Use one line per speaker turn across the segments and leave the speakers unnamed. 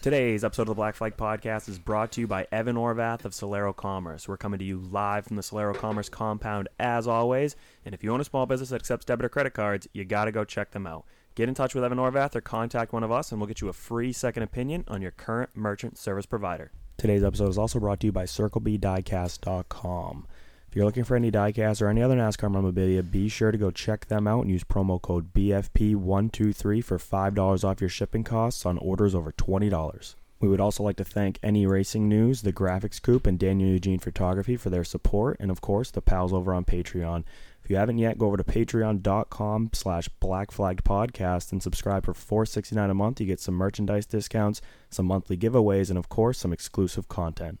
Today's episode of the Black Flag Podcast is brought to you by Evan Orvath of Solero Commerce. We're coming to you live from the Solero Commerce compound as always. And if you own a small business that accepts debit or credit cards, you got to go check them out. Get in touch with Evan Orvath or contact one of us, and we'll get you a free second opinion on your current merchant service provider. Today's episode is also brought to you by CircleBDiecast.com. If you're looking for any diecast or any other NASCAR memorabilia, be sure to go check them out and use promo code BFP123 for $5 off your shipping costs on orders over $20. We would also like to thank Any Racing News, The Graphics Coop, and Daniel Eugene Photography for their support, and of course, the pals over on Patreon. If you haven't yet, go over to patreon.com slash blackflagpodcast and subscribe for $4.69 a month. You get some merchandise discounts, some monthly giveaways, and of course, some exclusive content.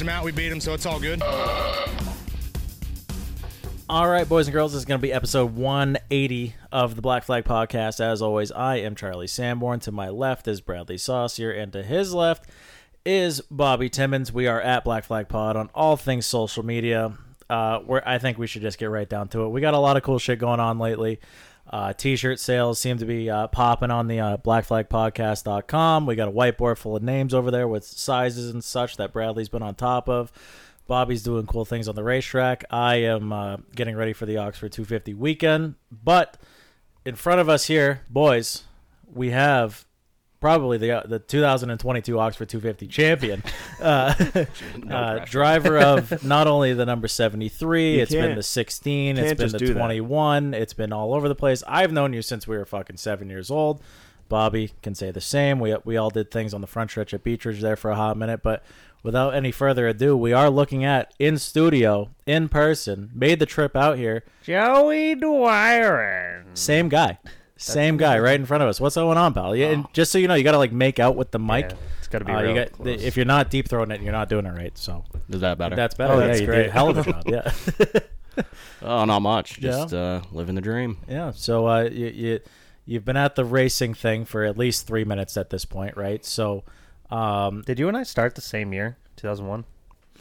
him out. We beat him, so it's all good.
All right, boys and girls, this is going to be episode 180 of the Black Flag Podcast. As always, I am Charlie Sanborn. To my left is Bradley Saucier, and to his left is Bobby Timmons. We are at Black Flag Pod on all things social media. Uh, where I think we should just get right down to it. We got a lot of cool shit going on lately. Uh, t-shirt sales seem to be uh, popping on the uh, blackflagpodcast.com. We got a whiteboard full of names over there with sizes and such that Bradley's been on top of. Bobby's doing cool things on the racetrack. I am uh, getting ready for the Oxford 250 weekend. But in front of us here, boys, we have probably the uh, the 2022 Oxford 250 champion, uh, uh, driver of not only the number 73,
You
it's been
can't-
the 16,
can't
it's been
just do
the
that.
21, it's been all over the place. I've known you since we were fucking seven years old. Bobby can say the same. We we all did things on the front stretch at Beechridge there for a hot minute, but without any further ado, we are looking at in studio, in person, made the trip out here.
Joey Dwyer.
Same guy. Same guy right in front of us. What's going on, pal? Yeah, and just so you know, you got to like make out with the mic.
Oh.
Uh,
it's gotta be
you
real
got-
close.
If you're not deep throwing it, you're not doing it right. So
is that better?
that's better.
Oh, yeah,
that's
you
great.
did.
Hell of a job. Yeah,
oh, not much.
Yeah.
Just uh, living the dream.
yeah. So uh, you, you you've been at the racing thing for at least three minutes at this point, right? So um,
Did you and I start the same year, 2001?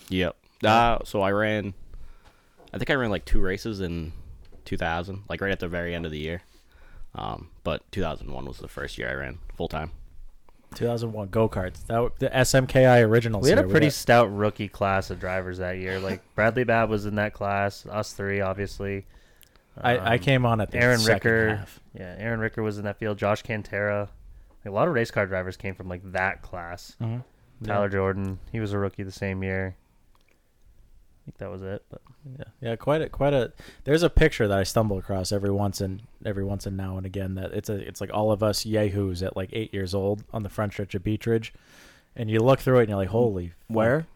Yep. Uh, so I ran. I think I ran like two races in 2000, like right at the very end of the year. Um, but 2001 was the first year I ran full time.
2001 go karts. That w- the SMKI originals.
We had a
here.
pretty
got-
stout rookie class of drivers that year. Like Bradley Babb was in that class, us three, obviously.
I, I came on at the
um, Aaron
second
Ricker.
half.
Yeah, Aaron Ricker was in that field. Josh Cantera. Like, a lot of race car drivers came from like that class. Tyler Jordan, he was a rookie the same year. I think that was it. But
Yeah, yeah, quite a quite a. There's a picture that I stumble across every once and every once and now and again that it's a it's like all of us yahoos at like eight years old on the front stretch of Beechridge, and you look through it and you're like, holy, fuck.
Where?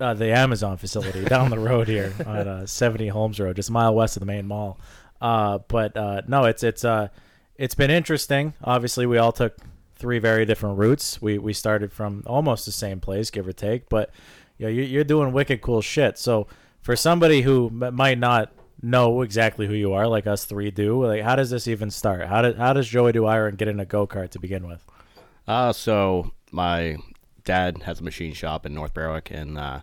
Uh, the Amazon facility down the road here on uh, 70 Holmes Road, just a mile west of the main mall. Uh, but uh, no, it's it's uh, it's been interesting. Obviously, we all took three very different routes. We we started from almost the same place, give or take. But you know, you- you're doing wicked cool shit. So for somebody who m- might not know exactly who you are, like us three do, like how does this even start? How did how does Joey Duiron get in a go kart to begin with?
Uh, so my dad has a machine shop in North Berwick, and uh,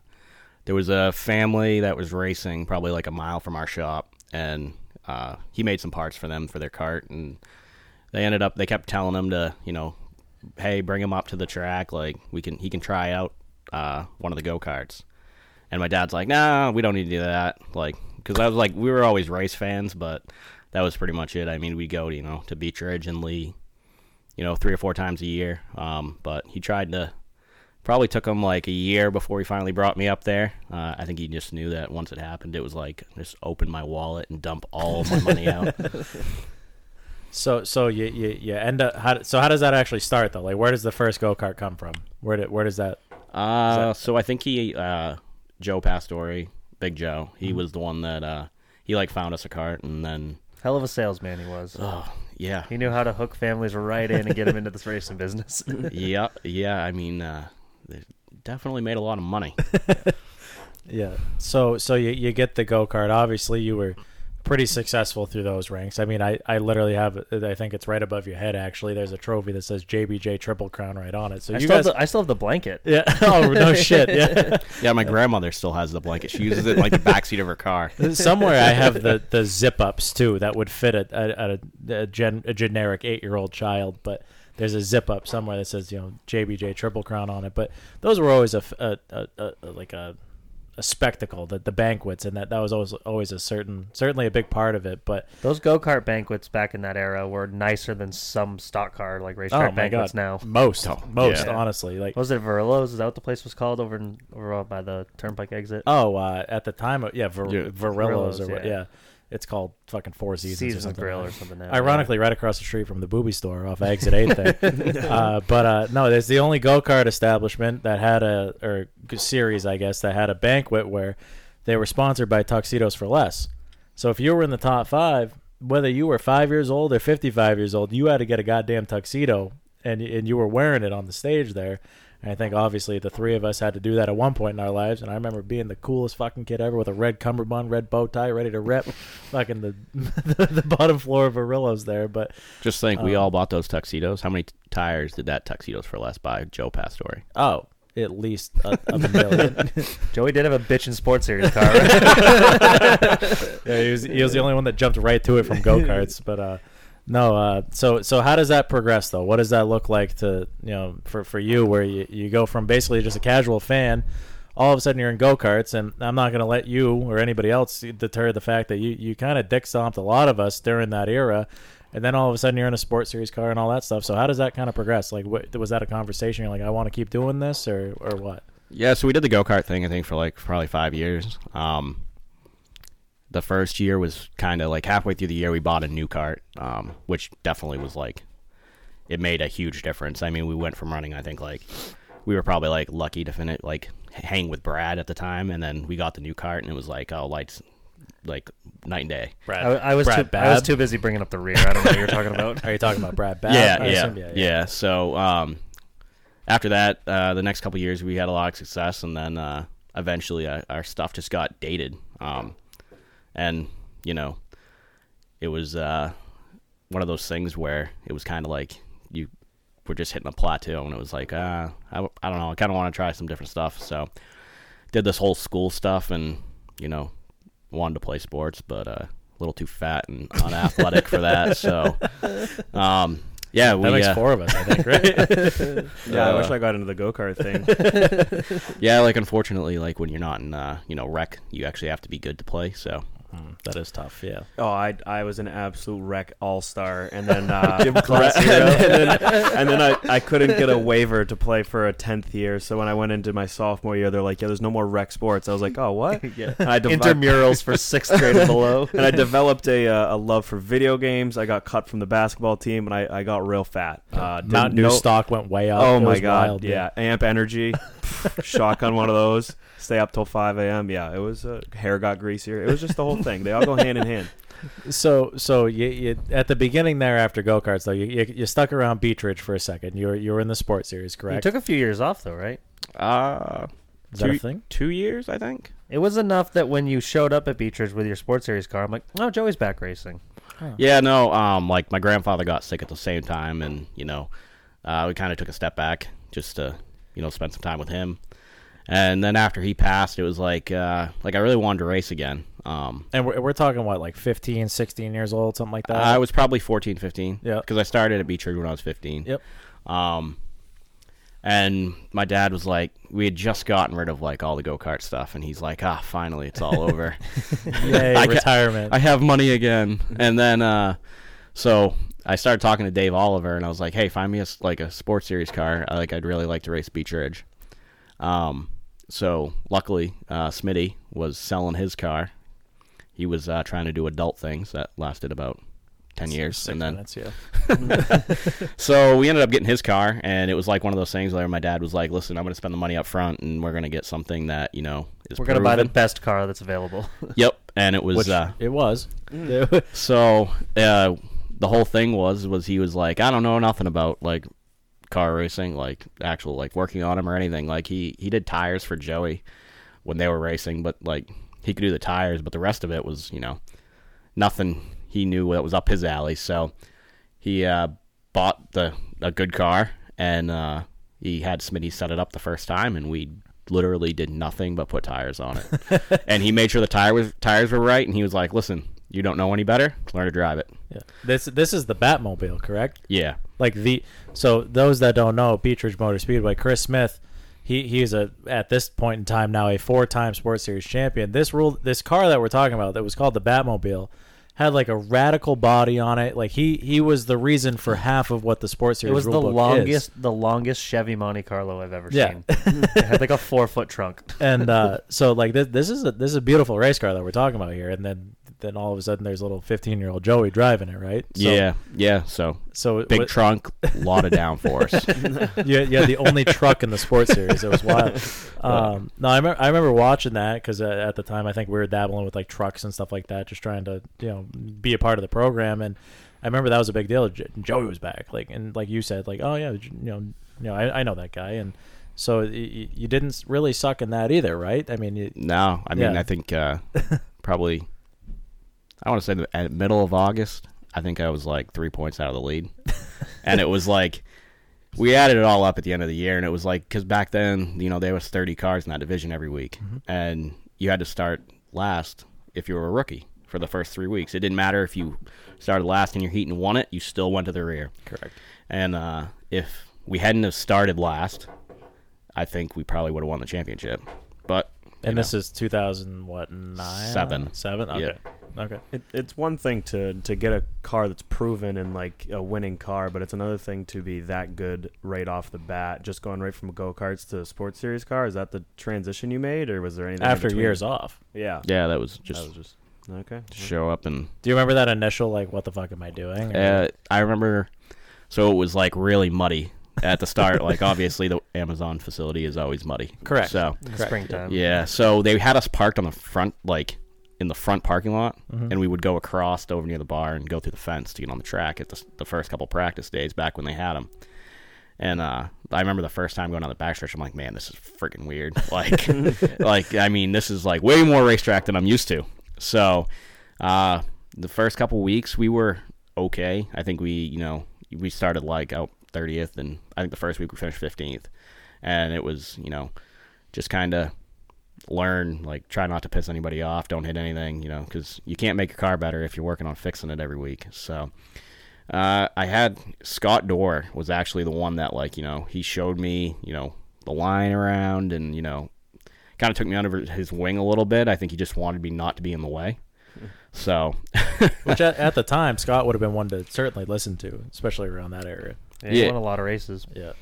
there was a family that was racing probably like a mile from our shop, and uh, he made some parts for them for their cart, and they ended up they kept telling him to you know, hey, bring him up to the track, like we can he can try out uh, one of the go karts, and my dad's like, nah, we don't need to do that, like because I was like we were always race fans, but that was pretty much it. I mean, we go you know to Beach Ridge and Lee you know, three or four times a year. Um, but he tried to, probably took him like a year before he finally brought me up there. Uh, I think he just knew that once it happened, it was like, just open my wallet and dump all my money out.
So so you you, you end up how d- so how does that actually start though? Like where does the first go kart come from? Where did where does that?
Uh, so I think he, uh, Joe Pastore, Big
Mm-hmm.
Joe, he was the one that, uh, he like found us a cart and then,
hell of a salesman he was.
oh, Yeah.
He knew how to hook families right in and get them into this racing business.
yeah, yeah. I mean, uh, they definitely made a lot of money.
Yeah. So so you, you get the go kart. Obviously, you were pretty successful through those ranks. I mean, I, I literally have. I think it's right above your head. Actually, there's a trophy that says JBJ Triple Crown right on it. So
I,
you
still
guys.
have the, I still have the blanket.
yeah. Oh no shit. Yeah.
Yeah, my grandmother still has the blanket. She uses it like the backseat of her car.
Somewhere I have the, the zip ups too that would fit a a, a, a, gen, a generic eight year old child, but there's a zip up somewhere that says you know JBJ Triple Crown on it. But those were always a, f- a- a- a- a- like a a spectacle the, the banquets and that that was always always a certain certainly a big part of it. But
Those go kart banquets back in that era were nicer than some stock car like
oh
racetrack
my
banquets
god,
now. What
most most
yeah.
honestly like
was it Verlo's? Is that what the place was called over in, over out by the turnpike exit?
oh uh, at the time yeah, Ver-
Yeah.
Varillos or
Varillos,
what
yeah.
yeah. It's called fucking Four Seasons or
Season
something.
Grill or something. now.
Ironically, right across the street from the booby store off Exit Eight there. uh, but uh, no, there's the only go kart establishment that had a or g- series, I guess, that had a banquet where they were sponsored by Tuxedos for Less. So if you were in the top five, whether you were five years old or fifty-five years old, you had to get a goddamn tuxedo, and and you were wearing it on the stage there. And I think obviously the three of us had to do that at one point in our lives. And I remember being the coolest fucking kid ever with a red cummerbund, red bow tie, ready to rip fucking the, the, the bottom floor of Arillo's there. But
Just think, we all bought those tuxedos. How many t- tires did that tuxedos for less by Joe Pastore?
oh, at least a, a million.
Joey did have a bitch in sports series car. Right?
yeah, he was he was the only one that jumped right to it from go karts. But uh, no, uh, so so how does that progress though? What does that look like to you know for for you where you, you go from basically just a casual fan, all of a sudden you're in go karts, and I'm not gonna let you or anybody else deter the fact that you you kind of dick stomped a lot of us during that era. And then all of a sudden you're in a sports series car and all that stuff. So how does that kind of progress? Like, what, was that a conversation? You're like, I want to keep doing this, or or what?
Yeah, so we did the go kart thing. I think for like probably five years. Um, the first year was kind of like halfway through the year we bought a new cart, um, which definitely was like it made a huge difference. I mean, we went from running. I think like we were probably like lucky to finish like h- hang with Brad at the time, and then we got the new cart, and it was like oh lights, like night and day.
Brad,
I, I was too, I was too busy bringing up the rear. I don't know what you're talking about.
Are you talking about Brad? Babb?
yeah,
I
yeah,
assume-
yeah, So um, after that, uh, the next couple years, we had a lot of success, and then uh, eventually, uh, our stuff just got dated. Um, and you know, it was uh, one of those things where it was kind of like you were just hitting a plateau, and it was like, uh, I, w- I don't know, I kind of want to try some different stuff. So did this whole school stuff, and you know, wanted to play sports, but uh, a little too fat and unathletic for that. So, um, yeah, we
That makes
uh,
four of us, I think, right?
Yeah, I
Uh,
wish I got into the go kart thing.
yeah, like unfortunately, like when you're not in uh, you know rec, you actually have to be good to play. So
That is tough. Yeah.
Oh, I, I was an absolute wreck all star, and then uh, and then, and then, I, I couldn't get a waiver to play for a tenth year. So when I went into my sophomore year, they're like, "Yeah, there's no more rec sports." I was like, "Oh, what?" yeah. and, I de-
Intramurals for sixth grade and below.
and I developed a uh, a love for video games. I got cut from the basketball team, and I, I got real fat. Uh, didn't
Mountain Dew
know-
stock went way up.
Oh
It
my
was
god!
wild,
yeah, amp energy, Pff, shotgun one of those. Stay up till five a.m. Yeah, it was uh, hair got greasier. It was just the whole thing. They all go hand in hand.
So so you, you at the beginning there after go karts though you, you you stuck around Beach Ridge for a second. You were you were in the sports series,
You
correct?
took a few years off though, right?
uh,
Is
two,
that a thing?
two years, I think.
It was enough that when you showed up at Beechridge with your sports series car, I'm like, oh, Joey's back racing.
Yeah, no, um, like my grandfather got sick at the same time, and you know, uh, we kind of took a step back just to you know spend some time with him. And then after he passed, it was like uh, like I really wanted to race again. Um,
And we're, we're talking what like 15, 16 years old, something like that.
I was probably 14, 15.
Uh, Yeah.
Because I started at Beechwood when I was 15.
Yep.
Um, and my dad was like, we had just gotten rid of like all the go kart stuff, and he's like, ah, finally, it's all over.
Yay,
I ca-
retirement.
I have money again. And then, uh, so I started talking to Dave Oliver, and I was like, "Hey, find me a s- like a sports series car. I, like, I'd really like to race Beach Ridge." Um, so luckily, uh, Smitty was selling his car. He was uh, trying to do adult things that lasted about ten years,
Six
and then
minutes, yeah.
so we ended up getting his car, and it was like one of those things where my dad was like, "Listen, I'm going to spend the money up front, and we're going to get something that you know is
We're gonna buy the
proven."
best car that's available.
uh, Yep, and it was
Which
uh,
it was.
so uh, the whole thing was was he was like, I don't know nothing about like car racing, like actual like working on him or anything. Like he he did tires for Joey when they were racing, but like he could do the tires, but the rest of it was you know nothing he knew that was up his alley. So he uh, bought the a good car and uh, he had Smitty set it up the first time, and we literally did nothing but put tires on it. and he made sure the tire was tires were right, and he was like, "Listen, you don't know any better. Learn to drive it."
Yeah. This this is the Batmobile, correct?
Yeah.
Like the so those that don't know, Beechridge Motor Speedway, Chris Smith, he he's a at this point in time now a four time Sports Series champion. This rule this car that we're talking about that was called the Batmobile had like a radical body on it. Like he he was the reason for half of what the Sports Series
It was the
rule book is.
longest, the longest Chevy Monte Carlo I've ever
Yeah.
seen. it had like a four foot trunk.
and uh, so like this, this is a this is a beautiful race car that we're talking about here, and then then all of a sudden there's little 15 year old Joey driving it, right? So,
yeah. Yeah. So
So it
big
wa-
trunk, lot of downforce.
yeah, yeah, the only truck in the sports series. It was wild. Um, no, I, remember I remember watching that because uh, at the time I think we were dabbling with like trucks and stuff like that, just trying to you know be a part of the program. And I remember that was a big deal. Jo- Joey was back, like and like you said, like oh yeah, you know, you know, I, I know that guy, and so y- y- you didn't s- really suck in that either, right? I mean, you,
no, I mean
Yeah.
I think uh, probably I want to say the at middle of August. I think I was like three points out of the lead, and it was like we added it all up at the end of the year, and it was like because back then you know there was thirty cars in that division every week, and you had to start last if you were a rookie for the first three weeks. It didn't matter if you started last in your heat and won it; you still went to the rear. Correct. And uh, if we hadn't have started last, I think we probably would have won the championship. But
and this is 2000 what nine
Seven.
seven okay okay
It, it's one thing to to get a car that's proven and like a winning car, but it's another thing to be that good right off the bat. Just going right from go karts to a sports series car. Is that the transition you made, or was there anything in
after
between?
years off.
Yeah.
yeah, that was just
That was just okay.
show up and
Do you remember that initial like what the fuck am I doing?
Uh, I remember, so it was like really muddy at the start. like obviously, the Amazon facility is always muddy.
Correct.
So
In the springtime.
yeah, so they had us parked on the front, like in the front parking lot, and we would go across over near the bar and go through the fence to get on the track at the, s- the first couple practice days back when they had them. And uh, I remember the first time going on the backstretch, I'm like, man, this is freaking weird. Like, like I mean, this is like way more racetrack than I'm used to. So, uh, the first couple weeks we were okay. I think we, you know, we started like out 30th, and I think the first week we finished 15th, and it was, you know, just kind of learn like try not to piss anybody off don't hit anything you know because you can't make your car better if you're working on fixing it every week so uh, i had scott dorr was actually the one that like you know he showed me you know the line around and you know kind of took me under his wing a little bit i think he just wanted me not to be in the way so
Which at, at the time, Scott would have been one to certainly listen to, especially around that area.
Yeah, he
Yeah.
won a lot of races.
Yeah.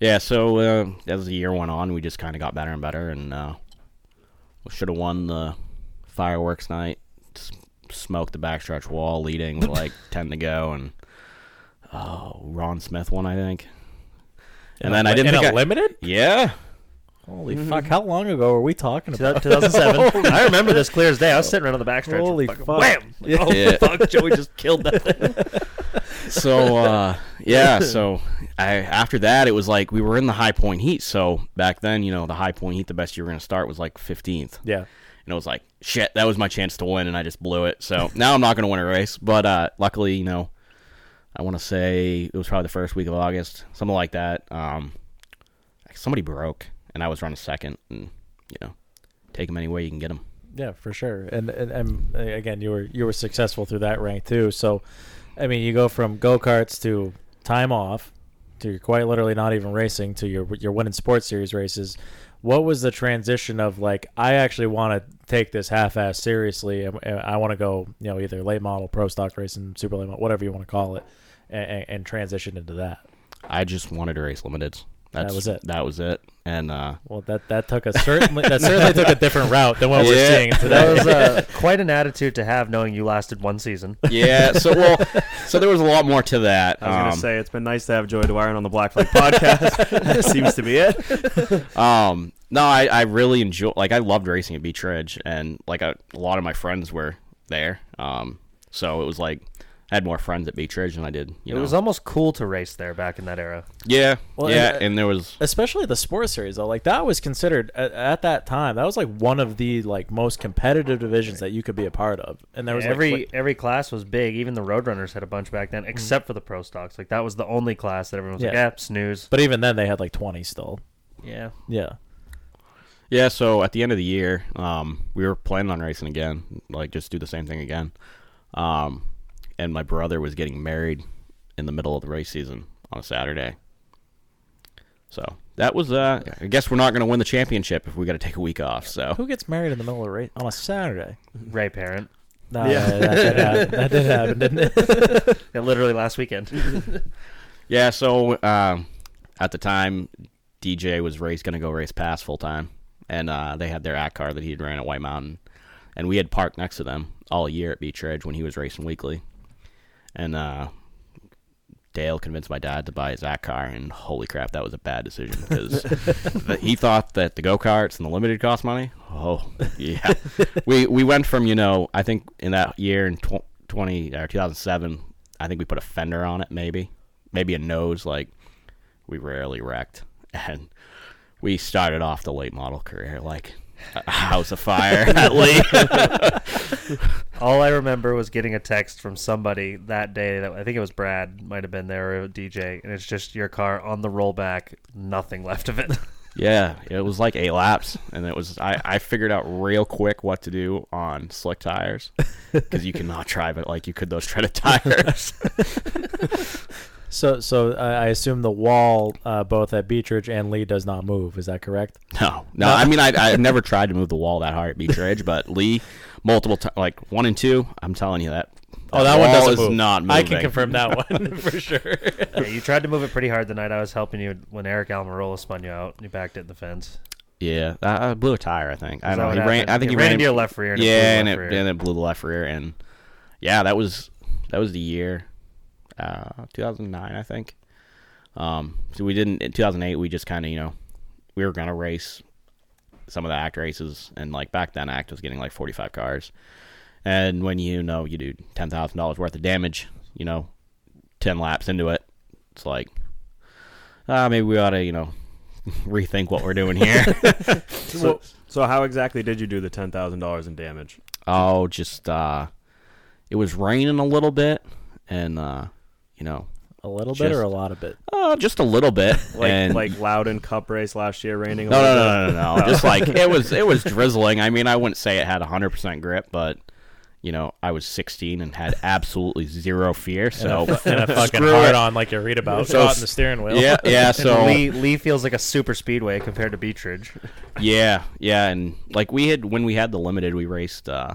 yeah so uh, as the year went on we just kind of got better and better and uh, we should have won the fireworks night s- smoked the backstretch wall leading with like 10 to go and oh ron smith won i think and then i didn't
in
think
a
I-
limited.
yeah
Holy fuck! How long ago are we talking about?
Uh, 2007. I remember this clear as day. I was sitting around on the backstretch.
Holy
fucking
fuck.
Wham! Like, oh,
Yeah.
fuck. Joey just killed that thing.
so uh, yeah, so I after that it was like we were in the high point heat. So back then, you know, the high point heat, the best you were gonna start was like fifteenth.
Yeah.
And it was like, shit, that was my chance to win and I just blew it. So now I'm not gonna win a race. But uh luckily, you know, I wanna say it was probably the first week of August, something like that. Um somebody broke and I was running second and you know, take them any way you can get them.
Yeah, for sure. And, and and uh, again, you were you were successful through that rank too. So, I mean, you go from go karts to time off to you're quite literally not even racing to your your winning sports series races. What was the transition of like I actually want to take this half-ass seriously, and, and I want to go, you know, either late model, pro stock racing, super late model, whatever you want to call it, and, and, and transition into that.
I just wanted to race limiteds. That's,
was it.
That was it. And uh
Well, that that took a certainly that certainly took a different route than what we're
Yeah.
seeing
That
today.
was uh, quite an attitude to have, knowing you lasted one season.
Yeah, so well, so there was a lot more to that.
I was gonna
Um,
say it's been nice to have Joey Dwyer on the Black Flag podcast. that seems to be it.
Um, no, I, I really enjoy like I loved racing at Beach Ridge, and like a, a lot of my friends were there. Um, so it was like I had more friends at Beach Ridge than I did. You
It
know.
was almost cool to race there back in that era.
yeah,
Well,
yeah,
and-
and, there was
especially the sports series though like that was considered at, at that time that was like one of the like most competitive divisions that you could be a part of and there was like,
every
like,
every class was big. Even the Roadrunners had a bunch back then, except for the Pro Stocks. Like that was the only class that everyone was like,
Yeah.
"Yeah, snooze."
but even then they had like 20 still
yeah,
yeah
yeah. So at the end of the year, um, we were planning on racing again, like just do the same thing again. Um, and my brother was getting married in the middle of the race season on a Saturday. So that was. Uh, I guess we're not going to win the championship if we got to take a week off. So
who gets married in the middle of a race on a saturday
Ray Parent.
no, yeah. that, did happen. that did happen didn't it
Yeah, literally last weekend.
Yeah, so um, at the time, DJ was race gonna go race pass full time, and uh, they had their act car that he had ran at White Mountain, and we had parked next to them all year at Beach Ridge when he was racing weekly, and uh, Dale convinced my dad to buy his act car, and holy crap, that was a bad decision because the, he thought that the go karts and the limited cost money. Oh yeah, we we went from you know I think in that year in tw- twenty or two thousand seven, I think we put a fender on it maybe, maybe a nose like we rarely wrecked, and we started off the late model career like a house of fire at least.
All I remember was getting a text from somebody that day that I think it was Brad, might have been there or DJ, and it's just your car on the rollback, nothing left of it.
Yeah, it was like eight laps, and it was I, I figured out real quick what to do on slick tires because you cannot drive it like you could those treaded tires.
so so i I assume the wall uh, both at beechridge and lee does not move is that correct
no, no, I mean I I've never tried to move the wall that hard at Beach Ridge, but Lee, multiple times, like one and two, I'm telling you that.
Oh,
wall is not moving.
i can confirm that one for sure
yeah, you tried to move it pretty hard the night I was helping you when Eric Almirola spun you out. and You backed it in the fence.
Yeah, I, I blew a tire. I think I
Is that
don't.
what
know. He ran,
happened?
I think
It
he
ran
ran
into your left rear and it blew
yeah,
your
and
left
it
rear.
and it blew the left rear, and yeah, that was that was the year, uh, 2009, I think. Um, so we didn't in 2008. We just kind of you know we were gonna race some of the act races, and like back then, act was getting like 45 cars, and when you know you do ten thousand dollars worth of damage, you know, ten laps into it, it's like, ah, maybe we ought to you know rethink what we're doing here.
So, so how exactly did you do the ten thousand dollars in damage?
Oh, just uh it was raining a little bit and uh you know
a little bit or
Just-
a lot of it
uh, just a little bit.
Like
and
like Loudon Cup race last year, raining. a
no, no,
little
no, no, no, no. just like it was it was drizzling. I mean I wouldn't say it had hundred percent grip, but you know, I was sixteen and had absolutely zero fear, so
and a fucking
Screw it.
hard on like you read about
So
caught
s-
in the steering wheel
Yeah, yeah,
And
so
Lee Lee feels like a super speedway compared to Beechridge.
Yeah, yeah, and like we had when we had the limited, we raced uh,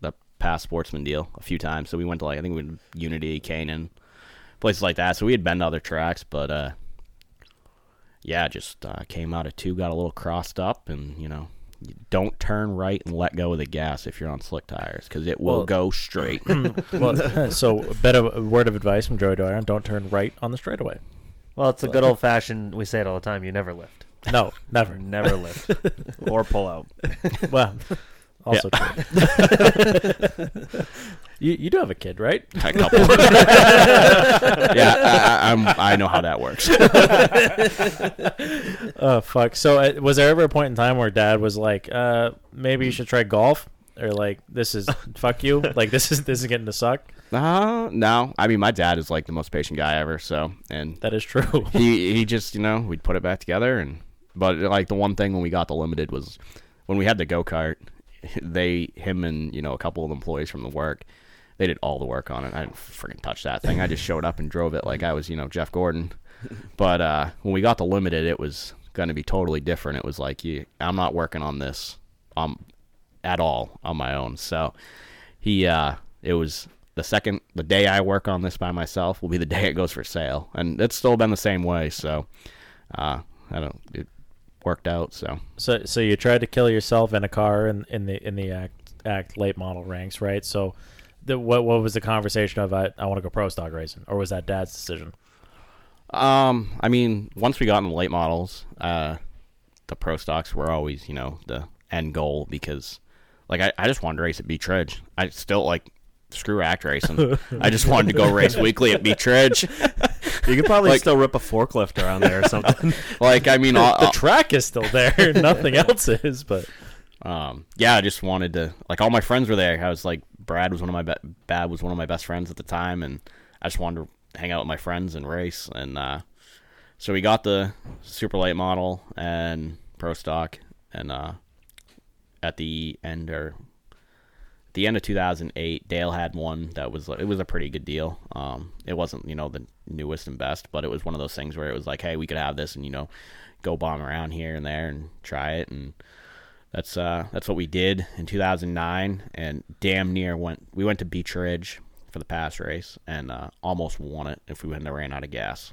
the past sportsman deal a few times. So we went to like I think we went to Unity, Canaan, places like that. So we had been to other tracks, but uh, yeah, just uh, came out of two, got a little crossed up, and you know, you don't turn right and let go of the gas if you're on slick tires because it will
Well-
go straight.
Well, so a bit of a word of advice from Joey Doyle: don't turn right on the straightaway.
Well, it's a good old fashioned. We say it all the time. You never lift.
No, never.
Never lift.
bit. or pull out.
Well, also true. you you do have a kid, right?
a couple. yeah, I, I, I'm, I know how that works.
Oh fuck. So uh, was there ever a point in time where Dad was like, uh, maybe you should try golf, or like this is fuck you, like this is this is getting to suck.
Uh, no, I mean my dad is like the most patient guy ever. So and
That is true.
he he just you know we'd put it back together and but like the one thing when we got the limited was when we had the go kart they him and you know a couple of employees from the work they did all the work on it I didn't freaking touch that thing I just showed up and drove it like I was you know Jeff Gordon but uh, when we got the limited it was going to be totally different it was like you I'm not working on this um at all on my own so he uh it was the second the day i work on this by myself will be the day it goes for sale and it's still been the same way so uh i don't it worked out so
So so you tried to kill yourself in a car in, in the in the act act late model ranks, right? So the, what what was the conversation of I, I want to go pro stock racing, or was that dad's decision?
um i mean once we got in the late models uh the pro stocks were always you know the end goal because like i, I just wanted to race at beach ridge i still like screw act racing. I just wanted to go race weekly at Beach Ridge.
You could probably
Like-
still rip a forklift around there or something.
Like, I mean, all,
the track is still there. Nothing else is, but
um, yeah, I just wanted to. Like, all my friends were there. I was like, Brad was one of my be- Bad was one of my best friends at the time, and I just wanted to hang out with my friends and race. And uh, so we got the super late model and pro stock, and uh, at the end or the end of 2008, Dale had one that was it was a pretty good deal. Um, it wasn't you know the newest and best, but it was one of those things where it was like, hey, we could have this and you know go bomb around here and there and try it, and that's uh that's what we did in 2009, and damn near went we went to Beach Ridge for the pass race and uh, almost won it if we wouldn't have ran out of gas.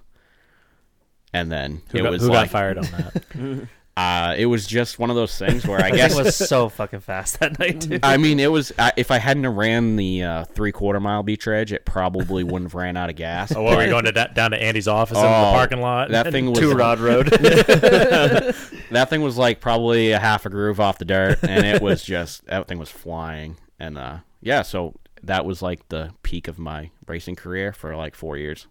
And then
who,
it
got,
was
who got
like
fired on that?
uh, it was just one of those things where I
It
guess
was so fucking fast that night, dude.
I mean, it was. I, if I hadn't have ran the uh, three quarter mile beach edge, it probably wouldn't have ran out of gas.
Oh, well, we're going to da- down to Andy's office in the
Oh,
parking lot.
That thing was
Two Rod Road.
That thing was like probably a half a groove off the dirt, and it was just that thing was flying. And uh, yeah, so that was like the peak of my racing career for like four years.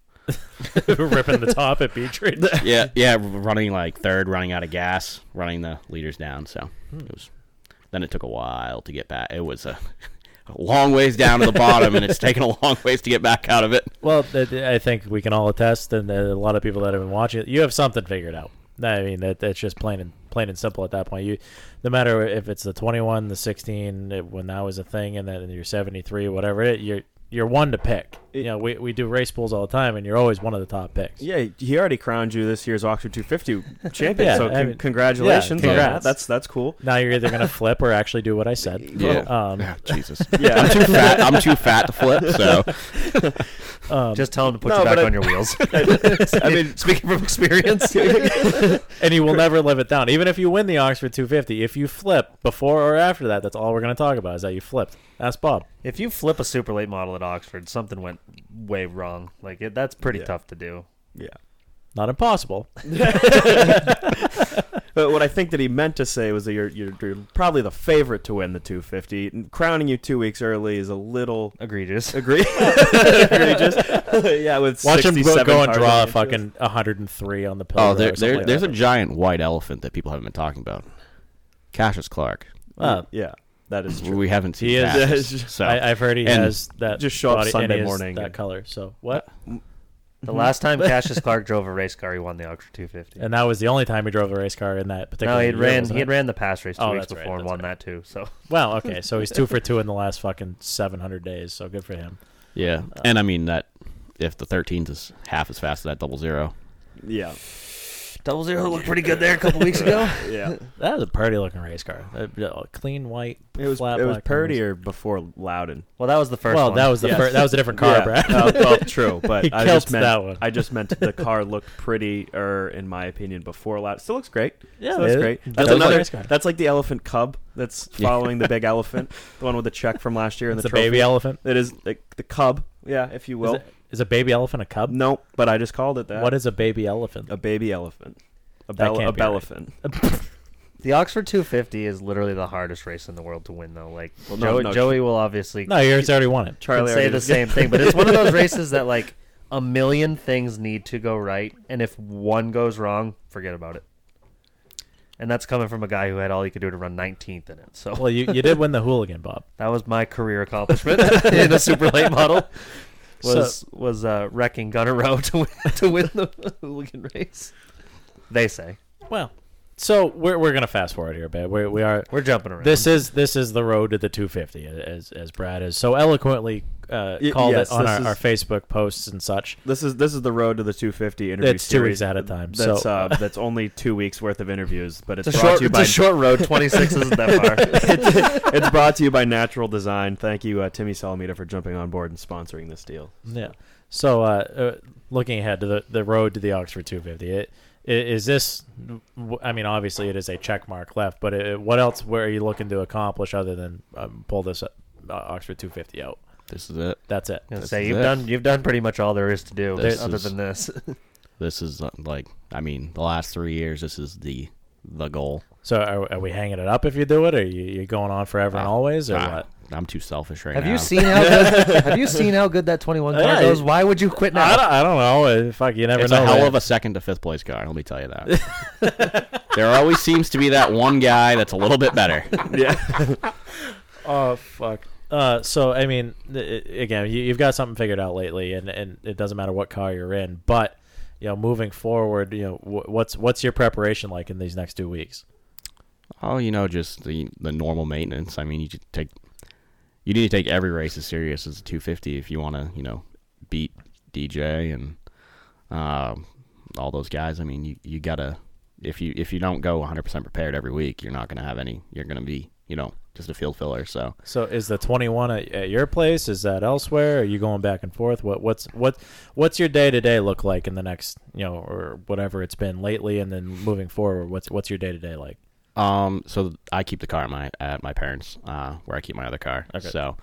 ripping the top at Beach Ridge.
Yeah, yeah, running like third, running out of gas, running the leaders down. So it was. Then it took a while to get back. It was a, a long ways down to the bottom, and it's taken a long ways to get back out of it.
well, that- I think we can all attest, and a lot of people that have been watching, it, you have something figured out. I mean, that that's just plain and plain and simple at that point. You, no matter if it's the twenty-one, the sixteen, it- when that was a thing, and then your seventy-three, whatever, it, you're you're one to pick. you know, we, we do race pools all the time, and you're always one of the top picks.
Yeah, he already crowned you this year's Oxford 250 champion.
Yeah,
so
I
con-
mean-
congratulations.
yeah,
on that.
congrats.
That's that's cool.
Now you're either gonna flip or actually do what I said.
Yeah.
Um,
Jesus.
Yeah.
I'm too fat. I'm too fat to flip. So
Um,
Just tell him to put
No,
you back
but I-
on your wheels.
I mean,
Speaking from experience,
and you will never live it down. Even if you win the Oxford 250, if you flip before or after that, that's all we're going to talk about is that you flipped. Ask Bob.
if you flip a super late model at Oxford, something went way wrong. Like it, that's pretty
Yeah.
tough to do.
yeah.
Not impossible.
But what I think that he meant to say was that you're, you're, you're probably the favorite to win the 250. And Crowning you two weeks early is a little
Egregious.
agree- egregious. yeah, with
Watch him go,
67
go and draw a
cars.
fucking 103 on the pill.
oh, there, there, there's a giant white elephant that people haven't been talking about. Cassius Clark.
Uh,
Yeah, that is true.
We haven't seen
He is- uh,
Cassius, so
I, have heard he
And
has that.
just show up
body- and
Sunday
he is
morning
That
and-
color. So what?
The last time Cassius Clark drove a race car, he won the Oxford 250.
And that was the only time he drove a race car in that particular.
no, he had
year,
ran.
wasn't
He had
it?
ran the pass race two
Oh,
weeks
that's right,
before and
that's
won
right.
that too. So
Well, okay, so he's two for two in the last fucking 700 days. So good for him.
yeah,
Uh,
and I mean that if the 13s is half as fast as that double zero,
Yeah,
double zero looked pretty good there a couple weeks ago.
yeah.
That was a pretty looking race car. Uh, clean white.
It was
flat
it was
black wheels.
Purdier before Loudon.
Well, that was the first.
Well,
one.
that was the
Yes.
first, that was a different car,
Yeah,
Brad.
uh, well, true, but
He
I just
kelped
meant
that one.
I just meant the car looked prettier, in my opinion, before Loudon. Still looks great.
Yeah,
Still looks
it-
great.
it
That's
does look
another.
nice car.
That's like the elephant cub that's following the big elephant, the one with the check from last year and
It's
the
a baby
trophy.
elephant.
It is the, the cub, yeah, if you
Is,
will.
it- is a baby elephant a cub?
Nope, but I just called it that.
What is a baby elephant?
a baby elephant? A,
That
bel-
can't
a
be right.
belephant.
The Oxford 250 is literally the hardest race in the world to win, though. Like
Well, no,
Joey,
no,
Joey will obviously
No, you already won it.
can
Charlie
say
already
the
did.
same thing, but it's one of those races that like a million things need to go right, and if one goes wrong, forget about it. And that's coming from a guy who had all he could do to run 19th in it. So
Well, you, you did win the hooligan, Bob.
that was my career accomplishment in a super late model. Was was uh, wrecking Gunner Row to win, to win the hooligan race? They say
Well, so we're, we're gonna fast forward here, Brad. We we are.
we're jumping around.
This is this is the road to the 250, as as Brad has so eloquently uh,
Y-
called
yes,
it on
this
our,
is-
our Facebook posts and such.
This is this is the road to the 250 interview.
It's two weeks
series.
at a time, so-
That's uh, that's only two weeks worth of interviews, but it's,
it's a
brought
short,
to you
it's
by
a short road. 26 isn't that far.
it's brought to you by Natural Design. Thank you, uh, Timmy Salamita, for jumping on board and sponsoring this deal.
Yeah. So, uh, uh, looking ahead to the, the road to the Oxford 250, it, i- is this? w- I mean, obviously, it is a check mark left, but it, what else were you looking to accomplish other than um, pull this uh, Oxford 250 out?
this is it.
That's it.
gonna
This
say
is
you've
it.
done you've done pretty much all there is to do
This
other
is-
than this.
This is uh, like I mean the last three years. This is the the goal.
So, are, are we hanging it up if you do it, or you you going on forever and
Ah,
always, or
ah,
what?
I'm too selfish right
Have
now.
you seen how good? have you seen how good that 21 car
Yeah,
goes?
it-
Why would you quit now?
I don't-
I don't know. Fuck, you never
it's
know.
a hell
man.
of a second to fifth place car. Let me tell you that. there always seems to be that one guy that's a little bit better.
Yeah.
oh fuck.
Uh, so I mean, th- i- again, you, you've got something figured out lately, and, and it doesn't matter what car you're in. But you know, moving forward, you know, wh- what's what's your preparation like in these next two weeks?
Oh, you know, just the the normal maintenance. I mean, you just take you need to take every race as serious as a 250 if you want to, you know, beat DJ and um, all those guys. I mean, you you gotta if you if you don't go 100 percent prepared every week, you're not gonna have any. You're gonna be you know just a field filler. So
So is the 21 at, at your place? Is that elsewhere? Are you going back and forth? What what's what what's your day to day look like in the next you know or whatever it's been lately, and then moving forward, what's what's your day to day like?
Um, so I keep the car at my at my parents, uh, where I keep my other car.
Okay.
So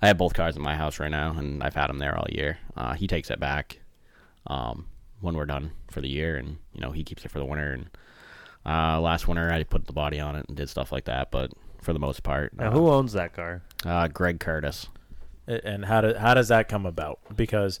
I have both cars in my house right now, and I've had them there all year. Uh, he takes it back, um, when we're done for the year, and you know he keeps it for the winter. And uh, last winter I put the body on it and did stuff like that, but for the most part,
Now,
uh,
who owns that car?
Uh, Greg Curtis.
A- and how do, how does that come about? Because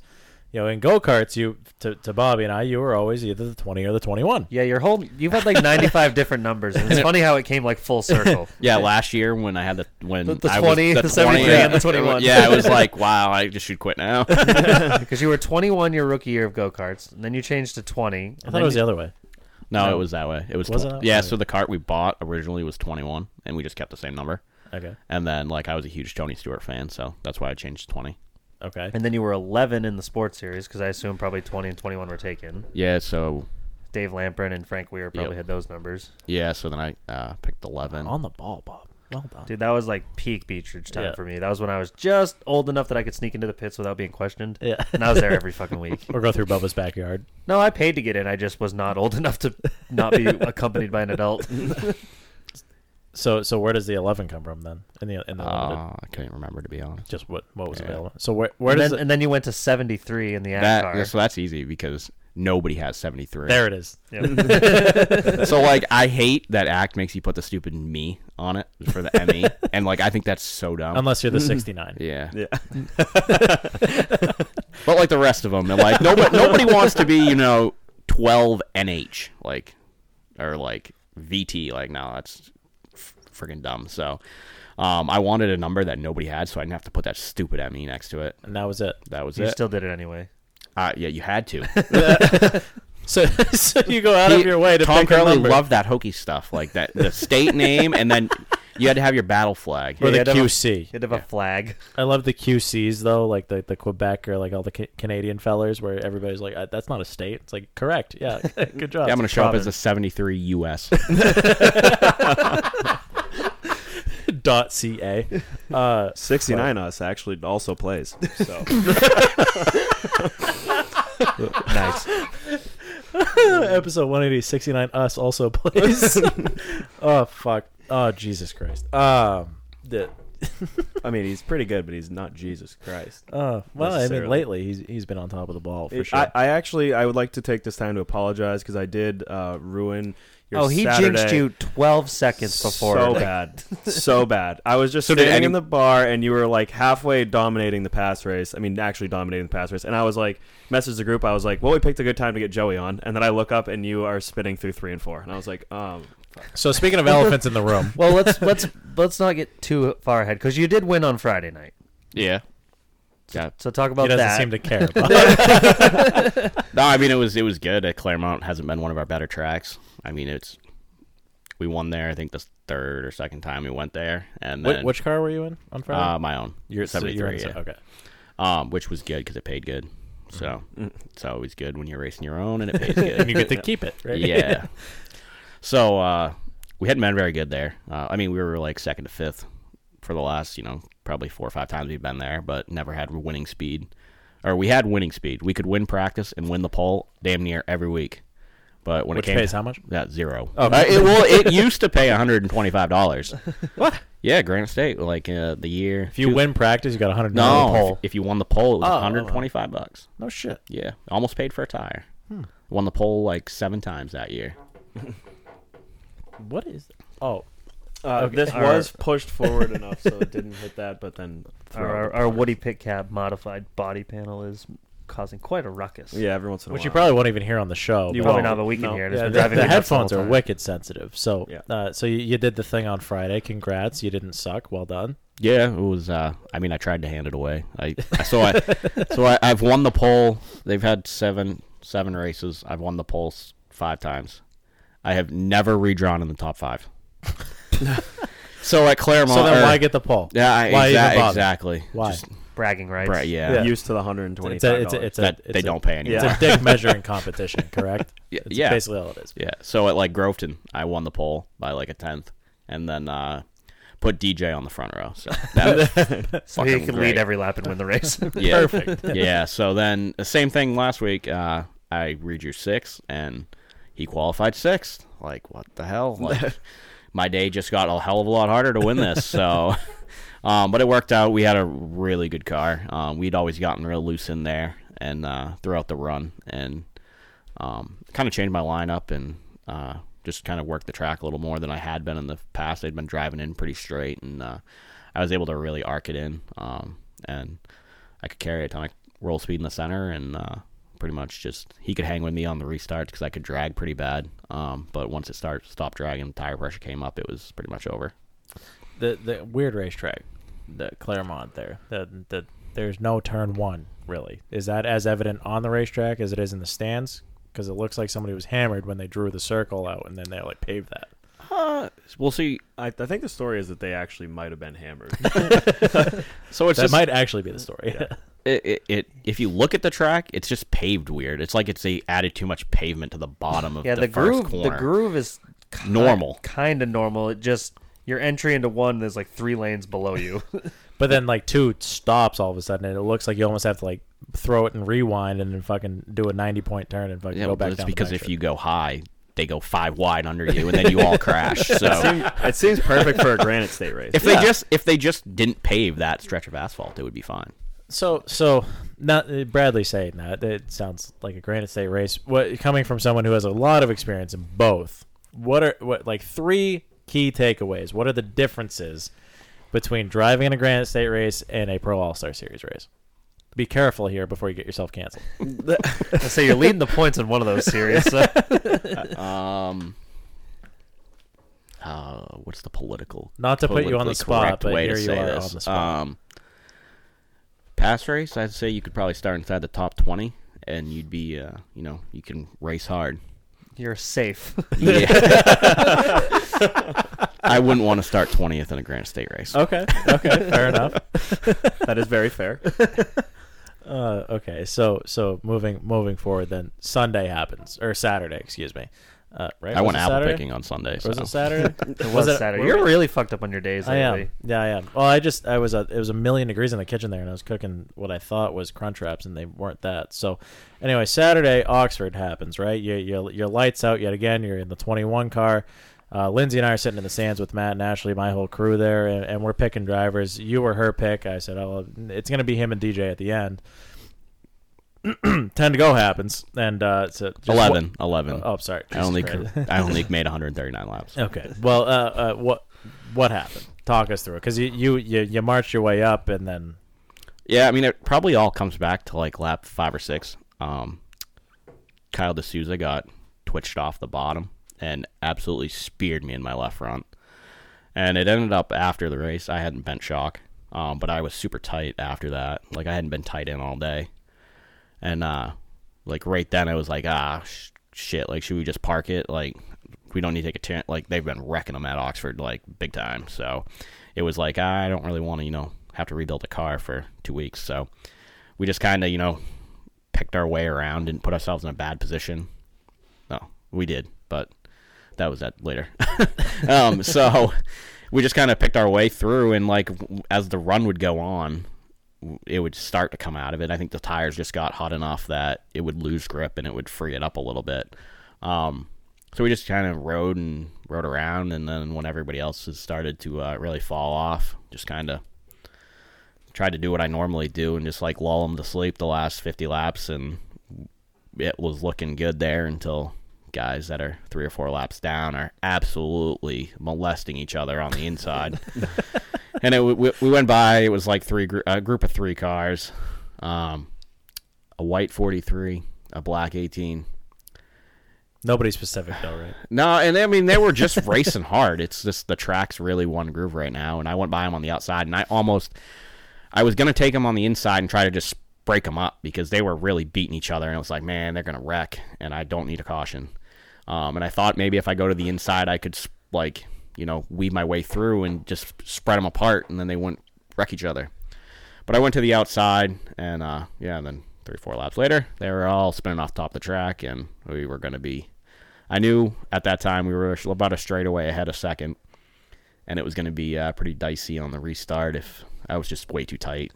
you know, in go karts, you to, to Bobby and I, you were always either the twenty or the twenty one.
Yeah, your whole you've had like 95 different numbers, and it's funny how it came like full circle.
Yeah, last year when I had the when
The- the
I
20, the 73, and the 21.
Yeah, it was like wow, I just should quit now.
because you were 21 your rookie year of go karts, and then you changed to 20. and
I thought
then
it was
you-
the other way.
No,
No.
it was that way. It was,
Was
tw-
it that
yeah.
way?
So the cart we bought originally was twenty one, and we just kept the same number.
Okay.
And then like I was a huge Tony Stewart fan, so that's why I changed to twenty.
Okay.
And then you were 11 in the sports series because I assume probably 20 and 21 were taken.
Yeah. So
Dave Lamprin and Frank Weir probably
Yep.
had those numbers.
yeah. So then I uh, picked eleven.
On the ball, Bob. Well done.
Dude, that was like peak Beach Ridge time
Yeah.
for me. That was when I was just old enough that I could sneak into the pits without being questioned.
Yeah.
And I was there every fucking week.
or go through Bubba's backyard.
No, I paid to get in. I just was not old enough to not be accompanied by an adult.
So so where does the eleven come from then? In the in the limited?
Uh, I can't remember to be honest.
just what what was
Yeah.
available. So where where
and,
does
then,
it,
and then you went to 73 in the act
That
car.
so that's easy because nobody has seventy three.
There it is.
Yep.
so like I hate that act makes you put the stupid me on it for the ME, and like I think that's so dumb.
Unless you're the 69.
Yeah.
Yeah.
But like the rest of them, and like nobody nobody wants to be you know twelve nh like or like vt like no that's f- freaking dumb. So um, I wanted a number that nobody had, so I didn't have to put that stupid me next to it.
And that was it.
That was
You
it.
still did it anyway.
Uh, yeah, you had to.
so so you go out of
He-
your way to
Tom
pick a
Curley
number.
loved that hokey stuff, like that the state name, and then you had to have your battle flag
Or the QC.
you had to have a flag.
I love the QCs though, like the the Quebec or like all the ca- Canadian fellers, where everybody's like, "Uh, "That's not a state." It's like, correct, yeah, good job.
Yeah, I'm gonna show up as a 73 US.
dot ca. Uh,
69 us actually also plays. So.
nice. Episode 180, 69 Us also plays. oh fuck. Oh Jesus Christ. Um. The,
I mean, he's pretty good, but he's not Jesus Christ.
oh well, I mean,
necessarily.
lately he's he's been on top of the ball for
It-
sure.
I, I actually I would like to take this time to apologize because I did uh, ruin your.
Oh, he
Saturday.
jinxed you 12 seconds before.
So
Like-
bad, so bad. I was just
So did
standing
any-
in the bar, and you were like halfway dominating the pass race. I mean, actually dominating the pass race. And I was like, messaged the group. I was like, well, we picked a good time to get Joey on. And then I look up, and you are spinning through three and four. And I was like, um.
so speaking of elephants in the room,
well, let's let's let's not get too far ahead because you did win on Friday night.
yeah. Yeah.
So talk about
doesn't
that.
seem to care
no, I mean it was it was good. At Claremont hasn't been one of our better tracks. I mean it's we won there. I think the third or second time we went there, and
Wh-
then,
which car were you in on Friday?
Uh, my own.
Um, You're- so
seventy
you're in
three.
se-
yeah.
okay.
Um, which was good because it paid good. So it's always good when you're racing your own and it pays good.
Mm. And you get to keep it, right?
Yeah. so uh, we hadn't been very good there. Uh, I mean, we were like second to fifth for the last, you know, probably four or five times we've been there, but never had winning speed. Or we had winning speed. We could win practice and win the poll damn near every week. But when
Which
it came
pays how much?
That zero.
Oh.
Uh, it, well, it used to pay 125 dollars. what? Yeah, Granite State. Like uh, the year.
If you win practice, you got 100
No,
on the poll.
If, if you won the poll, it was
Oh,
125 bucks.
No shit.
Yeah, almost paid for a tire.
Hmm.
Won the poll like seven times that year.
What is? Oh,
Uh,
Okay.
This
Our-
was pushed forward enough, so it didn't hit that. But then
Our, our, our Woody Pitcap modified body panel is causing quite a ruckus.
Yeah, every once in a
Which
while.
you probably won't even hear on the show.
You probably not, but we can hear it. as
Yeah,
we're
the,
driving
the
nuts
headphones
whole
are
time.
wicked sensitive. So, uh, so you, you did the thing on Friday. Congrats, you didn't suck. Well done.
Yeah, it was. Uh, I mean, I tried to hand it away. I, I so I so I, I've won the poll. They've had seven seven races. I've won the poll s- five times. I have never redrawn in the top five. so at Claremont,
So then
or-
why get the poll?
er, Yeah, I,
Why even
exa-
bother?
exactly.
Why?
bragging rights.
Right, yeah.
Used to the hundred and twenty.
It's a, it's a, it's a,
That
it's
they
a-
don't pay anymore.
It's a dick measuring competition, correct?
Yeah,
It's
yeah.
basically all it is.
Yeah. So at like Groveton, I won the poll by like a tenth, and then uh, put DJ on the front row. So that was
So he
fucking
can lead
great.
every lap and win the race.
yeah.
Perfect.
yeah. So then the same thing last week. Uh, I redrew sixth, and he qualified sixth. Like what the hell? Like my day just got a hell of a lot harder to win this. So. Um, but it worked out. We had a really good car. Um, we'd always gotten real loose in there and uh, throughout the run, and um, kind of changed my lineup and uh, just kind of worked the track a little more than I had been in the past. I'd been driving in pretty straight, and uh, I was able to really arc it in, um, and I could carry a ton of roll speed in the center, and uh, pretty much just he could hang with me on the restarts because I could drag pretty bad. Um, but once it started stopped dragging, tire pressure came up. It was pretty much over.
The the weird racetrack, the Claremont there. The the there's no turn one really. Is that as evident on the racetrack as it is in the stands? Because it looks like somebody was hammered when they drew the circle out and then they like paved that.
Uh, we'll see.
I, I think the story is that they actually might have been hammered.
So it's
that
just-
might actually be the story.
It, it, it if you look at the track, it's just paved weird. It's like it's they added too much pavement to the bottom of
yeah,
the,
the,
first
groove.
corner.
The groove is
Normal.
kind of normal. It just your entry into one. There's like three lanes below you.
But then like two stops all of a sudden and it looks like you almost have to like throw it and rewind and then fucking do a ninety point turn and fucking
Yeah,
go
well,
back
that's
down. the
because
back
if you go high, they go five wide under you, and then you all crash. So
It seem- it seems perfect for a Granite State race.
If
Yeah.
they just if they just didn't pave that stretch of asphalt, it would be fine.
So, so not uh, Bradley saying that. It sounds like a Granite State race. What coming from someone who has a lot of experience in both? What are what like three key takeaways? What are the differences between driving in a Granite State race and a Pro All Star Series race? Be careful here before you get yourself canceled.
I say you're leading the points in one of those series. so-
um, uh, what's the political?
Not to put you on the
politically
spot,
correct
but
way
here
to
you
say
are
this.
on the spot.
Um, pass race, I'd say you could probably start inside the top twenty, and you'd be, uh, you know, you can race hard.
You're safe.
Yeah. I wouldn't want to start twentieth in a Grand State race.
Okay, okay, fair enough.
that is very fair.
Uh, okay, so so moving moving forward, then Sunday happens or Saturday, excuse me. Uh, right?
I
Was
went
it
apple
Saturday?
picking on Sunday,
Was
so.
it Saturday?
It was, Saturday. You're really fucked up on your days
I
lately.
am. Yeah, I am. Well, I just I was a, it was a million degrees in the kitchen there, and I was cooking what I thought was crunch wraps, and they weren't that. So, anyway, Saturday Oxford happens, right? You you your lights out yet again. You're in the 21 car. Uh, Lindsay and I are sitting in the stands with Matt and Ashley, my whole crew there, and, and we're picking drivers. You were her pick. I said, "Oh, it's going to be him and DJ at the end." Ten to go happens, and uh, it's a, just
Eleven.
one-
Eleven.
Oh, sorry.
I only
Jesus Christ.
I only made 139 laps.
Okay. Well, uh, uh, what what happened? Talk us through it, because you, you you you marched your way up, and then
Yeah, I mean, it probably all comes back to like lap five or six. Um, Kyle D'Souza got twitched off the bottom and absolutely speared me in my left front. And it ended up after the race. I hadn't bent shock, um, but I was super tight after that. Like, I hadn't been tight in all day. And, uh, like, right then I was like, ah, sh- shit. Like, should we just park it? Like, we don't need to take a chance. Like, they've been wrecking them at Oxford, like, big time. So it was like, I don't really want to, you know, have to rebuild a car for two weeks. So we just kind of, you know, picked our way around and put ourselves in a bad position. No, we did, but that was that later. um, so we just kind of picked our way through, and like w- as the run would go on, w- it would start to come out of it. I think the tires just got hot enough that it would lose grip and it would free it up a little bit. Um, so we just kind of rode and rode around, and then when everybody else has started to uh, really fall off, just kind of tried to do what I normally do and just like lull them to sleep the last 50 laps, and it was looking good there until guys that are three or four laps down are absolutely molesting each other on the inside. and it, we, we went by. It was like three gr- a group of three cars, um, a white forty three, a black eighteen.
Nobody specific though, right?
No, and I mean they were just racing hard. It's just the track's really one groove right now. And I went by him on the outside, and I almost, I was gonna take him on the inside and try to just break them up because they were really beating each other, and it was like, man, they're gonna wreck, and I don't need a caution. Um, and I thought maybe if I go to the inside, I could s- like, you know, weave my way through and just spread them apart, and then they wouldn't wreck each other. But I went to the outside, and uh, yeah, and then three, four laps later, they were all spinning off top the track, and we were going to be. I knew at that time we were about a straightaway ahead a second, and it was going to be uh, pretty dicey on the restart if I was just way too tight.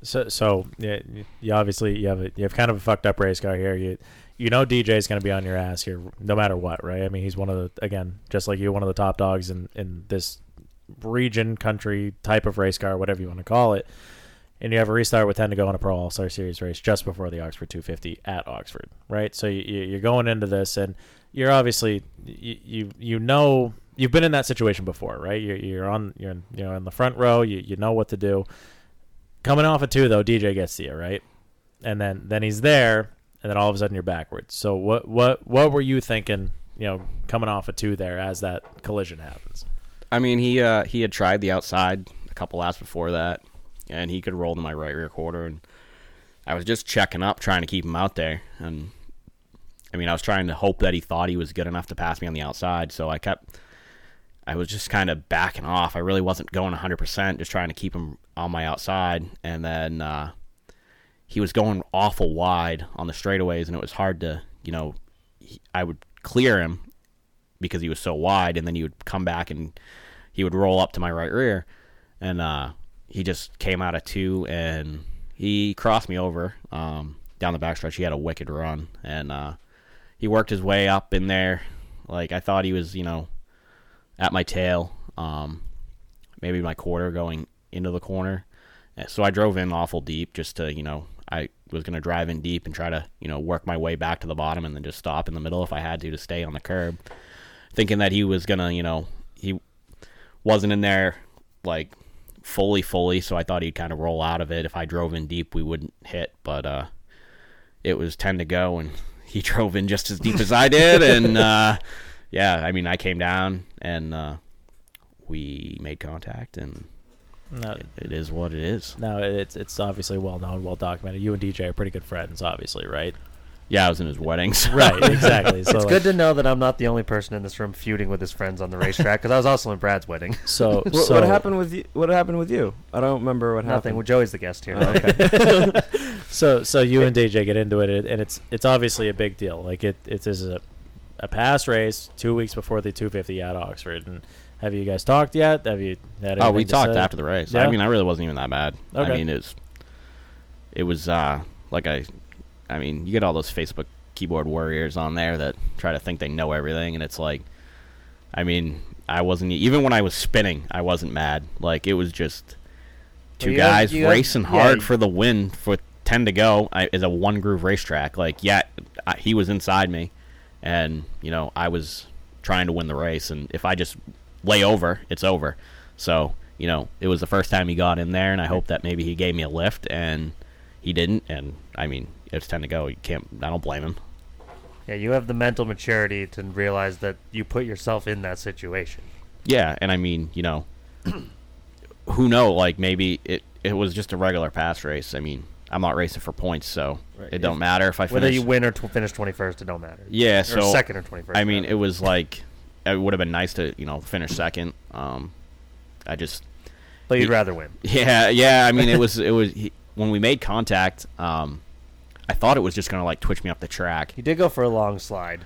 So, so yeah, you obviously you have a, you have kind of a fucked up race car here. You you know DJ's going to be on your ass here, no matter what, right? I mean, he's one of the again, just like you, one of the top dogs in in this region, country type of race car, whatever you want to call it. And you have a restart with ten to go in a Pro All Star Series race just before the Oxford 250 at Oxford, right? So you, you- you're going into this, and you're obviously you you, you know. You've been in that situation before, right? You're, you're on you're in, you know in the front row. You, you know what to do. Coming off of two though, DJ gets to you, right? And then then he's there, and then all of a sudden you're backwards. So what what what were you thinking? You know, coming off of two there as that collision happens.
I mean, he uh, he had tried the outside a couple laps before that, and he could roll to my right rear quarter, and I was just checking up, trying to keep him out there, and I mean, I was trying to hope that he thought he was good enough to pass me on the outside, so I kept, I was just kind of backing off. I really wasn't going 100%, just trying to keep him on my outside, and then uh, he was going awful wide on the straightaways, and it was hard to, you know, he, I would clear him because he was so wide, and then he would come back and he would roll up to my right rear, and uh, he just came out of two and he crossed me over um, down the backstretch. He had a wicked run, and uh, he worked his way up in there. Like I thought he was, you know, at my tail, um, maybe my quarter going into the corner. Uh, So I drove in awful deep just to, you know, I was going to drive in deep and try to, you know, work my way back to the bottom and then just stop in the middle if I had to to stay on the curb, thinking that he was going to, you know, he wasn't in there like fully, fully. So I thought he'd kind of roll out of it. If I drove in deep, we wouldn't hit, but, uh, it was 10 to go and he drove in just as deep as I did. And, uh, yeah, I mean, I came down and, uh, we made contact and
No,
it is what it is.
no, it's it's obviously well known, well documented. You and DJ are pretty good friends, obviously, right?
Yeah, I was in his wedding. so-
Right, exactly. So
it's
like-
good to know that I'm not the only person in this room feuding with his friends on the racetrack because I was also in Brad's wedding.
So,
Wh- what, happened with you? What happened with you? I don't remember what
Nothing.
happened.
Well, Joey's the guest here.
Oh, okay.
so so you and DJ get into it, and it's it's obviously a big deal. Like it it is a a pass race two weeks before the 250 at Oxford. And have you guys talked yet? Have you had?
Oh, we
anything to
talked
say?
after the race.
Yeah?
I mean, I really wasn't even that bad.
Okay.
I mean, it was, it was uh, like I, I mean, you get all those Facebook keyboard warriors on there that try to think they know everything, and it's like, I mean, I wasn't e, even when I was spinning, I wasn't mad. Like it was just two
you have-
guys
you have-
racing
yeah,
hard
you-
for the win for ten to go. I, is a one groove racetrack. Like yeah, I, he was inside me, and you know I was trying to win the race, and if I just lay over, it's over. So you know it was the first time he got in there, and I hope that maybe he gave me a lift, and he didn't. And I mean it's ten to go. You can't. I don't blame him.
Yeah, you have the mental maturity to realize that you put yourself in that situation.
Yeah, and I mean, you know, who know? Like maybe it it was just a regular pass race. I mean, I'm not racing for points, so it don't matter if I
whether
finish.
you win or tw- finish 21st, it don't matter.
yeah,
or
so
second or 21st.
I mean, it was like it would have been nice to you know finish second. Um, I just.
But you'd rather win.
Yeah, yeah. I mean, it was it was he, when we made contact. Um, I thought it was just gonna like twitch me up the track.
You did go for a long slide.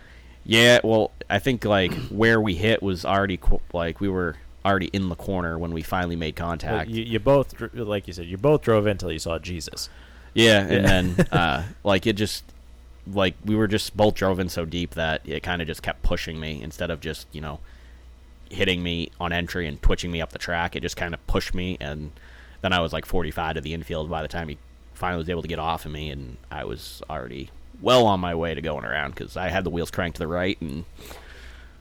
Yeah, well, I think like where we hit was already qu- like we were already in the corner when we finally made
Well,
contact.
you, you both dr- like you said you both drove until you saw Jesus.
Yeah, and
Yeah.
then uh, like it just like we were just both drove in so deep that it kind of just kept pushing me instead of just you know hitting me on entry and twitching me up the track. It just kind of pushed me, and then I was like 45 to the infield by the time he finally was able to get off of me, and I was already well on my way to going around because I had the wheels cranked to the right and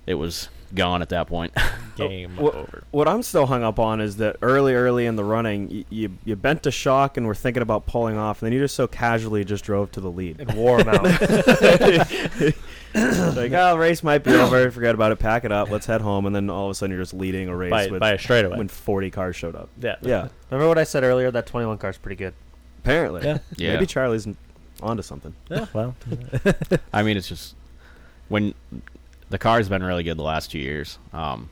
it was gone at that point.
Game
what, What I'm still hung up on is that early, early in the running, you, you you bent to shock and were thinking about pulling off, and then you just so casually just drove to the lead
and wore 'em out.
like, oh, race might be over. Forget about it. Pack it up. Let's head home. And then all of a sudden, you're just leading a race
By-
with,
by a straightaway.
when 40 cars showed up. yeah.
Remember what I said earlier? That 21 car's pretty good.
Apparently,
Yeah.
Yeah.
Maybe Charlie's n- onto something.
Yeah, well.
I mean, it's just when the car's been really good the last two years. Um,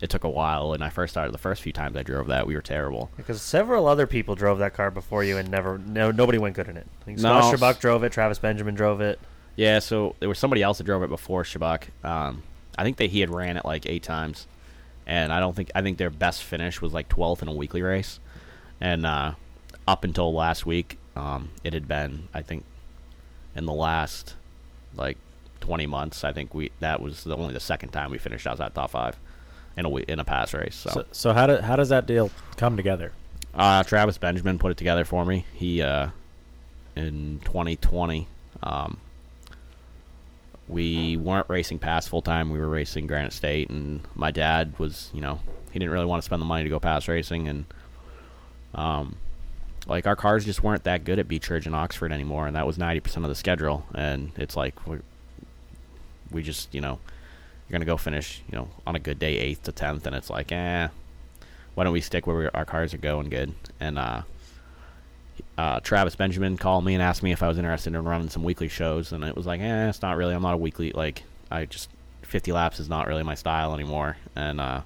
it took a while, and I first started the first few times I drove that, we were terrible.
Because several other people drove that car before you, and never, no, nobody went good in it. I think
No.
Scott Schrbach drove it. Travis Benjamin drove it.
Yeah, so there was somebody else that drove it before Shabak. Um, I think that he had ran it like eight times, and I don't think I think their best finish was like twelfth in a weekly race, and uh, up until last week, um, it had been I think in the last like twenty months, I think we that was the, only the second time we finished outside top five in a we- in a pass race. So,
So, so how do, how does that deal come together?
uh, Travis Benjamin put it together for me. He uh, in 2020, um, we weren't racing pass full time. We were racing Granite State, and my dad was, you know, he didn't really want to spend the money to go pass racing, and um, like our cars just weren't that good at Beechridge and Oxford anymore, and that was 90% of the schedule. And it's like we we just, you know, you're gonna go finish, you know, on a good day eighth to tenth, and it's like, eh, why don't we stick where we, our cars are going good? And uh, uh, Travis Benjamin called me and asked me if I was interested in running some weekly shows, and it was like, eh, it's not really. I'm not a weekly like I just 50 laps is not really my style anymore, and uh,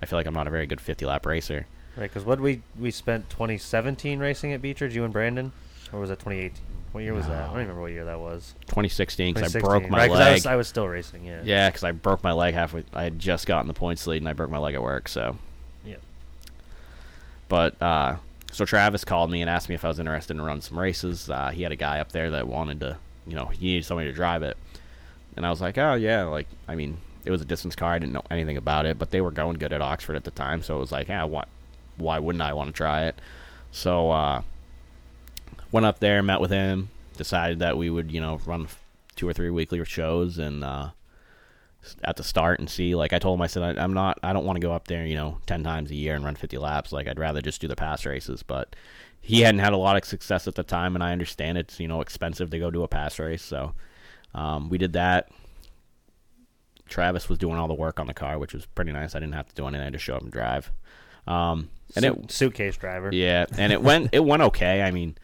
I feel like I'm not a very good 50 lap racer.
Right, because what we we spent 2017 racing at Beechridge, you and Brandon, or was that 2018? What year was that? I don't remember what year that was.
2016 because I
2016,
broke my
right, 'cause
leg.
I was, I was still racing. Yeah.
Yeah, because I broke my leg halfway. I had just gotten the points lead and I broke my leg at work. So.
Yeah.
But uh, so Travis called me and asked me if I was interested in running some races. Uh, he had a guy up there that wanted to, you know, he needed somebody to drive it, and I was like, oh yeah, like I mean, it was a distance car. I didn't know anything about it, but they were going good at Oxford at the time, so it was like, yeah, why, why wouldn't I want to try it? So uh, went up there, met with him, decided that we would, you know, run f- two or three weekly shows and uh, s- at the start and see. Like I told him, I said, I, I'm not, I don't want to go up there, you know, 10 times a year and run 50 laps. Like I'd rather just do the pass races. But he hadn't had a lot of success at the time, and I understand it's, you know, expensive to go do a pass race. So um, we did that. Travis was doing all the work on the car, which was pretty nice. I didn't have to do anything; I just show up and drive. Um, and
Suit-
it
suitcase driver.
Yeah, and it went it went okay. I mean,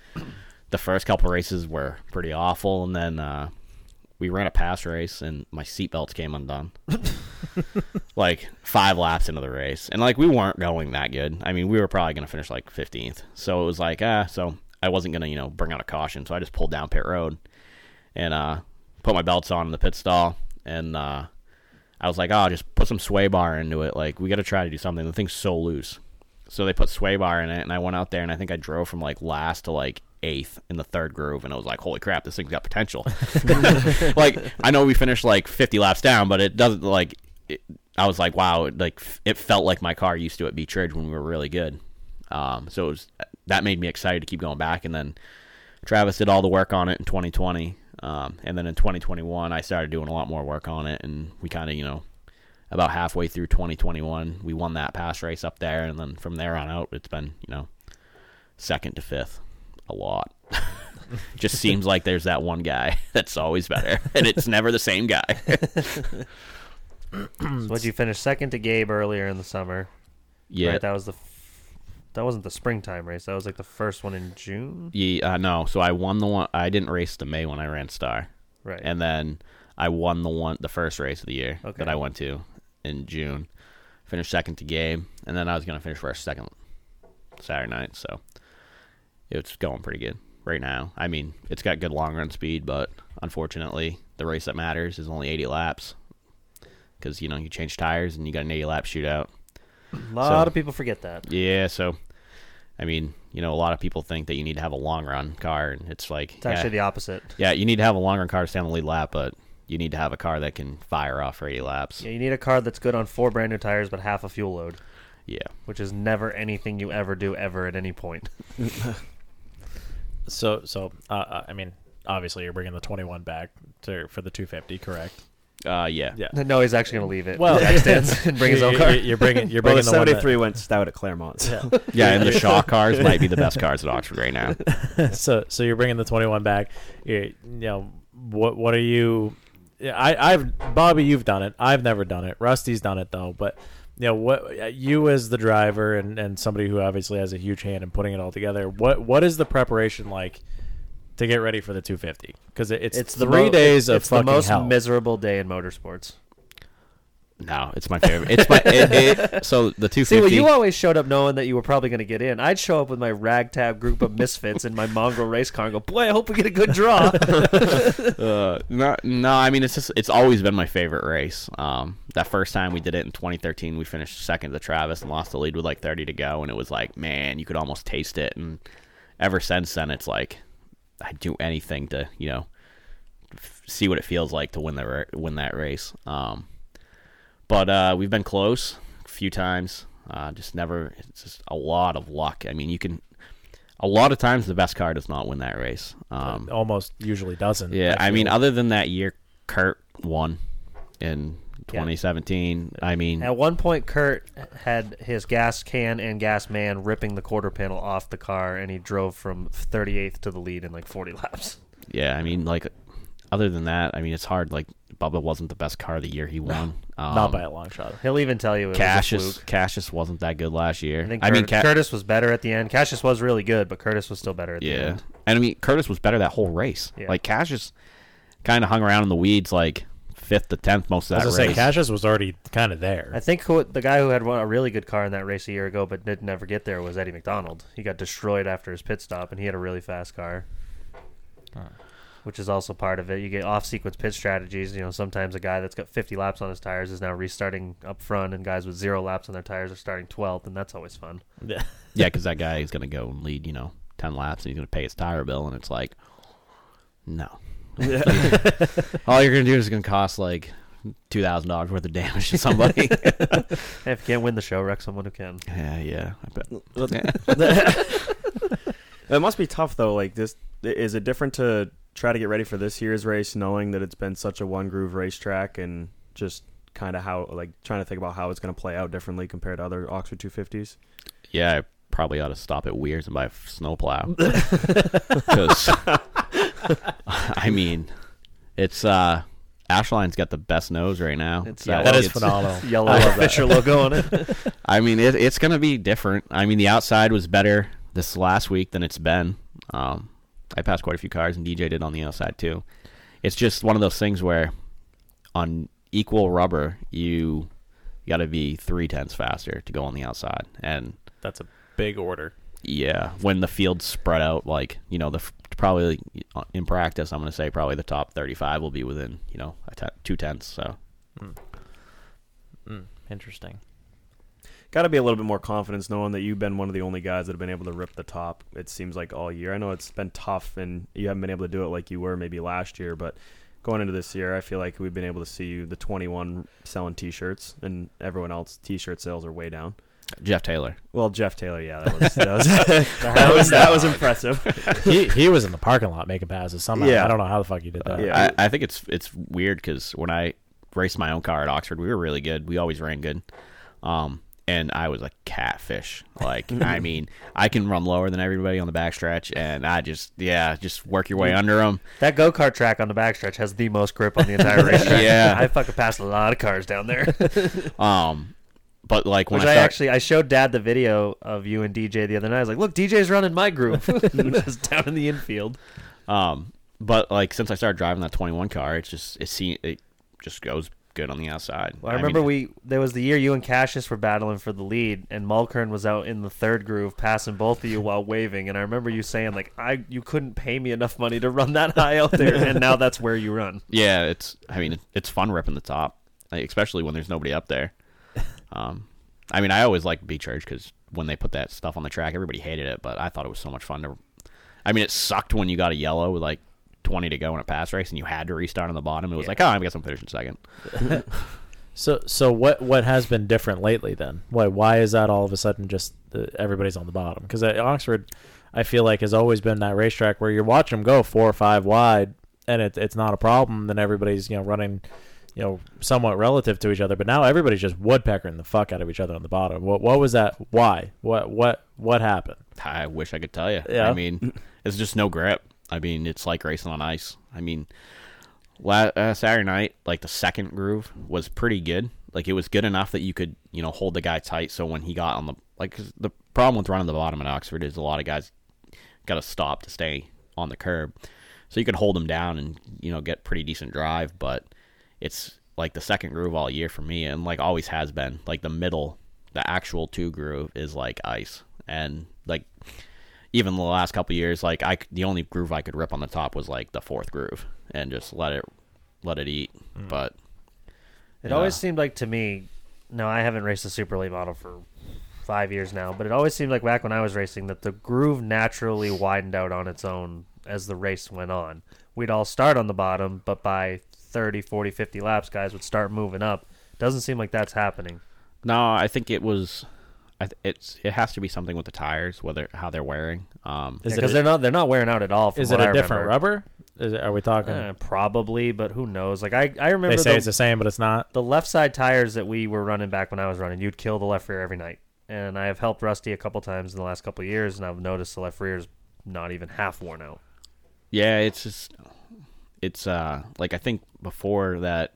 the first couple races were pretty awful, and then uh, we ran a pass race, and my seatbelts came undone. like five laps into the race, and like we weren't going that good. I mean, we were probably gonna finish like fifteenth, so it was like ah, so I wasn't gonna you know bring out a caution, so I just pulled down pit road, and uh, put my belts on in the pit stall, and uh, I was like, oh, just put some sway bar into it. Like we got to try to do something. The thing's so loose. So they put sway bar in it, and I went out there, and I think I drove from like last to like eighth in the third groove, and I was like, holy crap, this thing's got potential. like I know we finished like 50 laps down, but it doesn't like. It, I was like, wow, it, like f- it felt like my car used to at Beach Ridge when we were really good. Um, so it was that made me excited to keep going back, and then Travis did all the work on it in 2020, um, and then in 2021 I started doing a lot more work on it, and we kind of you know about halfway through 2021 we won that pass race up there, and then from there on out it's been you know second to fifth a lot. Just seems like there's that one guy that's always better, and it's never the same guy.
So what you finish second to Gabe earlier in the summer?
Yeah.
Right, that was the. F- that wasn't the springtime race. That was like the first one in June.
Yeah, uh, no. So I won the one. I didn't race the May when I ran Star.
Right.
And then I won the one, the first race of the year
Okay.
that I went to in June. Finished second to Gabe, and then I was gonna finish first second Saturday night. So it's going pretty good right now. I mean, it's got good long run speed, but unfortunately, the race that matters is only 80 laps because you know you change tires and you got an 80 lap shootout.
A lot of people forget that.
Yeah, so I mean, you know, a lot of people think that you need to have a long run car, and it's like
It's actually the opposite.
Yeah, you need to have a long run car to stay on the lead lap, but you need to have a car that can fire off for 80 laps.
Yeah, you need a car that's good on four brand new tires but half a fuel load.
Yeah.
Which is never anything you ever do ever at any point.
So so uh, uh, I mean obviously you're bringing the 21 back to for the 250, correct?
Uh, yeah.
Yeah.
No, he's actually going to leave it.
Well,
Jack stands and bring his own car.
You- You're bringing. You're
Well,
bringing
the
one that-
73 went stout at Claremont.
Yeah.
Yeah, and the Shaw cars might be the best cars at Oxford right now.
so so you're bringing the 21 back. You're, you know what what are you? yeah, I I've Bobby, you've done it. I've never done it. Rusty's done it though. But you know what? You as the driver and and somebody who obviously has a huge hand in putting it all together. What what is the preparation like? To get ready for the 250, because it, it's, three
mo-
days of
it's
fucking
the most
hell.
miserable day in motorsports.
No, it's my favorite. It's my it, it, so the two
See, well,
fifty.
you always showed up knowing that you were probably going to get in. I'd show up with my ragtag group of misfits in my mongrel race car and go, "Boy, I hope we get a good draw."
uh, no, no, I mean it's just it's always been my favorite race. Um, that first time we did it in 2013, we finished second to Travis and lost the lead with like 30 to go, and it was like, man, you could almost taste it. And ever since then, it's like I'd do anything to you know f- see what it feels like to win the ra- win that race. Um, but uh, we've been close a few times. Uh, just never. It's just a lot of luck. I mean, you can. A lot of times, the best car does not win that race. Um,
almost usually doesn't.
yeah, I
feel.
mean, other than that year, Kurt won in 2017. I mean,
At one point, Kurt had his gas can and gas man ripping the quarter panel off the car, and he drove from 38th to the lead in like 40 laps.
yeah, I mean, like, other than that, I mean, it's hard. Like, Bubba wasn't the best car of the year he won. Um,
Not by a long shot.
He'll even tell you it was a
Cassius,
fluke.
Cassius wasn't that good last year.
I think
mean,
Curt-
Ca-
Curtis was better at the end. Cassius was really good, but Curtis was still better at the
yeah,
end.
and I mean, Curtis was better that whole race.
Yeah.
Like, Cassius kind of hung around in the weeds, like fifth to tenth most of
As
that
I say,
race.
Cassius was already kind of there.
I think who, the guy who had won a really good car in that race a year ago but did never get there was Eddie McDonald. He got destroyed after his pit stop, and he had a really fast car, which is also part of it. You get off-sequence pit strategies. You know, sometimes a guy that's got 50 laps on his tires is now restarting up front, and guys with zero laps on their tires are starting 12th, and that's always fun.
Yeah.
yeah, because that guy is going to go and lead, you know, 10 laps and he's going to pay his tire bill. And it's like, no. All you're going to do is going to cost like $2,000 worth of damage to somebody.
Hey, if you can't win the show, wreck someone who can.
yeah, yeah. I bet.
It must be tough though. Like this, is it different to try to get ready for this year's race, knowing that it's been such a one groove racetrack, and just kind of how like trying to think about how it's going to play out differently compared to other Oxford 250s.
Yeah, I probably ought to stop at Weir's and buy a snowplow. 'Cause, I mean, it's, uh, Ashline's got the best nose right now.
It's
That
yellow.
one
That is
gets-
phenomenal. Yellow I love that. Fisher logo on it.
I mean, it, it's going to be different. I mean, the outside was better this last week than it's been. Um, I passed quite a few cars, and DJ did on the outside too. It's just one of those things where, on equal rubber, you got to be three tenths faster to go on the outside, and
That's a big order.
yeah, when the field's spread out, like you know, the f- probably uh, in practice, I'm going to say probably the top 35 will be within you know a te- two tenths. So
Mm, interesting.
Got to be a little bit more confidence knowing that you've been one of the only guys that have been able to rip the top. It seems like all year. I know it's been tough, and you haven't been able to do it like you were maybe last year, but. Going into this year, I feel like we've been able to see you, the 21 selling T-shirts, and everyone else T-shirt sales are way down.
Jeff Taylor.
Well, Jeff Taylor, yeah, that was that was that was, that was impressive.
he he was in the parking lot making passes somehow.
Yeah.
I don't know how the fuck he did
Uh,
that.
I, I think it's it's weird because when I raced my own car at Oxford, we were really good. We always ran good. Um, and I was a catfish. Like, I mean, I can run lower than everybody on the backstretch, and I just, yeah, just work your way under them.
That go kart track on the backstretch has the most grip on the entire racetrack.
Yeah.
I fucking passed a lot of cars down there.
Um, but like when
Which I,
I, start,
actually I showed Dad the video of you and DJ the other night. I was like, "Look, DJ's running my groove." Just down in the infield.
Um, but like since I started driving that 21 car, it's just it seems it just goes good on the outside.
Well, I
mean,
remember we there was the year you and Cassius were battling for the lead, and Mulkern was out in the third groove passing both of you while waving. And I remember you saying like, "I you couldn't pay me enough money to run that high out there, and now that's where you run."
yeah, it's I mean it's fun ripping the top, like, especially when there's nobody up there. Um, I mean I always liked Beach Church because when they put that stuff on the track, everybody hated it, but I thought it was so much fun to. I mean, it sucked when you got a yellow with like 20 to go in a pass race and you had to restart on the bottom. It was like, oh, I guess I'm finishing second.
So so what what has been different lately then? Why why is that all of a sudden just the, everybody's on the bottom? Because at Oxford, I feel like has always been that racetrack where you're watching them go four or five wide, and it, it's not a problem. Then everybody's you know running, you know, somewhat relative to each other. But now everybody's just woodpeckering the fuck out of each other on the bottom. What what was that? Why? What what what happened?
I wish I could tell you.
Yeah.
I mean, it's just no grip. I mean, it's like racing on ice. I mean, la- uh, Saturday night, like the second groove was pretty good. Like it was good enough that you could, you know, hold the guy tight. So when he got on the like, 'cause the problem with running the bottom at Oxford is a lot of guys got to stop to stay on the curb. So you could hold him down and you know get pretty decent drive, but it's like the second groove all year for me, and like always has been. Like the middle, the actual two groove is like ice, and like even the last couple years, like I c- the only groove I could rip on the top was like the fourth groove, and just let it let it eat. But
It
yeah.
always seemed like to me, no, I haven't raced a Super Late model for five years now, but it always seemed like back when I was racing that the groove naturally widened out on its own as the race went on. We'd all start on the bottom, but by 30, 40, 50 laps, guys would start moving up. Doesn't seem like that's happening.
No, I think it was. I th- it's it has to be something with the tires, whether how they're wearing. Um,
Because they're not they're not wearing out at all. From
Is it
what
a
I
different
remember.
rubber? Is it, are we talking?
Eh, probably, but who knows? Like I, I remember
They say it's the same, but it's not.
The left side tires that we were running back when I was running, you'd kill the left rear every night. And I have helped Rusty a couple times in the last couple of years, and I've noticed the left rear is not even half worn out.
Yeah, it's just it's uh like I think before that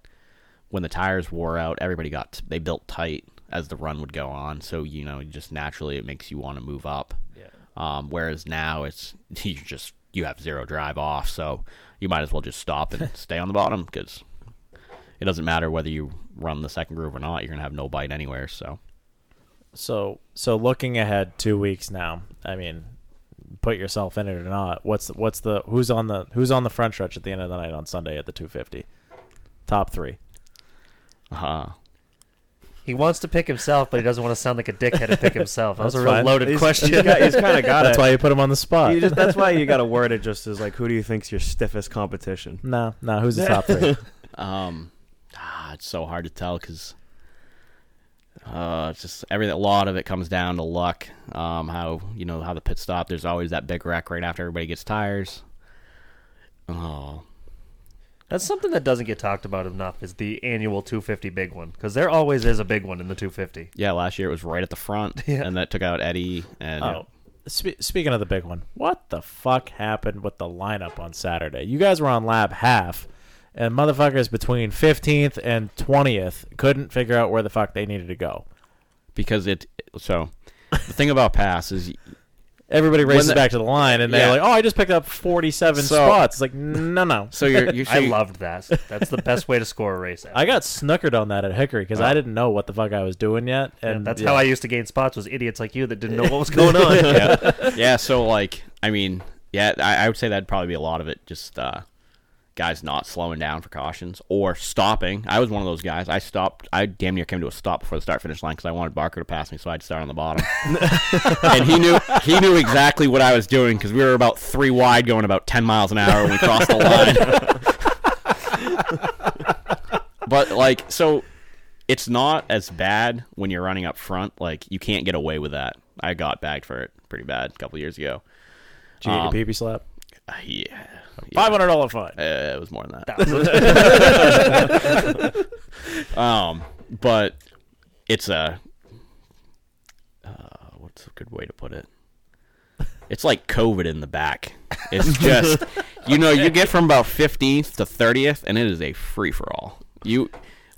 when the tires wore out, everybody got they built tight as the run would go on, so you know just naturally it makes you want to move up.
Yeah.
Um, whereas now it's you just you have zero drive off, so you might as well just stop and stay on the bottom because it doesn't matter whether you run the second groove or not. You're gonna have no bite anywhere. So
So so looking ahead two weeks now. I mean, put yourself in it or not. What's the, what's the who's on the who's on the front stretch at the end of the night on Sunday at the two fifty? Top three.
Uh-huh.
He wants to pick himself, but he doesn't want to sound like a dickhead and pick himself. That was a real loaded
He's-
question.
He's, got, he's kind of got
That's
it.
why you put him on the spot.
You just- that's why you got to word it just as like, who do you think's your stiffest competition?
No, no. Who's the top three?
Um, ah, it's so hard to tell because uh, it's just every a lot of it comes down to luck. Um, how you know how the pit stop? There's always that big wreck right after everybody gets tires. Oh,
That's something that doesn't get talked about enough is the annual 250 big one because there always is a big one in the 250.
yeah. Last year it was right at the front,
Yeah.
and that took out Eddie. And
Oh, spe- speaking of the big one, what the fuck happened with the lineup on Saturday? You guys were on lap half, and motherfuckers between fifteenth and twentieth couldn't figure out where the fuck they needed to go.
because it so the thing about pass is
Everybody
When
races
the-
back to the line, and they're
Yeah.
like, "Oh, I just picked up forty-seven
So-
spots." It's like, no, no.
So you're- you- so
I
you-
loved that. That's the best way to score a race.
I got snookered on that at Hickory because I didn't know what the fuck I was doing yet, and
That's
yeah.
how I used to gain spots was idiots like you that didn't know what was going on.
yeah. yeah, so like I mean, yeah, I, I would say that'd probably be a lot of it. Just uh, guys not slowing down for cautions or stopping. I was one of those guys. I stopped. I damn near came to a stop before the start finish line because I wanted Barker to pass me, so I'd start on the bottom. and he knew he knew exactly what I was doing because we were about three wide, going about ten miles an hour when we crossed the line. but like so it's not as bad when you're running up front like you can't get away with that i got bagged for it pretty bad a couple years ago
Did you get
Um,
your pee slap?
uh, yeah
Five hundred dollar fine.
uh, it was more than that. um, but it's a uh, what's a good way to put it? It's like COVID in the back. It's just you know you get from about fifteenth to thirtieth, and it is a free for all. You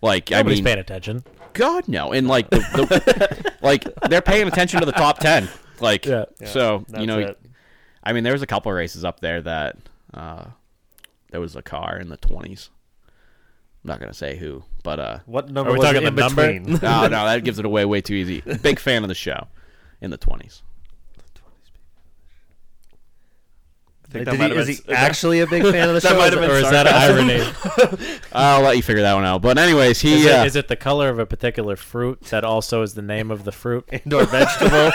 like
Nobody's
I mean
paying attention.
God no, and like the, the like they're paying attention to the top ten. Like
Yeah.
so,
Yeah,
you
that's
know,
it.
I mean, there was a couple of races up there that uh, there was a car in the twenties. I'm not gonna say who, but uh,
What number Are we was talking it in the number? between?
no, no, that gives it away way too easy. Big fan of the show, in the twenties.
I
Did
think
he-
might have
is
been-
he actually a big fan of the
That
show,
might
is
have
it-
been
or is that
sarcasm.
irony?
I'll let you figure that one out. But anyways, he
is, it-
uh,
is it the color of a particular fruit that also is the name of the fruit
indoor vegetable?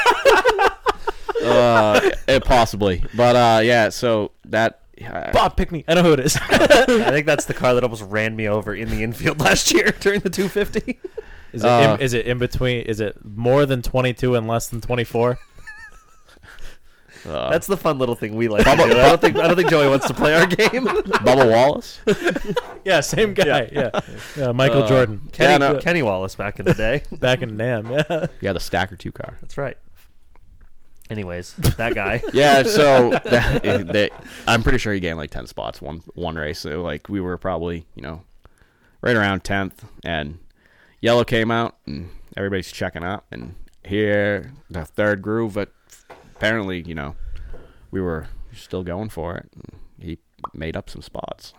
uh, eh, possibly, but uh, yeah. So that
Bob, pick me. I know who it is.
I think that's the car that almost ran me over in the infield last year during the 250.
Is it,
Uh,
in, is it in between? Is it more than 22 and less than 24?
Uh, That's the fun little thing we like. to
Bubba-
do. I don't think I don't think Joey wants to play our game.
Bubba Wallace.
yeah, same guy. Yeah, yeah. Michael
Uh,
Jordan.
Kenny, Kenny Wallace back in the day.
back in Nam. Yeah.
Yeah, the stacker two car.
That's right. Anyways, that guy.
Yeah, so that, they, I'm pretty sure he gained like ten spots one one race. So like we were probably you know right around tenth, and yellow came out, and everybody's checking out, and here the third groove, but apparently you know we were still going for it. And he made up some spots.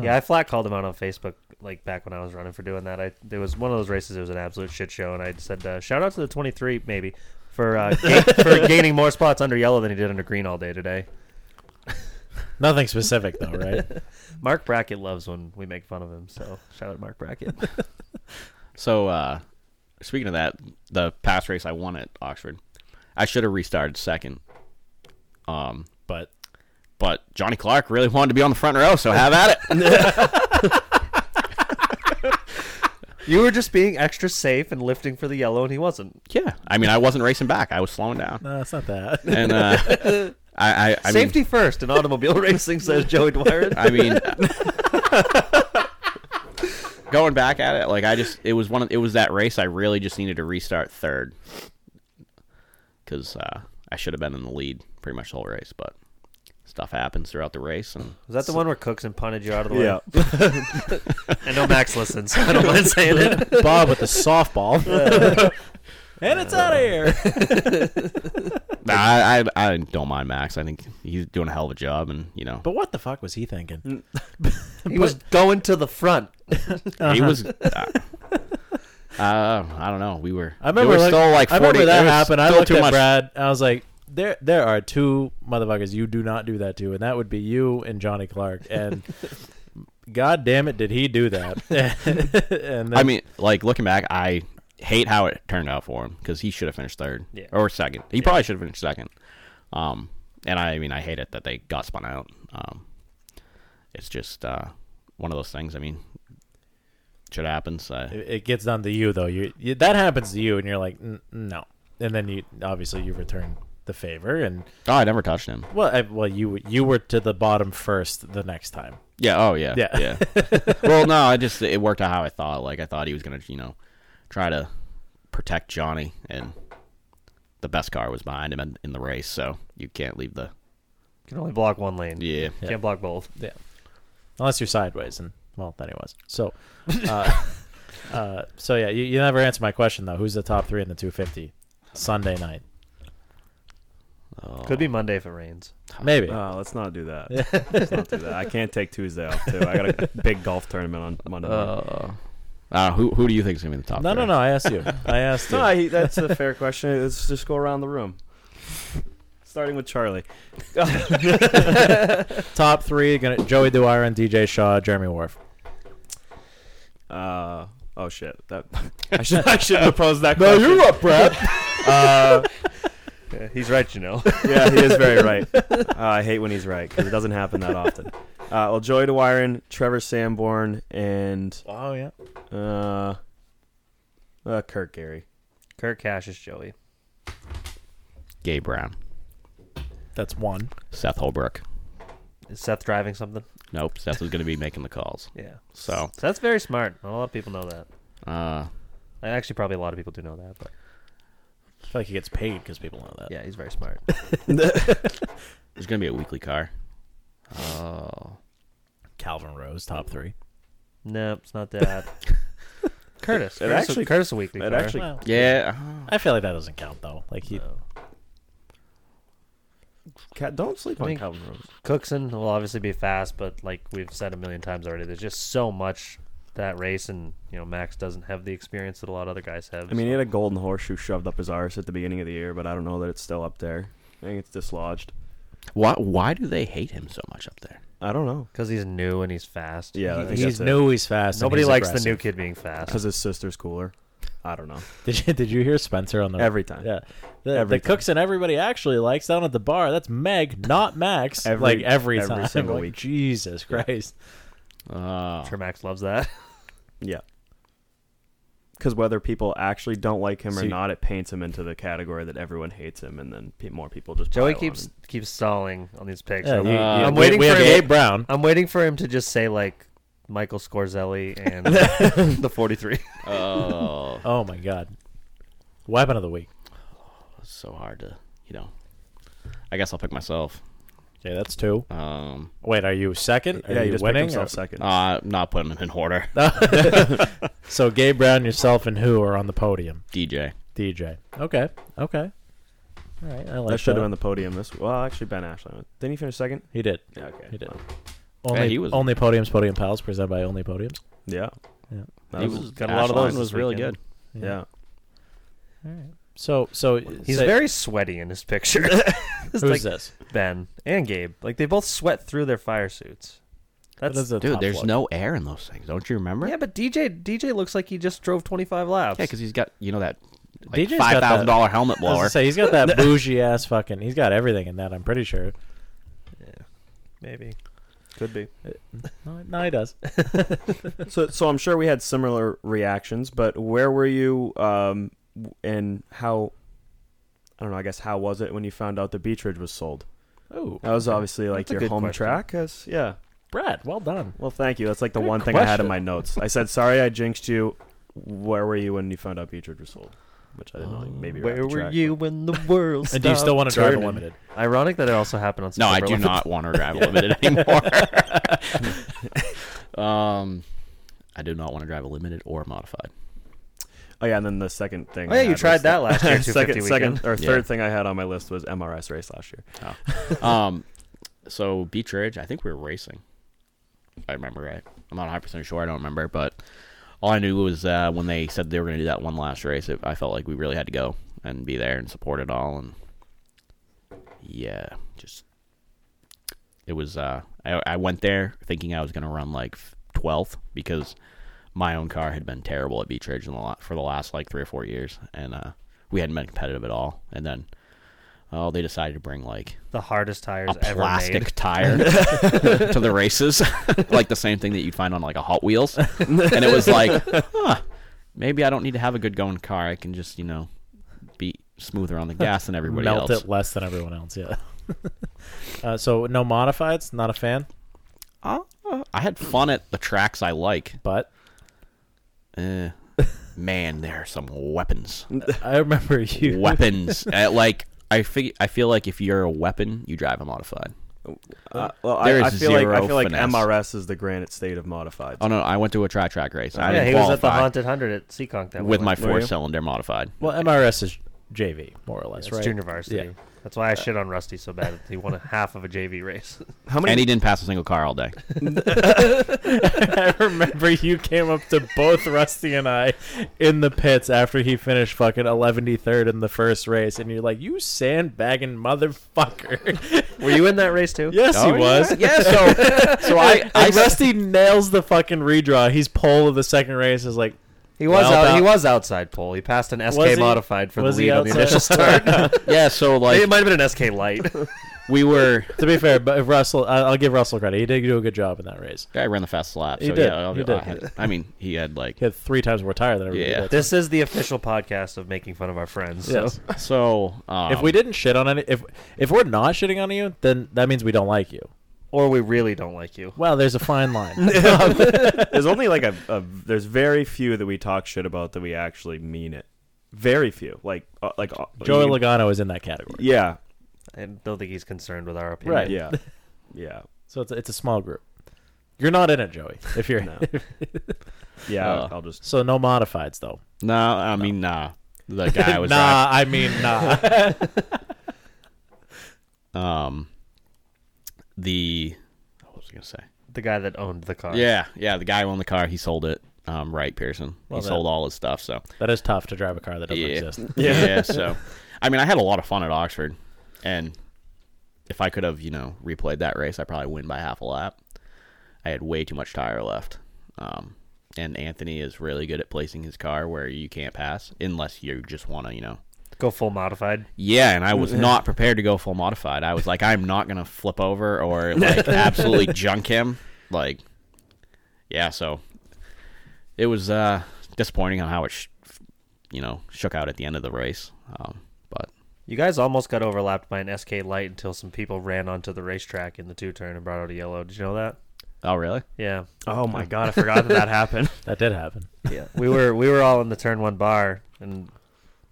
Yeah, I flat called him out on Facebook like back when I was running for doing that. I there was one of those races. It was an absolute shit show, and I said uh, shout out to the twenty three maybe for uh, ga- for gaining more spots under yellow than he did under green all day today.
Nothing specific though, right?
Mark Brackett loves when we make fun of him, so shout out to Mark Brackett.
So uh speaking of that, the past race I won at Oxford, I should have restarted second. Um,
but
but Johnny Clark really wanted to be on the front row, so have at it.
you were just being extra safe and lifting for the yellow, and he wasn't.
Yeah, I mean, I wasn't racing back; I was slowing down.
No, it's not that.
And uh, I, I, I mean-
safety first in automobile racing, says Joey Dwyer.
I mean, going back at it, like I just it was one of it was that race I really just needed to restart third because uh, I should have been in the lead pretty much the whole race, but stuff happens throughout the race. And
Was that the one where Cooks and punted you out of the way?
Yeah.
I know Max listens. so I don't mind saying it.
Bob with the softball. And it's outta here.
Nah, I, I I don't mind Max. I think he's doing a hell of a job, and you know
But what the fuck was he thinking?
He was going to the front.
he was. Uh, uh, I don't know. We were.
Uh-huh. I remember
it was
like,
still like
I
40,
remember
it
that
was
happened. I
still
looked
too
at
much.
Brad. I was like, there there are two motherfuckers you do not do that to, and that would be you and Johnny Clark. And God damn it, did he do that? and then,
I mean, like looking back, I hate how it turned out for him because he should have finished third
Yeah.
or second. He probably should have finished second. Um, and I, mean, I hate it that they got spun out. Um, it's just uh, one of those things. I mean, shit happens. Uh,
it, it gets done to you though. You, you that happens to you, and you're like, "N- no. And then you obviously you return the favor, and
oh, I never touched him.
well, I, well, you you were to the bottom first the next time.
Yeah. Oh, yeah.
Yeah.
well, no, I just it worked out how I thought. Like I thought he was gonna, you know, try to protect Johnny, and the best car was behind him in, in the race, so you can't leave the.
Can only block one lane.
Yeah.
Can't block both.
Yeah. unless you're sideways and well then he was so uh, uh, so yeah you, you never answered my question though who's the top three in the 250 sunday night
Could be Monday if it rains.
maybe
Oh, let's not do that. let's not do that. I can't take Tuesday off too. I got a big golf tournament on Monday.
Uh, uh, who who do you think is gonna be the top?
no no
three?
no i asked you i asked you
No, I, that's a fair question. Let's just go around the room. Starting with Charlie.
top three gonna joey dwyer and dj shaw jeremy Wharf.
Uh, oh shit! That I should I should propose that.
No,
question.
you're up, Brad.
uh,
Yeah, he's right, you know.
yeah, he is very right. Uh, I hate when he's right because it doesn't happen that often. Uh, well, Joey DeWiron, Trevor Sanborn, and
oh yeah,
uh, uh, Kirk Gary.
Kirk Cash is Joey.
Gay Brown,
that's one
Seth Holbrook.
Is Seth driving something?
Nope, Seth is gonna be making the calls.
Yeah.
So,
So that's very smart. Not a lot of people know that.
uh,
And Actually, probably a lot of people do know that, but
i feel like he gets paid because people know that
yeah, he's very smart.
there's gonna be a weekly car. Oh,
calvin rose top three
no, it's not that. Curtis.
It
Curtis,
actually-
Curtis a weekly.
it
car.
actually-
Well,
yeah. uh,
i feel like that doesn't count though like he
Ca- don't sleep
I
on
mean-
Calvin Rose.
Cookson will obviously be fast, but like we've said a million times already, there's just so much to that race, and you know Max doesn't have the experience that a lot of other guys have.
I mean, he had a golden horseshoe shoved up his arse at the beginning of the year, but I don't know that it's still up there. I think it's dislodged.
Why why do they hate him so much up there?
I don't know
because he's new and he's fast.
Yeah, I think
he's
that's it.
new he's fast and
Nobody
he's
likes the
aggressive.
new kid being fast.
because his sister's cooler. I don't know.
Did you did you hear Spencer on the
Every time.
Yeah, the,
Every
the cooks and everybody actually likes down at the bar. That's Meg, not Max.
Every-
like every,
every
time,
single
Like,
week.
Jesus Christ!
Uh,
I'm sure Max loves that.
Yeah. because whether people actually don't like him or
See-
not, it paints him into the category that everyone hates him, and then pe- more people just.
Joey
pile on
keeps
him.
keeps stalling on these picks.
Yeah,
I'm,
you- you-
uh,
I'm
we-
waiting
we
for
have
him.
Gabe Brown.
I'm waiting for him to just say like Michael Scorzelli and the 43.
Oh.
oh my god. Weapon of the week.
So hard to, you know. I guess I'll pick myself.
Okay, that's two.
Um,
Wait, are you second? Are you winning? or-
Ah.
Uh, not putting him in order.
so Gabe Brown, yourself, and who are on the podium?
DJ.
DJ. Okay. Okay. All right. I like
that should
that.
have been the podium. This well, actually Ben Ashland didn't he finish second?
He did.
Yeah, okay,
He did.
well.
Only
Yeah, he was-
only podiums, podium pals, presented by Only Podiums.
Yeah,
Yeah.
That
He
was-
was-
got a lot of
Ashline
those
was
this
really
weekend.
good.
Yeah.
So so
He's
say-
very sweaty in his picture. It's
Who's
like
this?
Ben and Gabe. Like they both sweat through their fire suits. That's
Dude, there's no air in those things. Don't you remember?
Yeah, but DJ DJ looks like he just drove 25 laps.
Yeah, because he's got you know that like
DJ's
five
got that-
thousand dollar helmet
I was gonna
blower.
Say he's got that bougie ass fucking. He's got everything in that. I'm pretty sure.
Maybe.
Could be.
No, no he does.
so, so I'm sure we had similar reactions, but where were you, um, w- and how? I don't know. I guess how was it when you found out the Beach Ridge was sold?
Oh,
that was obviously like
That's a
your
good
home
question.
track. 'cause- yeah.
Brad, well done.
Well, thank you. That's like the
Good
one thing I had in
question.
my notes. I said, "Sorry, I jinxed you." Where were you when you found out Beach Ridge was sold? Which I didn't know.
Oh,
like, Maybe you're at
Oh, Where
the
were
track,
you when the world?
And do you still wanna drive
stopped
Unlimited?
turning? Ironic that it also happened on.
No, I
September
do
11th.
not want to drive limited anymore. um, I do not want to drive a limited or modified.
Oh yeah, and then the second thing.
Oh,
I
yeah, you
had
tried
was
that last year, 250
second, second
weekend.
or
Yeah.
third thing I had on my list was MRS race last year.
um, so Beach Ridge, I think we were racing. If I remember right. I'm not 100 percent sure. I don't remember, but all I knew was uh, when they said they were going to do that one last race. It, I felt like we really had to go and be there and support it all. And yeah, just it was. Uh, I, I went there thinking I was going to run like 12th because my own car had been terrible at Beach Ridge in the lot for the last like three or four years, and uh, we hadn't been competitive at all. And then. Oh, they decided to bring like
The hardest tires
a
ever
plastic
made.
tire to the races, like the same thing that you'd find on like a Hot Wheels, and it was like, huh, maybe I don't need to have a good going car. I can just you know be smoother on the gas than everybody
Melt
else.
it less than everyone else. Yeah. uh, so no modifieds. Not a fan.
I had fun at the tracks I like,
but
eh, man, there are some weapons.
I remember you.
weapons. Uh, like I fig- I feel like if you're a weapon, you drive a modified.
Uh, well,
There
I, I
is
feel like I
zero
feel like
finesse.
MRS is the granite state of modified.
Oh no, I went to a tri track race.
yeah,
I didn't
he was at the
qualify
Haunted Hundred at Seekonk that
with
we
my
went.
four cylinder modified.
Well, MRS is JV more or less,
It's
right?
junior varsity.
Yeah.
That's why I shit on Rusty so bad. He won a half of a JV race.
How
And he didn't pass a single car all day.
I remember you came up to both Rusty and I in the pits after he finished fucking 113rd in the first race, and you're like, "You sandbagging motherfucker!"
Were you in that race too?
yes,
Oh,
he
yeah.
was.
Yeah, so- so I-
And
I-
Rusty nails the fucking redraw. He's pole of the second race. Is like,
He was
well,
out, he
about-
was outside pole. He passed an SK
Was he?
modified for the
Was he
lead on the
outside?
initial start.
yeah, so like
it might have been an SK light.
we were.
To be fair, but if Russell, I- I'll give Russell credit. He did do a good job in that race.
I ran the fastest lap. So
He did,
Yeah, I'll-
he
I,
did.
had- I mean, he had like
He had three times more tire than everybody.
Yeah.
else.
this is the official podcast of making fun of our friends. so-
Yes.
so. Um,
if we didn't shit on any, if if we're not shitting on you, then that means we don't like you.
Or we really don't like you.
Well, there's a fine line.
there's only like a, a there's very few that we talk shit about that we actually mean it. Very few. Like uh, like uh,
Joey
you-
Logano is in that category.
Yeah.
I don't think he's concerned with our opinion.
Right.
Yeah. Yeah.
So it's a, it's a small group. You're not in it, Joey. If you're
No. Yeah.
Oh.
Uh,
I'll just
so no modifieds though.
no, I mean nah. The guy was
nah, I mean nah.
driving. Um, the what was I gonna say?
The guy that owned the car.
Yeah, yeah. The guy who owned the car. He sold it. Um, right, Pearson.
Well,
he
that-
sold all his stuff. So
that is tough to drive a car that doesn't
yeah,
exist.
yeah. So, I mean, I had a lot of fun at Oxford, and if I could have, you know, replayed that race, I probably win by half a lap. I had way too much tire left. Um, and Anthony is really good at placing his car where you can't pass unless you just want to, you know.
Go full modified.
Yeah, and I was not prepared to go full modified. I was like, I'm not gonna flip over or like absolutely junk him. Like, yeah, so it was uh, disappointing on how it sh- you know shook out at the end of the race. Um, but
You guys almost got overlapped by an SK light until some people ran onto the racetrack in the two turn and brought out a yellow. Did you know that?
oh really?
Yeah.
Oh my god, I forgot that that happened.
That did happen.
Yeah. We were we were all in the turn one bar and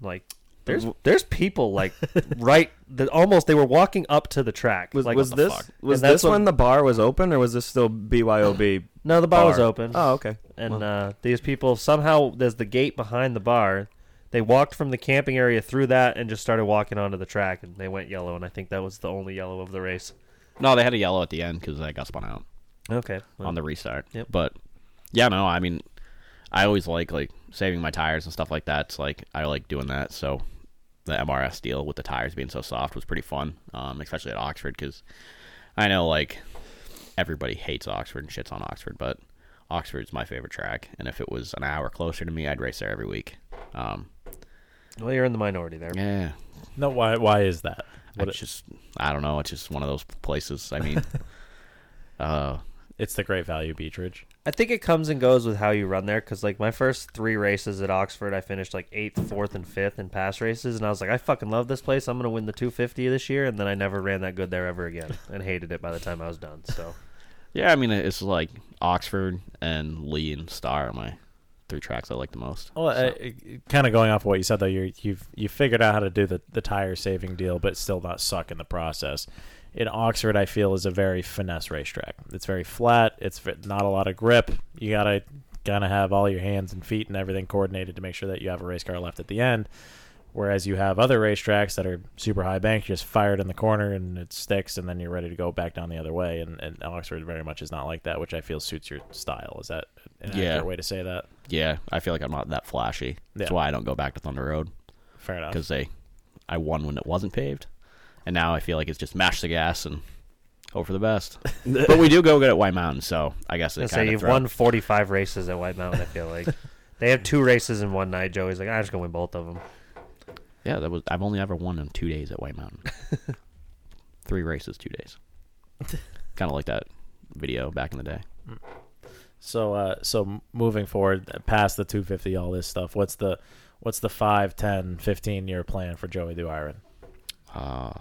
like there's there's people like right that almost they were walking up to the track.
Was,
like,
was
what the
this
fuck?
was
And that's
this when the bar was open, or was this still BYOB?
No, the bar, was open.
Oh, okay.
And uh, these people somehow there's the gate behind the bar. They walked from the camping area through that and just started walking onto the track, and they went yellow. And I think that was the only yellow of the race.
No, they had a yellow at the end because I got spun out.
Okay.
on the restart.
Yep.
But yeah, no, I mean, I always like like saving my tires and stuff like that. It's like I like doing that. So the MRS deal with the tires being so soft was pretty fun, um, especially at Oxford because I know like everybody hates Oxford and shits on Oxford, but Oxford's my favorite track. And if it was an hour closer to me, I'd race there every week. Um,
Well, you're in the minority there.
yeah.
No, why? Why is that? What
it's just I don't know. It's just one of those places. I mean, uh,
It's the great value Beechridge.
I think it comes and goes with how you run there because, like, my first three races at Oxford, I finished like eighth, fourth, and fifth in pass races. And I was like, I fucking love this place. I'm going to win the 250 this year. And then I never ran that good there ever again and hated it by the time I was done. So,
Yeah, I mean it's like Oxford and Lee and Star are my three tracks I like the most.
Well, uh, kind of going off what you said though, you you've you figured out how to do the the tire saving deal, but still not suck in the process. In Oxford, I feel is a very finesse racetrack. It's very flat. It's ve- not a lot of grip. You gotta kind of have all your hands and feet and everything coordinated to make sure that you have a race car left at the end. Whereas you have other racetracks that are super high bank, you just fire it in the corner and it sticks, and then you're ready to go back down the other way. And, and Oxford very much is not like that, which I feel suits your style. Is that an
Yeah.
accurate way to say that?
Yeah, I feel like I'm not that flashy. That's
Yeah. Oh.
why I don't go back to Thunder Road.
Fair enough.
Because they, I won when it wasn't paved, and now I feel like it's just mash the gas and hope for the best. but we do go good at White Mountain, so I guess
I
it
say
kind
you've
of
won 45 races at White Mountain, I feel like. they have two races in one night. Joey's like, I'm just going to win both of them.
Yeah, that was. I've only ever won in two days at White Mountain. three races, two days. kind of like that video back in the day.
So uh so moving forward uh, past the 250 all this stuff what's the what's the 5 10 15 year plan for Joey Duiron?
Uh,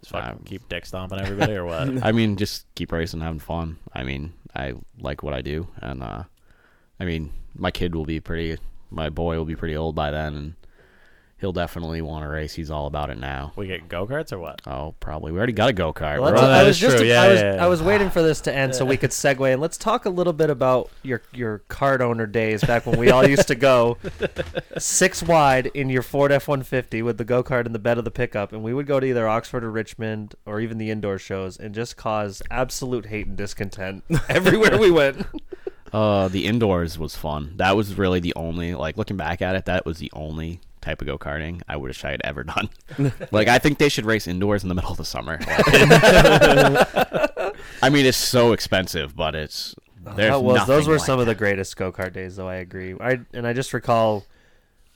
Just fucking keep dick stomping everybody or what?
I mean, just keep racing, having fun. I mean, I like what I do, and uh, I mean, my kid will be pretty, my boy will be pretty old by then, and he'll definitely want to race. He's all about it now.
we get go-karts or what?
Oh, probably. We already got a go kart.
Well, that's- I was just I was I was waiting for this to end so we could segue and let's talk a little bit about your your card owner days back when we all used to go six wide in your Ford F one fifty with the go kart in the bed of the pickup, and we would go to either Oxford or Richmond or even the indoor shows and just cause absolute hate and discontent everywhere we went.
Uh, the indoors was fun. That was really the only like looking back at it. That was the only type of go karting I wish I had ever done. like I think they should race indoors in the middle of the summer. I mean, it's so expensive, but it's there's
Uh, That was- Oh, those
nothing
were
like
some of the greatest go kart days, though. I agree. I and I just recall,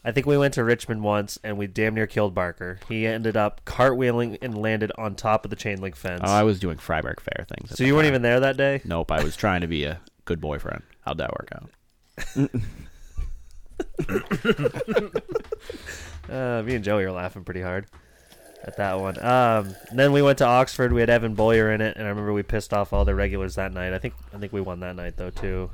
I think we went to Richmond once and we damn near killed Barker. He ended up cartwheeling and landed on top of the chain link fence.
Oh, I was doing Freiburg Fair things. at
so
the
you weren't
time.
even there that day.
Nope, I was trying to be a good boyfriend. How'd that work out?
Uh, me and Joey are laughing pretty hard at that one. Um, then we went to Oxford. We had Evan Boyer in it, and I remember we pissed off all the regulars that night. I think I think we won that night though too.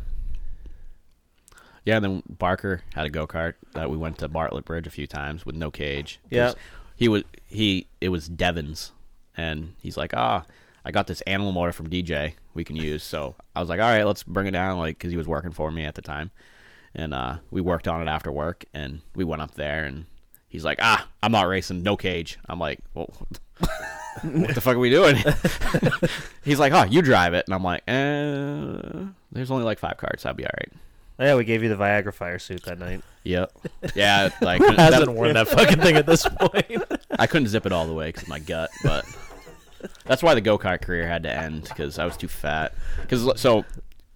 Yeah, and then Barker had a go kart that we went to Bartlett Bridge a few times with no cage. 'Cause
Yep.
he was he. It was Devon's, and he's like, ah, I got this animal motor from DJ we can use. So I was like, all right, let's bring it down, like because he was working for me at the time, and uh, we worked on it after work, and we went up there, and he's like, ah, I'm not racing, no cage. I'm like, well. what the fuck are we doing? He's like, oh, you drive it. And I'm like, eh, there's only like five cards. I'll be all right.
Oh, yeah, we gave you the Viagra fire suit that night.
Yep. Yeah, like
Who hasn't worn that fucking thing at this point?
I couldn't zip it all the way because of my gut, but that's why the go kart career had to end because I was too fat. Because so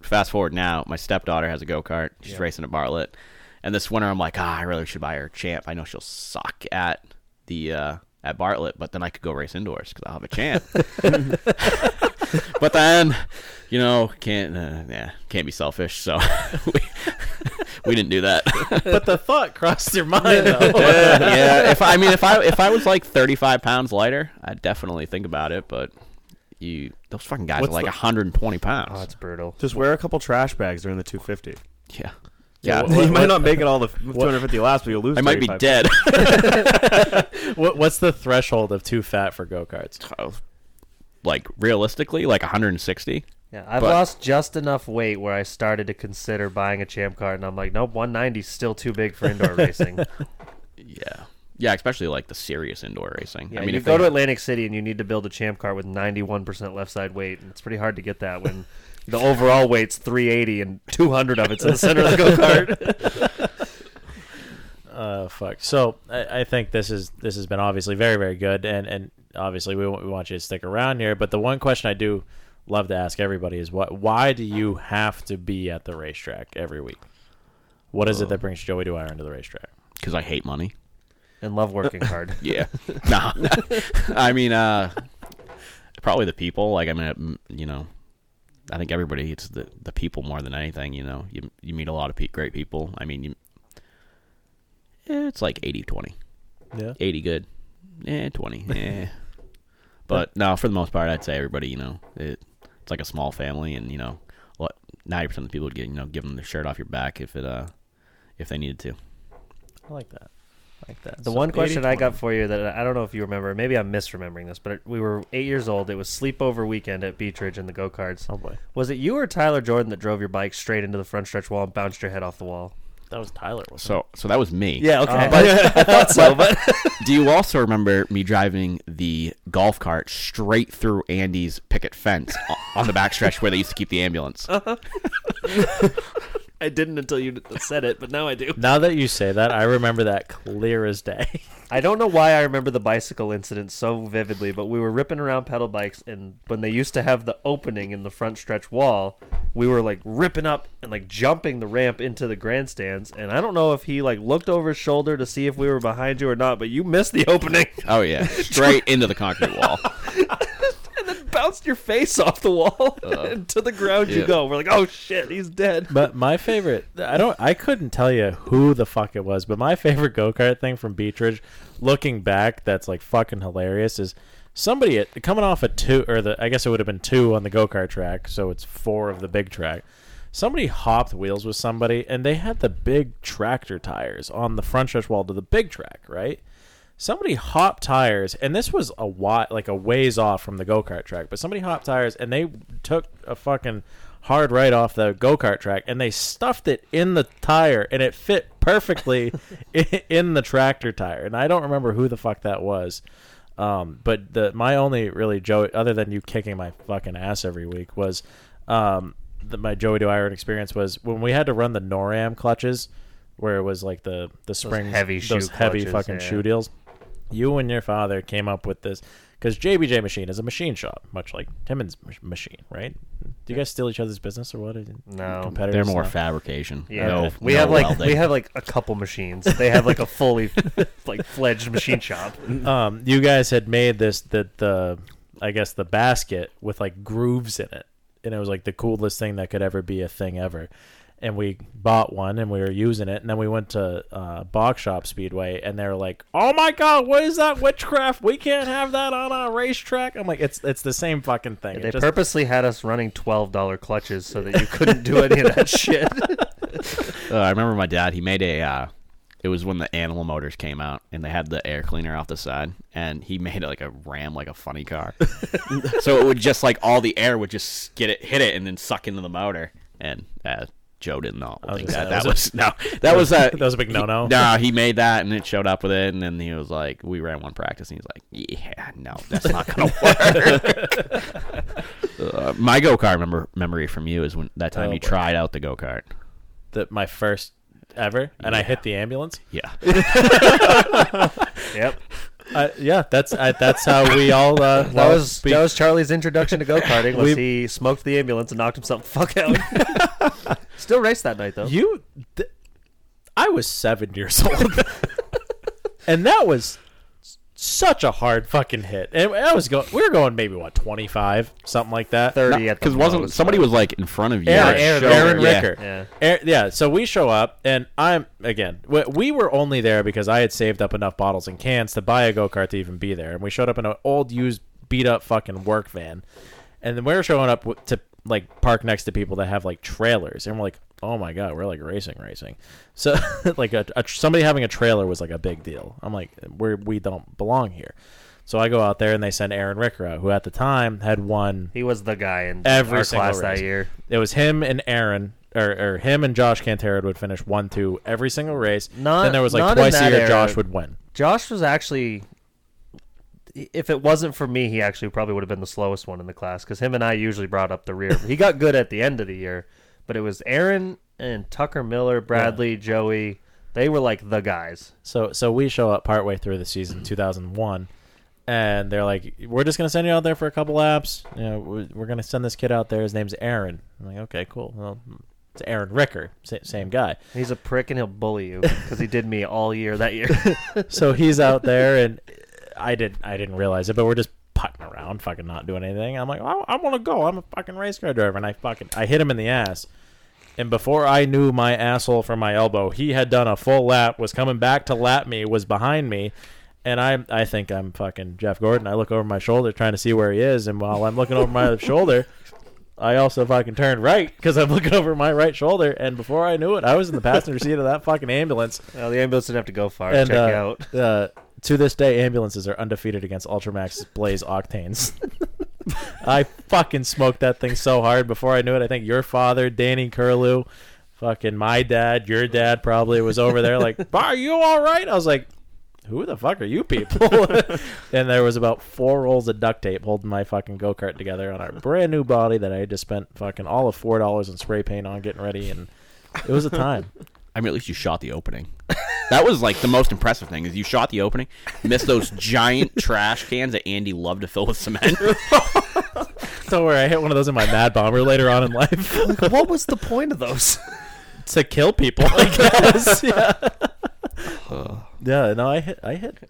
fast forward now, my stepdaughter has a go kart. She's
Yeah.
racing at Bartlett, and this winter I'm like, ah, I really should buy her a champ. I know she'll suck at the uh, at Bartlett, but then I could go race indoors because I'll have a champ. but then, you know, can't uh, yeah, can't be selfish. So we, we didn't do that.
but the thought crossed your mind, though.
yeah, if I mean, if I if I was like 35 pounds lighter, I'd definitely think about it. But you, those fucking guys
What's
are like
the-
120 pounds.
Oh, it's
brutal.
Just wear a couple trash bags during the 250.
Yeah.
Yeah, you
Yeah. What-
might
what-
not make it all the
what-
250 laps, but you'll lose.
I might be
35.
dead.
what, what's the threshold of too fat for go karts?
Oh, like realistically, like 160.
Yeah, I've
But-
lost just enough weight where I started to consider buying a champ cart, and I'm like, nope, 190 is still too big for indoor racing.
Yeah. Yeah, especially like the serious indoor racing.
Yeah,
I mean,
you
if
go
they-
to Atlantic City and you need to build a champ cart with 91% left side weight, and it's pretty hard to get that when the overall weight's 380 and 200 of it's in the center of the go kart.
Uh, fuck. So I, I think this is this has been obviously very very good, and and obviously we, want- we want you to stick around here. But the one question I do love to ask everybody is what why do you have to be at the racetrack every week? What is it that brings Joey Dwyer into the racetrack?
Because I hate money.
and love working hard.
Yeah. nah. I mean, uh, probably the people. Like, I mean, mm, you know, I think everybody it's the the people more than anything. You know, you you meet a lot of pe- great people. I mean, you, eh, it's like 80 20.
Yeah.
80 good. Eh, 20. Eh. but no, for the most part, I'd say everybody, you know, it, it's like a small family, and you know, what 90% of the people get, you know, give them their shirt off your back if it uh if they needed to.
I like that. I like that.
The
So
one question I
80-20.
got for you that I don't know if you remember, maybe I'm misremembering this, but it, we were eight years old. It was sleepover weekend at Beach Ridge in the go karts.
Oh boy,
was it you or Tyler Jordan that drove your bike straight into the front stretch wall and bounced your head off the wall?
That was Tyler. Wasn't
So, so that was me.
Yeah, okay. Oh.
But,
I thought so,
but- do you also remember me driving the golf cart straight through Andy's picket fence o- on the backstretch where they used to keep the ambulance?
I didn't until you said it, but now I do.
Now that you say that, I remember that clear as day.
I don't know why I remember the bicycle incident so vividly, but we were ripping around pedal bikes, and when they used to have the opening in the front stretch wall, we were like ripping up and like jumping the ramp into the grandstands. And I don't know if he like looked over his shoulder to see if we were behind you or not, but you missed the opening.
oh yeah, straight into the concrete wall.
and then bounced your face off the wall and to the ground you
yeah.
go. We're like, oh shit, he's dead.
But my favorite, I don't, I couldn't tell you who the fuck it was, but my favorite go kart thing from Beechridge, looking back, that's like fucking hilarious is somebody at, coming off a two or the, I guess it would have been two on the go kart track, so it's four of the big track. Somebody hopped wheels with somebody, and they had the big tractor tires on the front stretch wall to the big track, right? somebody hopped tires and this was a lot like a ways off from the go-kart track but somebody hopped tires and they took a fucking hard right off the go-kart track and they stuffed it in the tire and it fit perfectly i- in the tractor tire and i don't remember who the fuck that was um, but the my only really joke other than you kicking my fucking ass every week was um, the, my joey dwyer experience was when we had to run the noram clutches where it was like the the springs
heavy shoe
those heavy
clutches,
fucking
yeah.
shoe deals. You and your father came up with this because JBJ Machine is a machine shop, much like Timmons Mach- Machine, right? Do you guys steal each other's business or what?
No.
competitors.
They're more
No.
fabrication.
Yeah,
No-
we
no
have like
welding.
we have like a couple machines. They have like a fully like fledged machine shop.
um, you guys had made this the the I guess the basket with like grooves in it, and it was like the coolest thing that could ever be a thing ever. And we bought one and we were using it, and then we went to uh, Box Shop Speedway, and they were like, "Oh my God, what is that witchcraft? We can't have that on our racetrack." I'm like, "It's it's the same fucking thing."
They
It just-
purposely had us running twelve dollar clutches so that you couldn't do any of that shit.
Uh, I remember my dad. He made a. Uh, it was when the animal motors came out, and they had the air cleaner off the side, and he made it like a ram, like a funny car. so it would just like all the air would just get it, hit it, and then suck into the motor. And uh, Joe did not
was
like
gonna say,
that. That
that was
was
a-
no. That was a
that was a big
he-
no-no.
Nah, he made that, and it showed up with it, and then he was like, "We ran one practice," and he's like, "Yeah, no, that's not gonna work." Uh, my go kart remember memory from you is when that time
Oh,
you
boy.
tried out the go kart.
that my first ever, and I hit the ambulance.
Yeah.
yep.
Uh, yeah, that's I, that's how we all. Uh,
That
well,
was
speak-
that was Charlie's introduction to go karting. Was
We-
he smoked the ambulance and knocked himself the fuck out? Still raced that night though.
You, th- I was seven years old, and that was such a hard fucking hit. And I was going, we were going maybe what twenty five, something like that.
Thirty because wasn't somebody was like in front of you.
Aaron, Aaron, Aaron
Yeah.
Ricker. Yeah. yeah. So we show up, and I'm again. We, we were only there because I had saved up enough bottles and cans to buy a go kart to even be there, and we showed up in an old, used, beat up fucking work van, and then we were showing up w- to like park next to people that have like trailers, and we're like, oh my god, we're like racing, racing. So like a, a, somebody having a trailer was like a big deal. I'm like, we we don't belong here. So I go out there and they send Aaron Ricker out, who at the time had won.
He was the guy in
every
our
single
class that
race.
year.
It was him and Aaron, or, or him and Josh Cantero would finish one two every single race.
Not,
then there was like
not in
twice a
that
year
era.
Josh would win.
Josh was actually, if it wasn't for me, he actually probably would have been the slowest one in the class because him and I usually brought up the rear. he got good at the end of the year, but it was Aaron and Tucker Miller, Bradley, Joey. They were like the guys.
So so we show up partway through the season, two thousand one, and they're like, "We're just gonna send you out there for a couple laps. You know, we- we're gonna send this kid out there. His name's Aaron." I'm like, "Okay, cool. Well, it's Aaron Ricker, sa- same guy."
He's a prick and he'll bully you because he did me all year that year.
so he's out there, and I didn't I didn't realize it, but we're just putting around, fucking not doing anything. I'm like, "Oh, I, I want to go. I'm a fucking race car driver, and I fucking I hit him in the ass. And before I knew my asshole from my elbow, he had done a full lap, was coming back to lap me, was behind me. And I, I think I'm fucking Jeff Gordon. I look over my shoulder trying to see where he is, and while I'm looking over my shoulder, I also fucking turned right because I'm looking over my right shoulder, and before I knew it, I was in the passenger seat of that fucking ambulance.
Well, the ambulance didn't have to go far.
And,
Check
uh,
you out.
uh, to this day, ambulances are undefeated against Ultramax Blaze Octanes. I fucking smoked that thing so hard. Before I knew it, I think your father, Danny Curlew, fucking my dad, your dad probably was over there like, "Are you all right?" I was like, "Who the fuck are you people?" and there was about four rolls of duct tape holding my fucking go kart together on our brand new body that I had just spent fucking all of four dollars in spray paint on getting ready, and it was a time.
I mean, at least you shot the opening. That was like the most impressive thing is you shot the opening, missed those giant trash cans that Andy loved to fill with cement.
Don't worry, I hit one of those in my Mad Bomber later on in life.
what was the point of those?
to kill people, I guess. yeah. yeah, no, I hit, I hit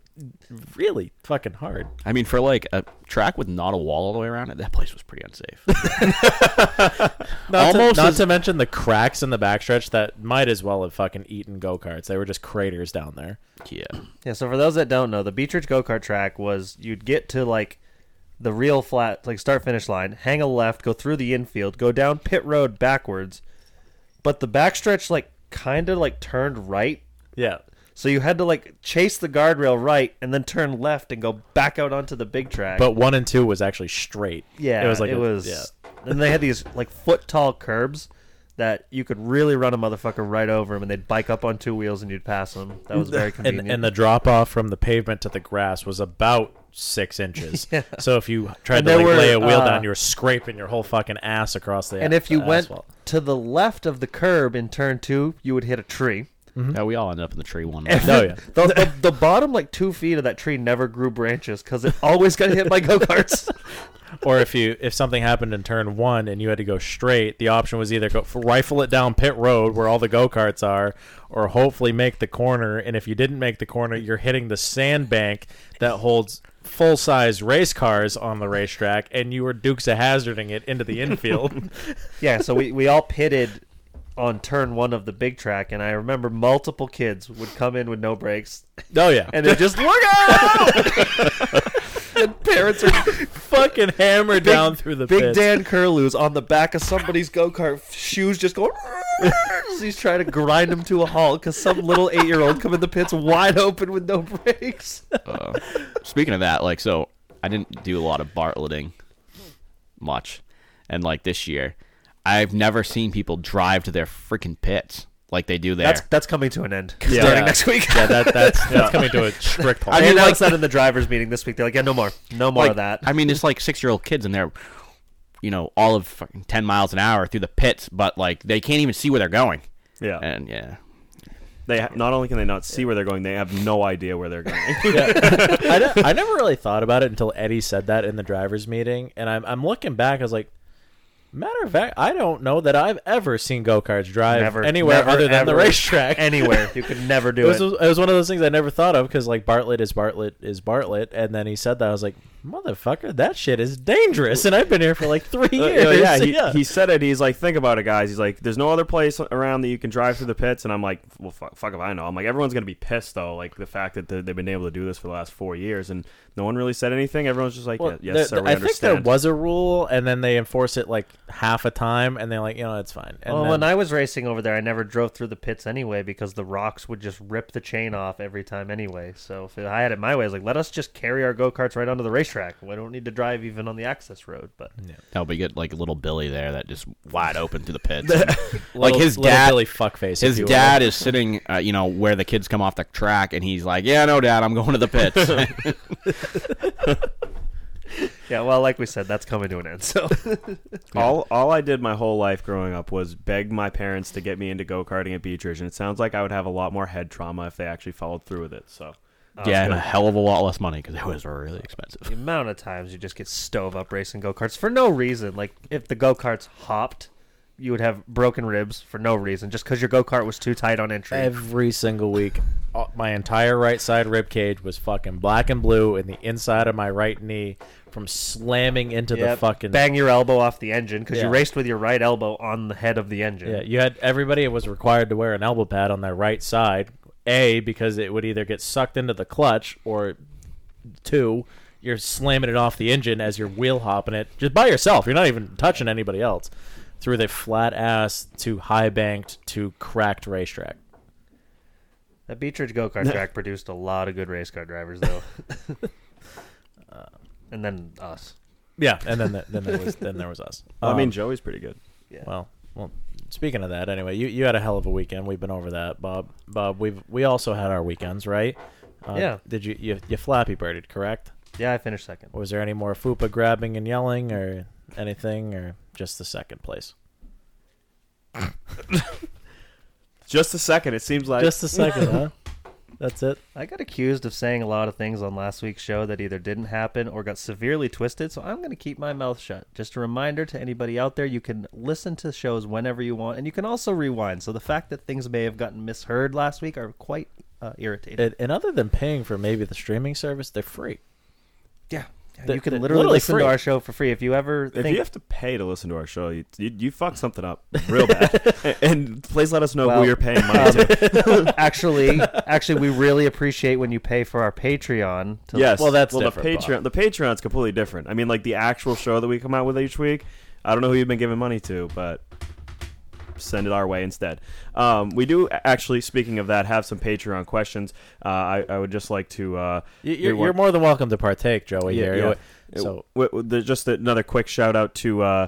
really fucking hard.
I mean, for like a track with not a wall all the way around it, that place was pretty unsafe.
Not,
Almost
to, not
as-
to mention the cracks in the backstretch that might as well have fucking eaten go karts. They were just craters down there.
Yeah.
Yeah, so for those that don't know, the Beach Ridge go kart track was you'd get to like the real flat, like start finish line, hang a left, go through the infield, go down pit road backwards, but the backstretch like kind of like turned right.
Yeah.
So you had to like chase the guardrail right and then turn left and go back out onto the big track.
But one and two was actually straight.
Yeah,
it was like
it
a-
was.
yeah.
And they had these like foot tall curbs that you could really run a motherfucker right over them, and they'd bike up on two wheels and you'd pass them. That was very convenient.
And, and the drop off from the pavement to the grass was about six inches. So if you tried
And
to
there
like,
were,
lay a wheel
uh,
down, you were scraping your whole fucking ass across the.
and if you
the
went
asphalt.
to the left of the curb in turn two, you would hit a tree.
Yeah, we all ended up in the tree one night.
Oh,
And The, the, the bottom like two feet of that tree never grew branches because it always got hit by go karts.
or if you if something happened in turn one and you had to go straight, the option was either go rifle it down pit road where all the go karts are, or hopefully make the corner. And if you didn't make the corner, you're hitting the sandbank that holds full size race cars on the racetrack, and you were Dukes of Hazarding it into the infield.
yeah, so we, we all pitted on turn one of the big track, and I remember multiple kids would come in with no brakes.
Oh yeah,
and they just look out. and parents are
fucking hammered down through the
big
pits.
Dan Curlew's on the back of somebody's go kart, shoes just going. as He's trying to grind him to a halt because some little eight year old come in the pits wide open with no brakes.
Uh, speaking of that, like, so I didn't do a lot of Bartletting much. And, like, this year, I've never seen people drive to their freaking pits like they do there.
That's that's coming to an end.
Yeah.
Starting
Yeah.
next week.
Yeah, that- that's- that's Yeah. coming to a strict halt.
I
I mean,
mean,
like-
announced that in the drivers' meeting this week. They're like, yeah, no more, no more
like,
of that.
I mean, it's like six year old kids in there, you know, all of fucking 10 miles an hour through the pits, but, like, they can't even see where they're going.
Yeah.
eh,
And, yeah.
They ha- not only can they not see where they're going, they have no idea where they're going.
I, ne- I never really thought about it until Eddie said that in the drivers' meeting, and I'm I'm looking back. I was like, Matter of fact, I don't know that I've ever seen go karts drive
Never-
anywhere
never,
other than the
ever,
racetrack.
anywhere. You could never do
was,
it.
It was one of those things I never thought of because like Bartlett is Bartlett is Bartlett, and then he said that I was like, motherfucker, that shit is dangerous, and I've been here for like three
Uh,
years.
yeah, he, he said it. He's like, think about it, guys. He's like, there's no other place around that you can drive through the pits. And I'm like, well, fuck, fuck if I know. I'm like, everyone's gonna be pissed though. Like the fact that the, they've been able to do this for the last four years, and no one really said anything. Everyone's just like,
Well,
yeah, yes,
there-
sir, we
I think
understand.
there was a rule, and then they enforce it like half a time, and they're like, you know, it's fine. And
well,
then-
when I was racing over there, I never drove through the pits anyway because the rocks would just rip the chain off every time anyway. So if I had it my way, I was like, let us just carry our go karts right onto the racetrack. We don't need to drive even on the access road. But
No, but you get like little Billy there that just wide open to the pits. like
Little-
his
little
dad,
Billy fuckface, if
His
you will.
dad is sitting, uh, you know, where the kids come off the track, and he's like, "Yeah, no, dad, I'm going to the pits."
yeah, well, like we said, that's coming to an end. So
all all I did my whole life growing up was beg my parents to get me into go karting at Beechridge, and it sounds like I would have a lot more head trauma if they actually followed through with it. So.
yeah, and a hell of a lot less money because it was really expensive.
the amount of times you just get stove up racing go karts for no reason. Like if the go karts hopped, you would have broken ribs for no reason just because your go kart was too tight on entry.
every single week. all- My entire right side rib cage was fucking black and blue, and the inside of my right knee from slamming into the
Yep.
fucking
bang your elbow off the engine because
Yeah.
you raced with your right elbow on the head of the engine.
Yeah, you had everybody was required to wear an elbow pad on their right side. A because it would either get sucked into the clutch or two, you're slamming it off the engine as you're wheel hopping it just by yourself. You're not even touching anybody else through the flat ass to high banked to cracked racetrack.
That Beechridge go kart track produced a lot of good race car drivers, though. uh, and then us.
Yeah, and then the, then there was then there was us.
Well, I mean,
Um,
Joey's pretty good.
Yeah.
Well, well. Speaking of that, anyway, you, you had a hell of a weekend. We've been over that, Bob. Bob, we've we also had our weekends, right? Uh,
Yeah.
Did you you, you flappy birded, correct?
Yeah, I finished second.
Was there any more fupa grabbing and yelling or anything, or just the second place?
Just a second, it seems like
Just a second, huh? That's it.
I got accused of saying a lot of things on last week's show that either didn't happen or got severely twisted, so I'm going to keep my mouth shut. Just a reminder to anybody out there you can listen to shows whenever you want, and you can also rewind. So the fact that things may have gotten misheard last week are quite uh, irritating.
And, and other than paying for maybe the streaming service, they're free.
yeah.
They're-
you can
they're
literally, listen
free.
to our show for free if you ever
If
think
you have to pay to listen to our show, you you, you fuck something up real bad. and please let us know
Well,
who you're paying money to.
um, actually, actually, we really appreciate when you pay for our Patreon. To
yes.
Well, that's
the
different,
Patreon. The Patreon's completely different. I mean, like the actual show that we come out with each week. I don't know who you've been giving money to, but send it our way instead. Um, we do actually. Speaking of that, have some Patreon questions. Uh, I, I would just like to. Uh,
You- You're,
we want-
you're more than welcome to partake, Joey.
Yeah,
here.
yeah.
So
W- w- there's just another quick shout out to uh,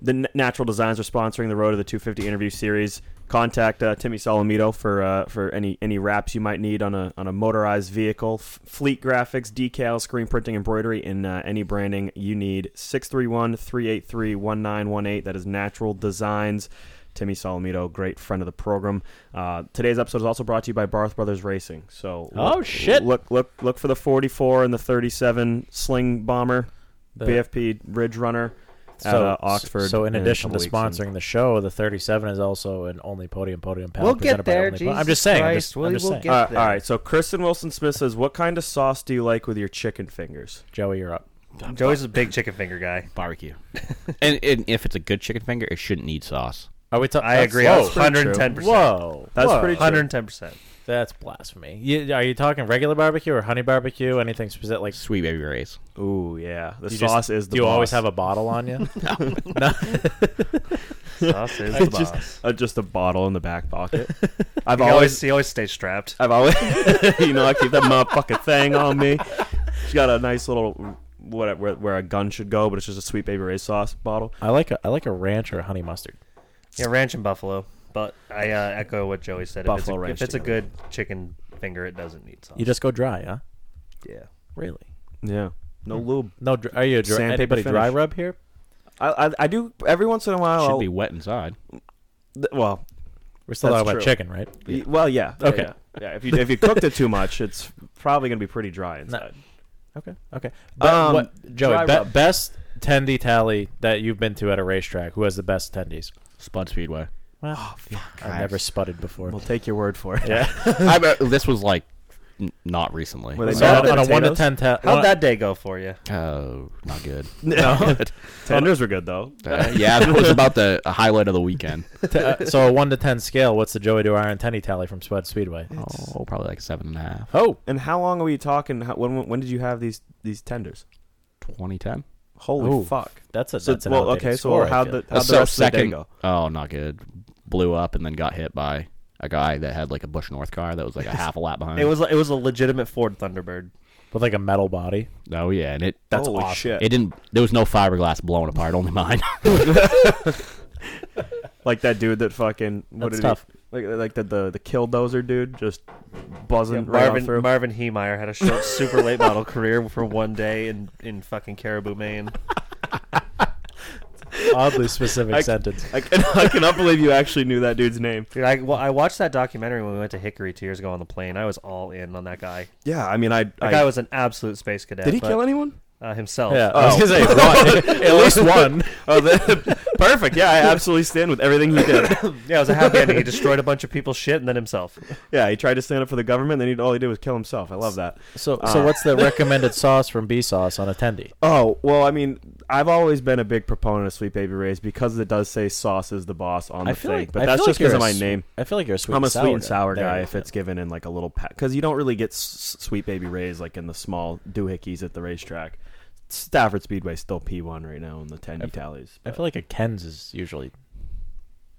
the N- Natural Designs are sponsoring the Road to the 250 interview series. Contact uh, Timmy Salamito for uh, for any any wraps you might need on a on a motorized vehicle, F- fleet graphics, decals, screen printing, embroidery, and uh, any branding you need. 631-383-1918. That is Natural Designs. Timmy Salamito, great friend of the program. Uh, today's episode is also brought to you by Barth Brothers Racing. So
Oh,
look-
shit.
Look look look for the 44 and the 37 sling bomber,
The-
BFP Ridge Runner at
so,
uh, Oxford.
So in
a
addition to
couple weeks. And
sponsoring the show, the 37 is also an only podium podium panel.
We'll get
presented by
there,
Only Po- I'm
Jesus
just saying. I'm
Christ,
just,
we
I'm just
will
saying.
get-
Uh,
there.
all right, so Kristen Wilson Smith says, "What kind of sauce do you like with your chicken fingers?"
Joey, you're up.
Joey's a big chicken finger guy.
Barbecue, and, and if it's a good chicken finger, it shouldn't need sauce.
Are we ta-
I
that's-
agree.
Whoa.
110. percent
Whoa.
That's
Whoa.
pretty true.
110. percent
That's blasphemy. You, are you talking regular barbecue or honey barbecue? Anything specific? Like
Sweet baby rays.
Ooh, yeah, the
you just-
sauce is the.
Do you always
boss.
have a bottle on you?
Sauce is
I
the boss.
just, uh, just a bottle in the back pocket. I've
He always
always,
he always stays strapped.
I've always, you know, I keep that motherfucking thing on me. She's got a nice little what where, where a gun should go, but it's just a sweet baby ray sauce bottle.
I like a, I like a ranch or a honey mustard.
Yeah, ranch and buffalo. But I uh, echo what Joey said.
Buffalo
if
ranch
it's, a, if it's a
chicken.
good chicken finger, it doesn't need sauce.
You just go dry, huh?
yeah.
Really? Hmm.
Yeah, no lube.
No, dr- are you a dry,
Sandpaper
anybody dry
finish.
rub here?
I, I, I do every once in a
Oh.
while.
Should
I'll-
be wet inside.
th- well,
We're still
That's
talking about
true.
chicken, right?
y- well, yeah. yeah,
Okay.
yeah, yeah. If you if you cooked it too much, it's probably gonna be pretty dry inside.
Okay, okay. But
Um,
what, Joey,
dry
be-
rub.
best attendee tally that you've been to at a racetrack? Who has the best attendees?
Spud Speedway. Oh,
Well, I've never sputted before.
We'll take your word for it.
Yeah.
I bet this was like n- not recently.
Were they So bad on a potatoes? one to ten ta-
How'd that day go for you?
Oh, not good.
No.
Not good.
Tenders were good, though.
Uh, yeah, that was about the highlight of the weekend.
T- uh, so a one to ten scale. What's the Joey Do Iron Tenny tally from Spud Speedway?
Oh, probably like seven and a half.
Oh,
And how long are we talking? How, when when did you have these these tenders?
2010.
Holy
Ooh,
fuck!
that's a-
so,
that's an
well.
outdated
Okay,
score, I
so how
feel.
the how
Uh,
the
so
rest of the day
second,
go?
oh, not good. Blew up and then got hit by a guy that had like a Bush North car that was like a half a lap behind.
It was it was a legitimate Ford Thunderbird.
With like a metal body.
Oh yeah, and it
That's Holy awesome. shit.
It didn't. There was no fiberglass blown apart. Only mine.
Like that dude that fucking what
That's
did
tough.
He, like like the, the the killdozer dude just buzzing right on
Marvin
through.
Marvin Heemeyer had a short super late model career for one day in, in fucking Caribou, Maine.
Oddly specific
I-
sentence.
I, can, I cannot believe you actually knew that dude's name.
Dude, I, well, I watched that documentary when we went to Hickory two years ago on the plane. I was all in on that guy.
Yeah, I mean, I
That guy was an absolute space cadet.
Did he
but-
kill anyone?
Uh, himself.
Yeah, I was gonna say one, at least one.
Oh, the, perfect. Yeah, I absolutely stand with everything he did.
yeah, it was a happy ending. He destroyed a bunch of people's shit and then himself.
Yeah, he tried to stand up for the government. Then he, all he did was kill himself. I love that.
So, so
Uh,
what's the recommended sauce from B Sauce on attendee?
Oh well, I mean, I've always been a big proponent of Sweet Baby Ray's because it does say "Sauce is the boss" on the
I feel
thing,
like-
but
I
that's
feel
just
like
because of
you're a
my
s-
name.
I feel like you're a sweet
I'm a
and sour
sweet and
guy.
sour
There
guy
you
if
go.
it's given in like a little pack because you don't really get s- Sweet Baby Ray's like in the small doohickeys at the racetrack. Stafford Speedway still P1 right now in the
I
tendy
f-
tallies.
I feel like a Ken's is usually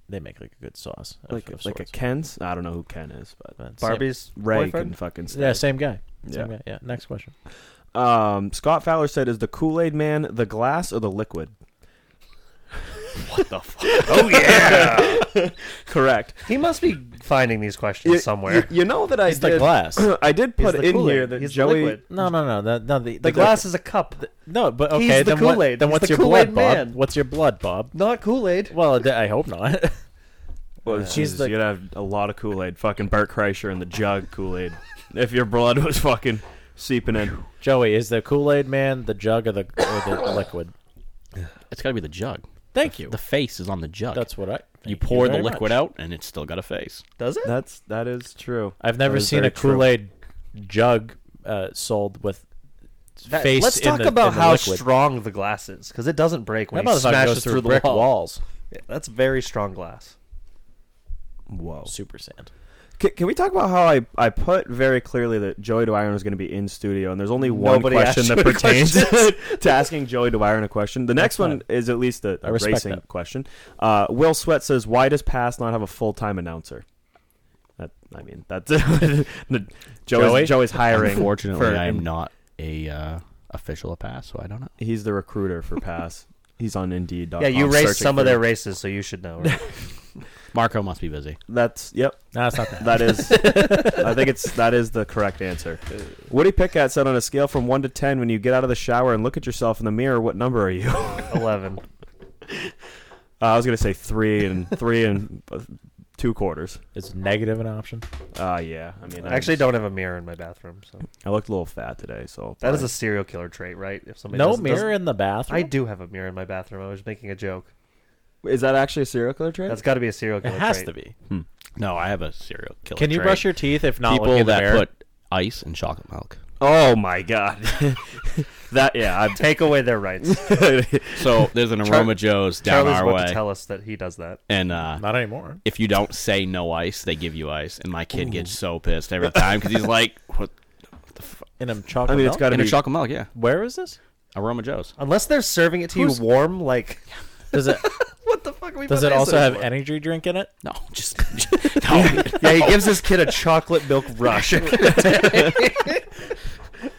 they make like a good sauce. of-
like
of
like a
sorts.
Ken's. I don't know who Ken is, but
But same-
Barbie's
Ray
boyfriend?
can fucking stay.
Yeah, same guy. Same
Yeah.
guy. Yeah. Next question.
Um, Scott Fowler said, "Is the Kool Aid Man the glass or the liquid?"
What the fuck?
Oh yeah, correct.
He must be finding these questions somewhere.
You, you know that I
He's the
did
glass.
I did
He's
put
the
in
Kool-Aid.
here that
He's the
Joey.
liquid.
No, no, no. The, no, the,
The glass is a cup,
No, but
He's
okay.
the
then what-
Kool-Aid.
Then
He's
what's
the
your blood,
Kool-Aid
Bob?
man.
What's your blood, Bob?
not Kool Aid.
Well, I I hope not.
Well,
Yeah. She's
Uh, Jesus,
the-
you'd have a lot of Kool Aid. Fucking Bert Kreischer in the jug Kool Aid. if your blood was fucking seeping in.
Joey, is the Kool Aid man the jug or the or the liquid?
it's got to be the jug.
Thank you.
The face is on the jug.
That's what I.
you
thank
pour the
very
liquid
much.
out, and it's still got a face.
Does it?
That's that is true.
I've never
That is
seen
very
a Kool Aid jug uh, sold with
That-
face.
let's
in
talk
the- in
about
the
how
liquid.
strong the glass is because it doesn't break
That
when it
motherfucker
smashes
goes
through, the
brick
wall.
walls.
Yeah, that's very strong glass.
Whoa.
Super sand.
Can, can we talk about how I, I put very clearly that Joey DeWiron was going to be in studio, and there's only one
Nobody
question
asked
that
you any
pertains to asking Joey DeWiron a question. The next one is at least a,
I
a
respect
racing
that.
question. Uh, Will Sweat says, "Why does Pass not have a full time announcer?" That I mean, that's Joey's,
Joey?
Joey's hiring.
Unfortunately,
for-
I am not a uh, official of pass, so I don't know.
He's the recruiter for Pass. He's on Indeed.com.
yeah, you raced
searching
some of
for-
their races, so you should know. Right?
Marco must be busy.
That's yep.
No, it's not that.
That is, I think it's that is the correct answer. Woody Pickett said on a scale from one to ten, when you get out of the shower and look at yourself in the mirror, what number are you? Uh,
Eleven.
I was gonna say three and three and uh, two quarters.
Is negative an option?
Ah, yeah. I mean,
I actually don't have a mirror in my bathroom, so
I looked a little fat today, so
that is a serial killer trait, right? If somebody
No
doesn't- doesn't-
mirror in the bathroom.
I do have a mirror in my bathroom. I was making a joke.
is that actually a serial killer trait?
That's got to be a serial
It
killer.
has
trait.
to be.
No, I have a serial killer.
Can you
trait.
brush your teeth if not looking
people
in the
that
mirror?
put ice in chocolate milk?
oh my god. that yeah. I'm
Take away their rights.
So there's an Aroma Joe's down
Charlie's
our
about to
way,
tell us that he does that.
and uh,
Not anymore.
if you don't say no ice, they give you ice. And my kid gets so pissed every time because he's like, "What
And I'm chocolate.
I mean, it's
milk?
got to
in a
be.
chocolate milk? Yeah,
Where is this?
Aroma Joe's.
Unless they're serving it to
Who's-
you warm, like
Does it
what the fuck? Are we
does it
putting ice
also
in
have
for?
energy drink in it?
No, just no.
Yeah, he gives his kid a chocolate milk rush.
I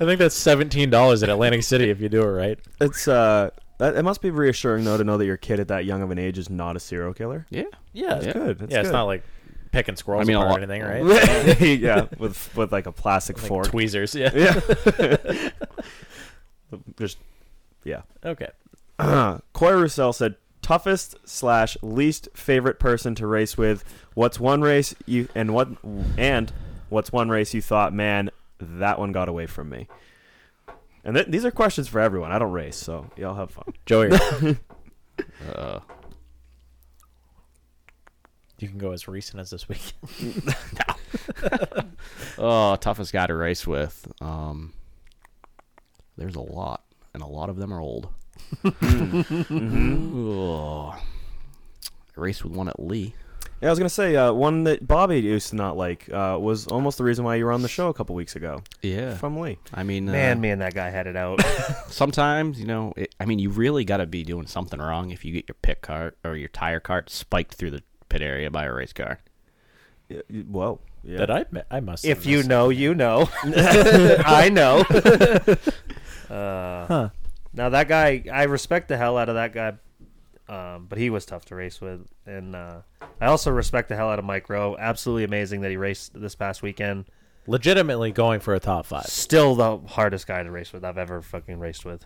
think that's seventeen dollars at Atlantic City if you do it right.
It's uh. That, it must be reassuring though to know that your kid at that young of an age is not a serial killer.
Yeah,
Yeah, it's
Yeah.
Good. That's
yeah, it's
good.
not like picking squirrels
I mean, a
apart
lot-
or anything, right?
yeah, with with like a plastic
Like
fork.
tweezers. Yeah.
yeah. Just yeah.
Okay.
Coy Roussel said toughest slash least favorite person to race with. What's one race you and what and what's one race you thought man that one got away from me? And th- these are questions for everyone. I don't race, so y'all have fun.
Joey.
uh, you can go as recent as this week.
oh, toughest guy to race with. Um, there's a lot, and a lot of them are old. Oh. I raced with one at Lee.
Yeah, I was gonna say uh, one that Bobby used to not like uh, was almost the reason why you were on the show a couple weeks ago.
Yeah,
from Lee.
I mean,
Man,
me and that guy had it out. sometimes, you know, it, I mean, you really got to be doing something wrong if you get your pit cart or your tire cart spiked through the pit area by a race car.
Whoa! Yeah.
That I me- I must have
If you know, you know. I know. uh,
Huh.
Now that guy, I respect the hell out of that guy, um, but he was tough to race with, and uh, I also respect the hell out of Mike Rowe. Absolutely amazing that he raced this past weekend.
Legitimately going for a top five.
Still the hardest guy to race with I've ever fucking raced with.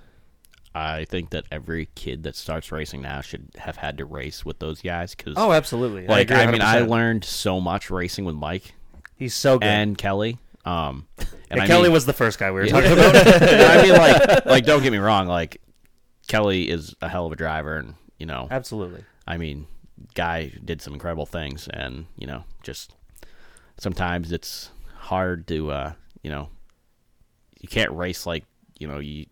I think that every kid that starts racing now should have had to race with those guys. Cause,
Oh, absolutely. I
Like
agree
I, mean, I
100%.
learned so much racing with Mike.
He's so good.
And Kelly. Um,
Yeah, Kelly was the first guy we were talking about.
No, I mean, like, like don't get me wrong. Like Kelly is a hell of a driver, and you know,
Absolutely.
I mean, guy did some incredible things, and you know, just sometimes it's hard to, uh, you know, you can't race like you know you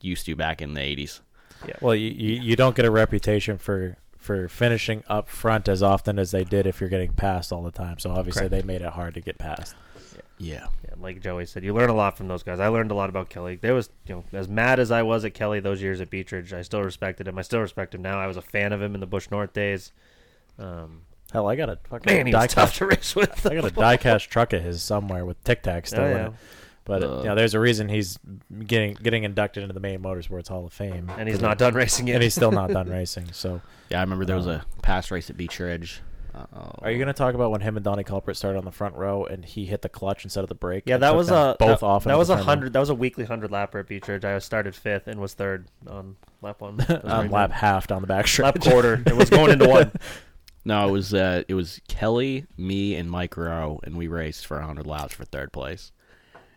used to back in the eighties.
Yeah.
Well, you, you, you don't get a reputation for for finishing up front as often as they did if you're getting passed all the time. So obviously
Correct.
they made it hard to get passed.
Yeah.
Like Joey said, you learn a lot from those guys. I learned a lot about Kelly. There was, you know, as mad as I was at Kelly those years at Beechridge, I still respected him. I still respect him now. I was a fan of him in the Bush North days. Um,
Hell, I got a fucking
man. He was
diecast-
tough to race with.
I got a diecast truck of his somewhere with Tic Tac still
Oh,
in
yeah.
it. But uh,
Uh,
you know, there's a reason he's getting getting inducted into the Maine Motorsports Hall of Fame,
And he's not done racing yet.
and he's still not done racing. So
Yeah, I remember there was
Uh-huh.
a past race at Beach Ridge. Uh-oh.
Are you going to talk about when him and Donnie Culprit started on the front row and he hit the clutch instead of the brake?
Yeah,
and
that
took
was
them
a
both
that,
off.
That
into
was
the
a
front
hundred. That was a weekly hundred lapper at Beechridge. I started fifth and was third on lap one. That was
row. on
pretty
lap
good.
half down the back
lap
stretch.
quarter. It was going into one.
No, it was uh, it was Kelly, me, and Mike Rowe, and we raced for 100 laps for third place.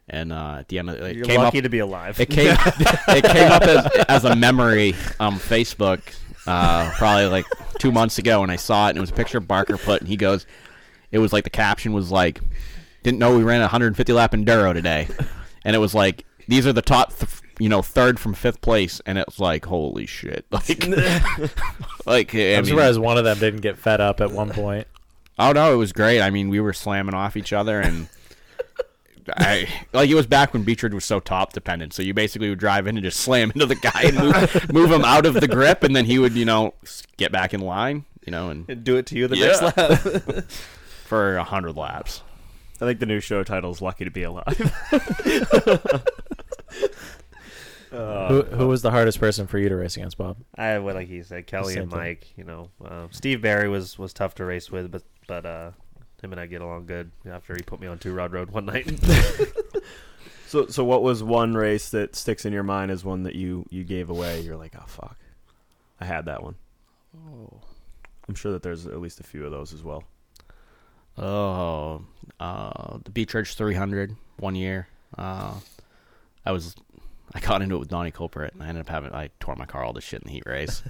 And uh, at the end of it
You're
came
lucky
up,
to be alive.
It came, it came up as, as a memory on Facebook, uh, probably like two months ago, and I saw it, and it was a picture of Barker put, and he goes, it was like the caption was like, didn't know we ran a 150 lap enduro today, and it was like these are the top, th- you know, third from fifth place, and it was like holy shit, like, like I
I'm
mean-
surprised one of them didn't get fed up at one point.
Oh no, it was great. I mean, we were slamming off each other, and I like it was back when Beechridge was so top dependent. So you basically would drive in and just slam into the guy and move, move him out of the grip, and then he would, you know, s- get back in line, you know, and,
And do it to you the next lap.
for a hundred laps.
I think the new show title is "Lucky to Be Alive."
who, who was the hardest person for you to race against, Bob?
I well, like he said, Kelly
Same
and
thing.
Mike. You know, uh, Steve Barry was was tough to race with, but but uh, him and I get along good. After he put me on two rod road one night,
so, so what was one race that sticks in your mind as one that you you gave away? You're like, oh fuck, I had that one.
Oh.
I'm sure that there's at least a few of those as well.
Oh, uh, the Beechridge 300 one year. Uh, I was, I got into it with Donnie Culprit, and I ended up having I tore my car all to shit in the heat race.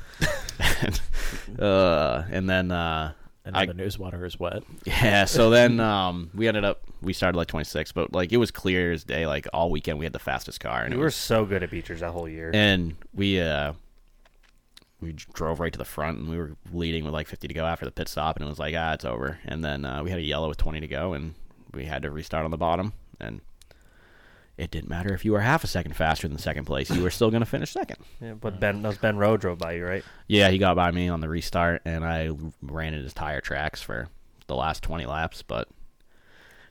and, uh, and then uh,
And now
I
the news water is wet.
yeah, so then um, we ended up we started like 26, but like it was clear as day. Like all weekend, we had the fastest car, and
we
it
were
was
so good at Beechers that whole year.
and we uh we j- drove right to the front and we were leading with like 50 to go after the pit stop and it was like ah it's over and then uh, we had a yellow with 20 to go and we had to restart on the bottom and it didn't matter if you were half a second faster than second place you were still going to finish second
yeah, but Ben, that was Ben Rowe drove by you, right?
yeah he got by me on the restart and i ran into his tire tracks for the last 20 laps but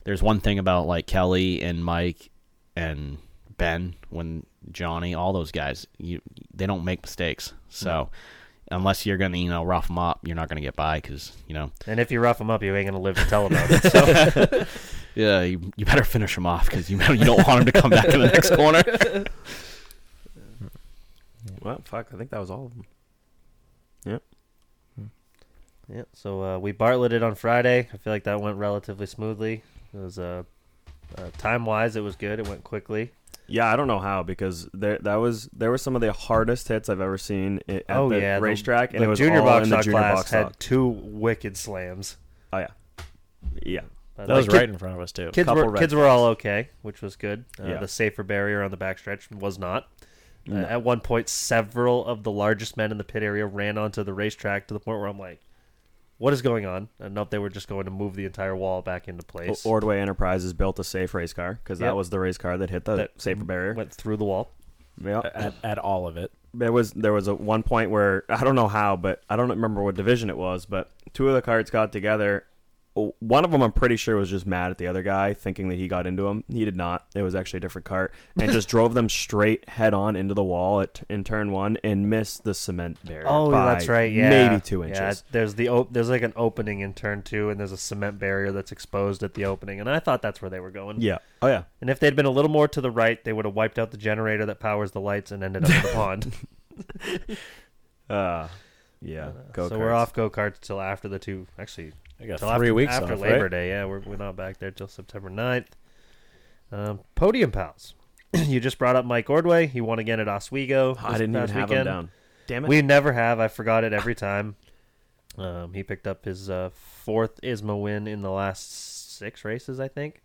there's one thing about like kelly and mike and ben when johnny all those guys you they don't make mistakes so unless you're gonna you know rough them up you're not gonna get by because you know
And if you rough him up, you ain't gonna live to tell about it. So.
yeah you, you better finish them off because you, you don't want them to come back to the next corner
Well, fuck, I think that was all of them.
yeah. So uh, we Bartletted on Friday. I feel like that went relatively smoothly. It was uh, uh, time wise, it was good. It went quickly.
Yeah, I don't know how because there that was there were some of the hardest hits I've ever seen i- at
oh
the
yeah,
racetrack,
the,
and
the
it was
junior
all
box
in the
stock
junior
class
box
had
stock.
two wicked slams.
Oh yeah, yeah.
That
was right in front of us, too.
Kids
Couple
were
red
kids were all okay, which was good. Uh,
Yeah.
The safer barrier on the backstretch was not. Uh,
No.
at one point, several of the largest men in the pit area ran onto the racetrack to the point where I'm like, "What is going on?" I don't know if they were just going to move the entire wall back into
O-
place.
Ordway Enterprises built a safe race car because
Yep.
that was the race car that hit the
That
safer barrier,
went through the wall.
Yeah,
at, at all of it.
there was there was a one point where I don't know how, but I don't remember what division it was, but two of the carts got together. O- One of them, I'm pretty sure, was just mad at the other guy, thinking that he got into him. He did not. It was actually a different cart, and just drove them straight head on into the wall at in turn one and missed the cement barrier.
Oh,
by
that's right. Yeah,
maybe two inches.
Yeah, there's the op- there's like an opening in turn two, and there's a cement barrier that's exposed at the opening, and I thought that's where they were going.
Yeah. Oh, yeah.
And if they'd been a little more to the right, they would have wiped out the generator that powers the lights and ended up in the pond.
Uh, yeah. Go
So we're off go karts till after the two. Actually,
I got
till
three
after,
weeks
after
off,
Labor
right?
Day. Yeah, we're we're not back there till September 9th. Um, Podium pals, you just brought up Mike Ordway. He won again at Oswego.
I
this
didn't
past
even have him
weekend.
down. Damn it.
We never have. I forgot it every time. Um, he picked up his uh, fourth ISMA win in the last six races, I think.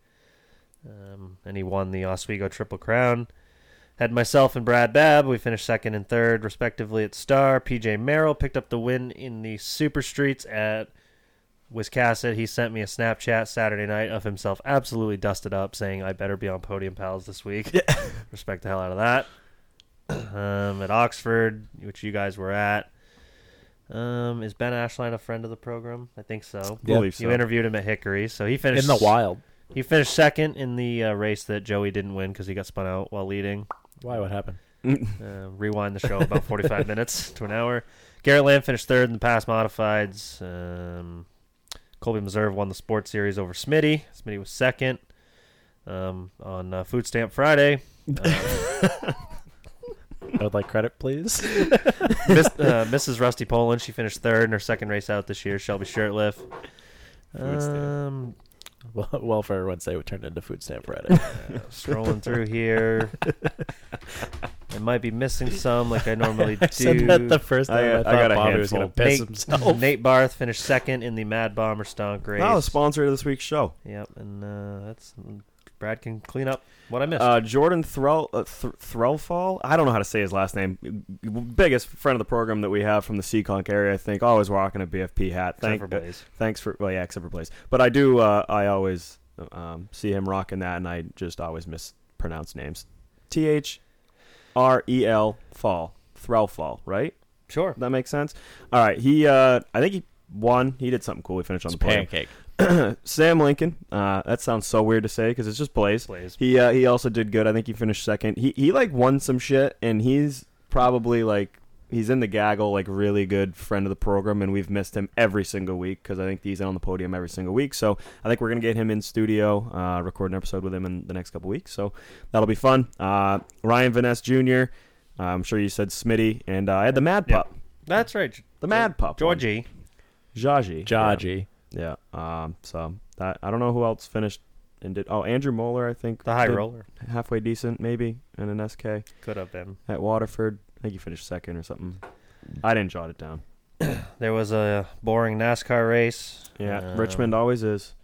Um, and he won the Oswego Triple Crown. Had myself and Brad Babb. We finished second and third, respectively, at Star. PJ Merrill picked up the win in the Super Streets at Wiscasset. He sent me a Snapchat Saturday night of himself absolutely dusted up, saying, I better be on Podium Pals this week. Respect the hell out of that. Um, at Oxford, which you guys were at. Um, is Ben Ashline a friend of the program? I think so.
Yeah. Believe
You
so.
interviewed him at Hickory, so he finished
In the wild.
He finished second in the uh, race that Joey didn't win because he got spun out while leading.
Why? What happened?
Uh, rewind the show about 45 minutes to an hour. Garrett Lamb finished third in the past modifieds. Um, Colby Meserve won the sports series over Smitty. Smitty was second um, on uh, Food Stamp Friday. Uh,
I would like credit, please.
Miss, uh, Mrs. Rusty Poland, she finished third in her second race out this year. Shelby Shirtliff. Um,
well, Welfare Wednesday would turn into Food Stamp Friday.
scrolling through here. I might be missing some, like I normally do.
I said that the first time I I thought got a Bobby was handful. gonna piss
Nate,
himself.
Nate Barth finished second in the Mad Bomber Stonk race.
That was sponsor of this week's show.
Yep, and uh, that's Brad can clean up what I missed.
Uh, Jordan Threl uh, Th- Threlfall. I don't know how to say his last name. Biggest friend of the program that we have from the Seekonk area. I think always rocking a BFP hat.
Except
Thank, uh,
for Blaze.
thanks for well, yeah, except for Blaze. But I do. Uh, I always um, see him rocking that, and I just always mispronounce names. T H R E L fall Threlfall. Right.
Sure.
That makes sense. All right. He. Uh, I think he won. He did something cool. He finished on the podium.
pancake.
Sam Lincoln. Uh, that sounds so weird to say because it's just Blaze.
Blaze.
He uh, he also did good. I think he finished second. He he like won some shit, and he's probably like he's in the gaggle, like really good friend of the program, and we've missed him every single week because I think he's on the podium every single week. So I think we're gonna get him in studio, uh, record an episode with him in the next couple weeks. So that'll be fun. Uh, Ryan Vaness Jr. Uh, I'm sure you said Smitty, and uh, I had the Mad Pup.
That's right.
The Mad Pup.
Georgie.
Jaji.
Jaji.
Yeah. yeah. Um, so that I don't know who else finished and did. Oh, Andrew Moeller, I think.
The high
did
roller.
Halfway decent, maybe, in an SK.
Could have been.
At Waterford. I think he finished second or something. I didn't jot it down.
There was a boring NASCAR race.
Yeah.
Um,
Richmond always is.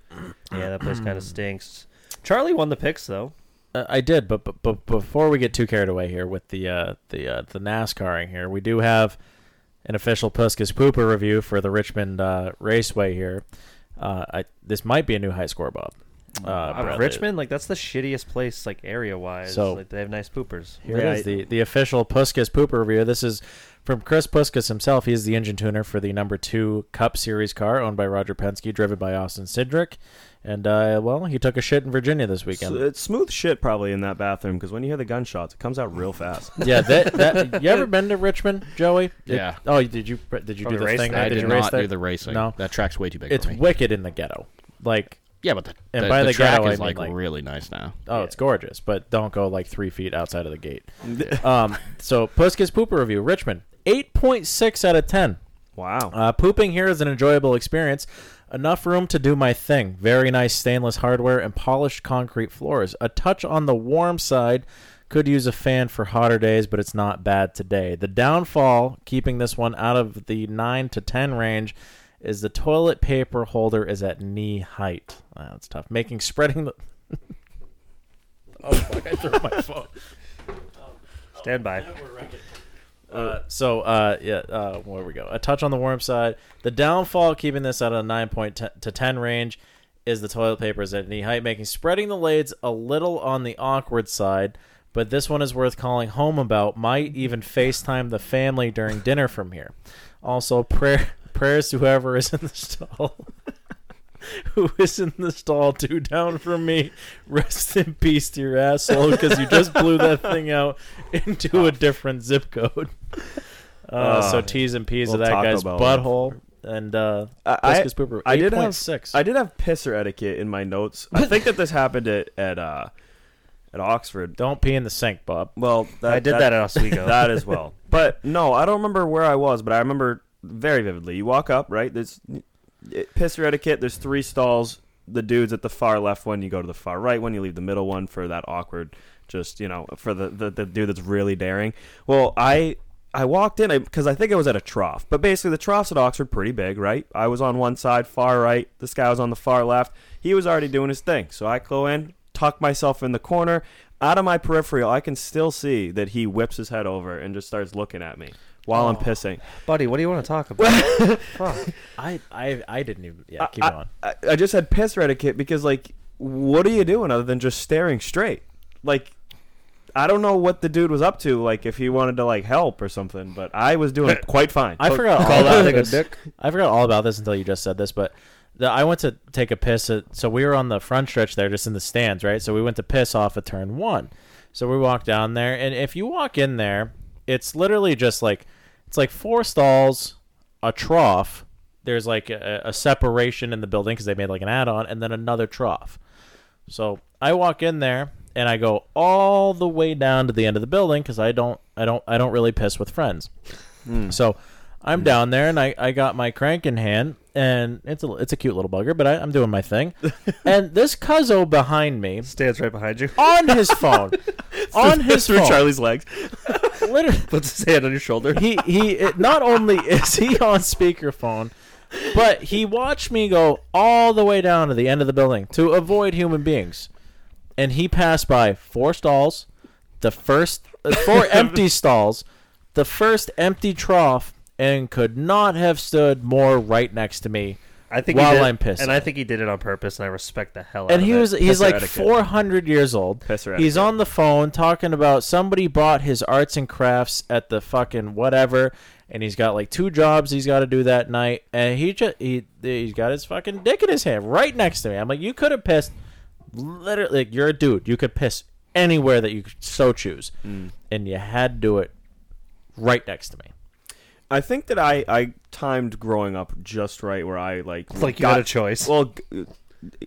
Yeah, that place kind of stinks. Charlie won the picks though.
Uh, I did, but, but but before we get too carried away here with the uh, the uh, the NASCARing here, we do have an official Puskas Pooper review for the Richmond uh, Raceway here. Uh, I, this might be a new high score, Bob. Uh,
Out of
Bradley.
Richmond, like that's the shittiest place, like area wise.
So-
like they have nice poopers.
Here it is, the, the official Puskas Pooper review. This is from Chris Puskas himself. He is the engine tuner for the number two Cup Series car owned by Roger Penske, driven by Austin Sidrick. And, uh, well, he took a shit in Virginia this weekend.
So it's smooth shit probably in that bathroom because when you hear the gunshots, it comes out real fast.
yeah, that, that you ever been to Richmond, Joey? It-
Yeah.
oh, did you did you
From
do
the
the,
race
thing?
there? I
did
did
you race
not
there?
do the racing.
No,
that track's way too big for
It's
me.
wicked in the ghetto. Like
Yeah, but the,
and
the-
by
the
the,
track
ghetto,
is
I mean,
like, really nice now.
Oh, it's gorgeous, but don't go like three feet outside of the gate. um, so Puskas Pooper review Richmond eight point six out of ten.
Wow.
Uh, pooping here is an enjoyable experience. Enough room to do my thing. Very nice stainless hardware and polished concrete floors. A touch on the warm side Could use a fan for hotter days, but it's not bad today. The downfall, keeping this one out of the 9 to 10 range, is the toilet paper holder is at knee height. Wow, that's tough. Making spreading the.
Oh, fuck, I threw my phone.
Stand by. Uh, so uh, yeah, uh, where we go? A touch on the warm side. The downfall, keeping this at a nine point t- to ten range, is the toilet paper is at knee height, making spreading the lades a little on the awkward side. But this one is worth calling home about. Might even FaceTime the family during dinner from here. Also, prayer prayers to whoever is in the stall. Who is in the stall? Two down from me. Rest in peace to your asshole, because you just blew that thing out into a different zip code. Uh, so T's and P's of
Little
that
Taco
guy's
Bell.
butthole and uh,
I,
Biscuits Pooper.
I did
8.6.
have I did have pisser etiquette in my notes. I think that this happened at at uh, at Oxford.
Don't pee in the sink, Bob.
Well, that,
I did that at Oswego.
That as well. But no, I don't remember where I was, but I remember very vividly. You walk up, right? There's it, pisser etiquette. There's three stalls. The dude's at the far left one. You go to the far right one. You leave the middle one for that awkward, just you know, for the the, the dude that's really daring. Well, I. I walked in because I think I was at a trough, but basically the troughs at Oxford pretty big, right? I was on one side, far right. This guy was on the far left. He was already doing his thing, so I go in, tuck myself in the corner. Out of my peripheral, I can still see that he whips his head over and just starts looking at me while I'm pissing.
Buddy, what do you want to talk about?
I, I I didn't even. Yeah, keep
I,
going.
I, I just had piss etiquette because, like, what are you doing other than just staring straight? Like, I don't know what the dude was up to. Like, if he wanted to like help or something, but I was doing quite fine.
I
Oh,
forgot all
call
about
that
this. I forgot all about this until you just said this, but the, I went to take a piss. At, so we were on the front stretch there, just in the stands, right? So we went to piss off of turn one. So we walked down there, and if you walk in there, it's literally just like it's like four stalls, a trough. There's like a, a separation in the building because they made like an add-on, and then another trough. So I walk in there and I go all the way down to the end of the building because I don't, I don't, I don't really piss with friends. So
Hmm.
I'm down there and I, I got my crank in hand and it's a it's a cute little bugger, but I, I'm doing my thing. and this cuzzo behind me
stands right behind you
on his phone, on his
through
phone.
Charlie's legs.
Literally
puts his hand on your shoulder.
He he. It, not only is he on speakerphone, but he watched me go all the way down to the end of the building to avoid human beings, and he passed by four stalls, the first uh, four empty stalls, the first empty trough, and could not have stood more right next to me.
I think he
while
did-
I'm pissed,
and I think he did it on purpose, and I respect the hell out
and
of
he
it.
was he's
Pisser
like
etiquette.
400 years old
Pisser
he's
etiquette.
on the phone talking about somebody bought his arts and crafts at the fucking whatever and he's got like two jobs he's got to do that night and he just he he's got his fucking dick in his hand right next to me i'm like you could have pissed literally like, you're a dude you could piss anywhere that you so choose and you had to do it right next to me
I think that I, I timed growing up just right where I like
It's like you had a choice.
Well, g-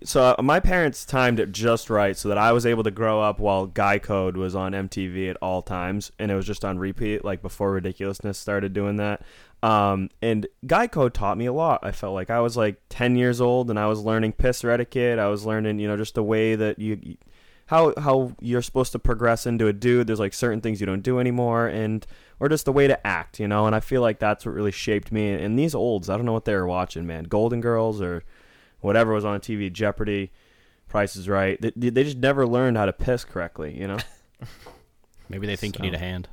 so uh, my parents timed it just right so that I was able to grow up while Guy Code was on MTV at all times and it was just on repeat like before ridiculousness started doing that. Um, and Guy Code taught me a lot. I felt like I was like 10 years old and I was learning piss etiquette. I was learning, you know, just the way that you you- how how you're supposed to progress into a dude. There's like certain things you don't do anymore, and or just the way to act, you know. And I feel like that's what really shaped me. And these olds, I don't know what they were watching, man. Golden Girls or whatever was on TV, Jeopardy, Price is Right. They, they just never learned how to piss correctly, you know.
Maybe they think you need a hand.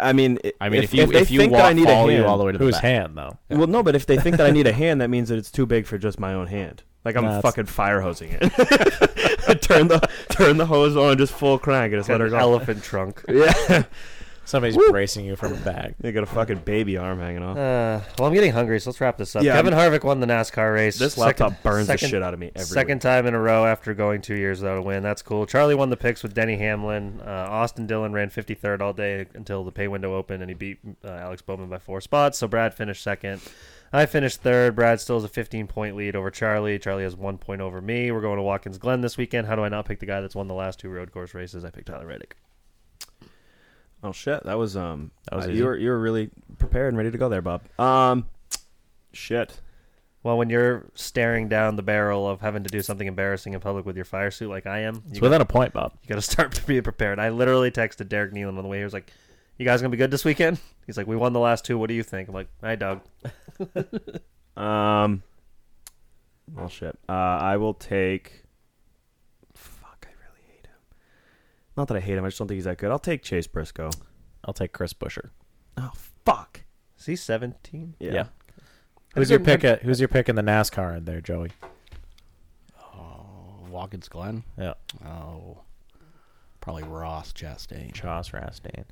I mean,
I mean,
if
if, you
if they
if you
think that
walk,
I need a
follow you
hand-
all the way to the
Whose
back.
hand, though?
Well, no, but if they think that I need a hand, that means that it's too big for just my own hand. Like I'm
Nah, it's-
fucking fire hosing it. turn the turn the hose on, just full crank, and just let her
An
go.
elephant trunk.
Yeah.
Somebody's bracing you from the back.
They got a fucking baby arm hanging off.
Uh, well, I'm getting hungry, so let's wrap this up.
Yeah,
Kevin
I'm-
Harvick won the NASCAR race.
This laptop burns the shit out of me every
second time in a row after going two years without a win. That's cool. Charlie won the picks with Denny Hamlin. Uh, Austin Dillon ran 53rd all day until the pay window opened, and he beat uh, Alex Bowman by four spots. So Brad finished second. I finished third. Brad still has a 15 point lead over Charlie. Charlie has one point over me. We're going to Watkins Glen this weekend. How do I not pick the guy that's won the last two road course races? I picked Tyler Reddick.
Oh shit, that was um,
That was
uh,
easy.
you were you were really prepared and ready to go there, Bob. Um, shit,
Well, when you're staring down the barrel of having to do something embarrassing in public with your fire suit, like I am,
It's within a point, Bob.
You got to start to be prepared. I literally texted Derek Nealon on the way here. I was like, "You guys gonna be good this weekend?" He's like, "We won the last two. What do you think?" I'm like, "Hi, Doug."
Um. Well, shit. Uh, I will take. Fuck, I really hate him. Not that I hate him. I just don't think he's that good. I'll take Chase Briscoe.
I'll take Chris Busher.
Oh fuck.
Is he 17?
Yeah.
Who's your pick? At, who's your pick in the NASCAR in there, Joey?
Oh, Watkins Glen.
Yeah.
Oh, probably Ross Chastain.
Ross Chastain.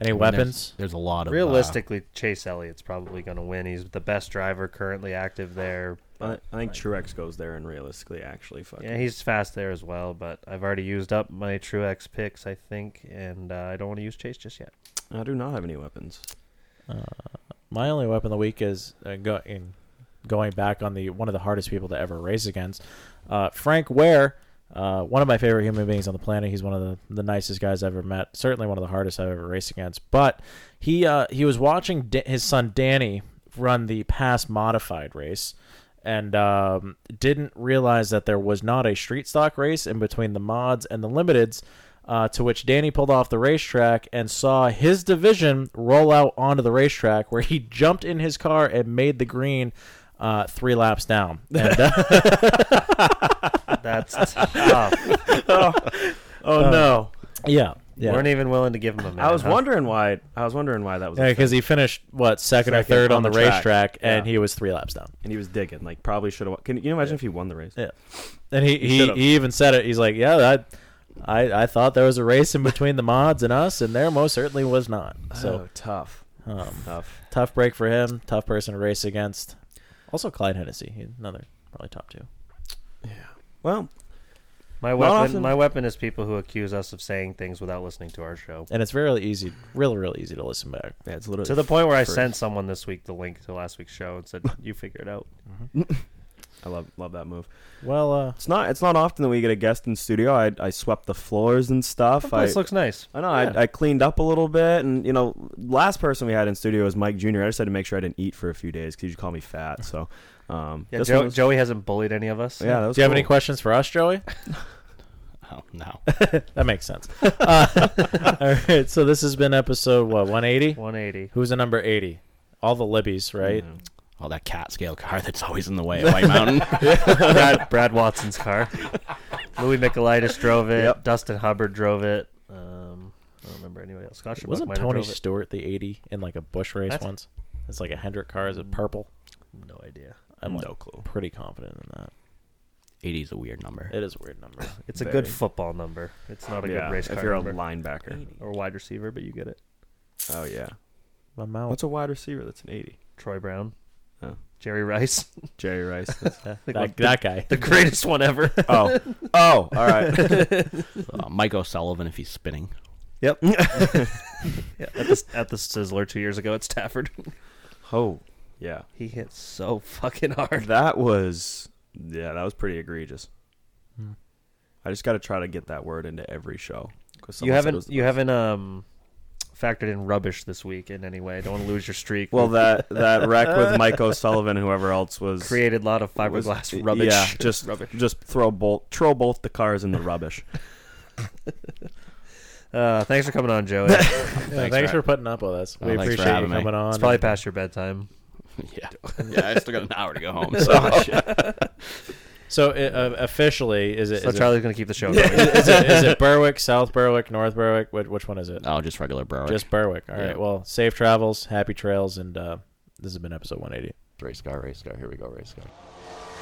Any
I mean,
weapons?
There's, there's a lot of uh,
Realistically, Chase Elliott's probably going to win. He's the best driver currently active there.
I, I think Truex goes there, and realistically, actually, fuck.
Yeah, he's fast there as well, but I've already used up my Truex picks, I think, and uh, I don't want to use Chase just yet.
I do not have any weapons.
Uh, my only weapon of the week is uh, go, in going back on the one of the hardest people to ever race against, uh, Frank Ware. Uh, one of my favorite human beings on the planet. He's one of the, the nicest guys I've ever met. Certainly one of the hardest I've ever raced against. But he uh, he was watching da- his son Danny run the past modified race, and um, didn't realize that there was not a street stock race in between the mods and the limiteds. Uh, to which Danny pulled off the racetrack and saw his division roll out onto the racetrack, where he jumped in his car and made the green uh, three laps down. And, uh,
That's tough.
oh, oh, no.
Yeah, yeah.
Weren't even willing to give him a minute.
I was
huh?
wondering why. I was wondering why that was. a
because he finished what second, or
Second
third on
on
the,
the track.
racetrack, and
Yeah.
he was three laps down.
and he was digging. Like probably should have. Can you imagine if he won the race?
Yeah, and he
He
he,
should've.
he even said it. He's like, yeah, that, I I thought there was a race in between the mods and us, and there most certainly was not. So
oh, tough,
um,
tough.
tough break for him. Tough person to race against. Also, Clyde Hennessy, he- another probably top two.
Well,
My
often-
weapon, my weapon is people who accuse us of saying things without listening to our show.
And it's really easy, real real easy to listen back.
yeah, it's literally
To the point where I
True.
sent someone this week the link to last week's show and said, "You figure it out."
I love love that move.
Well, uh,
It's not it's not often that we get a guest in studio. I I swept the floors and stuff. I,
This looks nice.
I know. I, I cleaned up a little bit, and you know, last person we had in studio was Mike Jr. I just had to make sure I didn't eat for a few days because you call me fat. So, um,
Yeah,
this
Joe,
one was-
Joey hasn't bullied any of us.
yeah, that was
do you have
cool.
any questions for us, Joey?
Oh no.
that makes sense. Uh, all right, so this has been episode what 180.
180.
Who's the number 80? All the Libbies, right?
Oh, that cat scale car that's always in the way at White Mountain.
Brad, Brad Watson's car. Louis Nicolaitis drove it.
Yep.
Dustin Hubbard drove it. Um, I don't remember anybody else. Scott Schneeberger
Wasn't
might have
Tony
drove it.
Stewart the 80 in like a bush race
That's-
once? It's like a Hendrick car. Is it purple?
No idea.
I'm
No
like
clue.
pretty confident in that.
80 is a weird number.
It is a weird number.
It's a good
Very-
football number. It's not a
Yeah,
good race car
if you're
number.
a linebacker.
or wide receiver, but you get it.
Oh yeah.
My mouth.
What's a wide receiver that's an eighty?
Troy Brown,
Oh.
Jerry Rice,
Jerry Rice.
I think
that,
like
that guy.
the greatest one ever.
oh, oh, all right.
Uh, Mike O'Sullivan if he's spinning.
Yep. at the at the Sizzler two years ago at Stafford,
Oh, yeah.
he hit so fucking hard.
That was yeah, that was pretty egregious. I just got to try to get that word into every show. 'cause someone said it
You
was
haven't
the
you
best.
haven't um factored in rubbish this week in any way. Don't want to lose your streak.
Well,
We've
that that wreck with Mike O'Sullivan, and whoever else was
created a lot of
was-
fiberglass rubbish.
Yeah, just
rubbish.
just throw both throw both the cars in the rubbish.
Uh, thanks for coming on, Joey. it's
Yeah, thanks for putting up with us.
Oh,
we
thanks for
appreciate you
having me.
coming on.
probably past your bedtime.
Yeah. yeah, Oh, I still got an hour to go home. So
so it, uh, officially, is it,
So
is,
Charlie's gonna keep the show going.
it, is it is it Berwick, South Berwick, North Berwick? Which, which one is it?
No, just regular Berwick.
Just Berwick. All right.
Yeah.
Well, safe travels, happy trails, and uh, this has been episode 180.
race car, race car. Here we go, race car.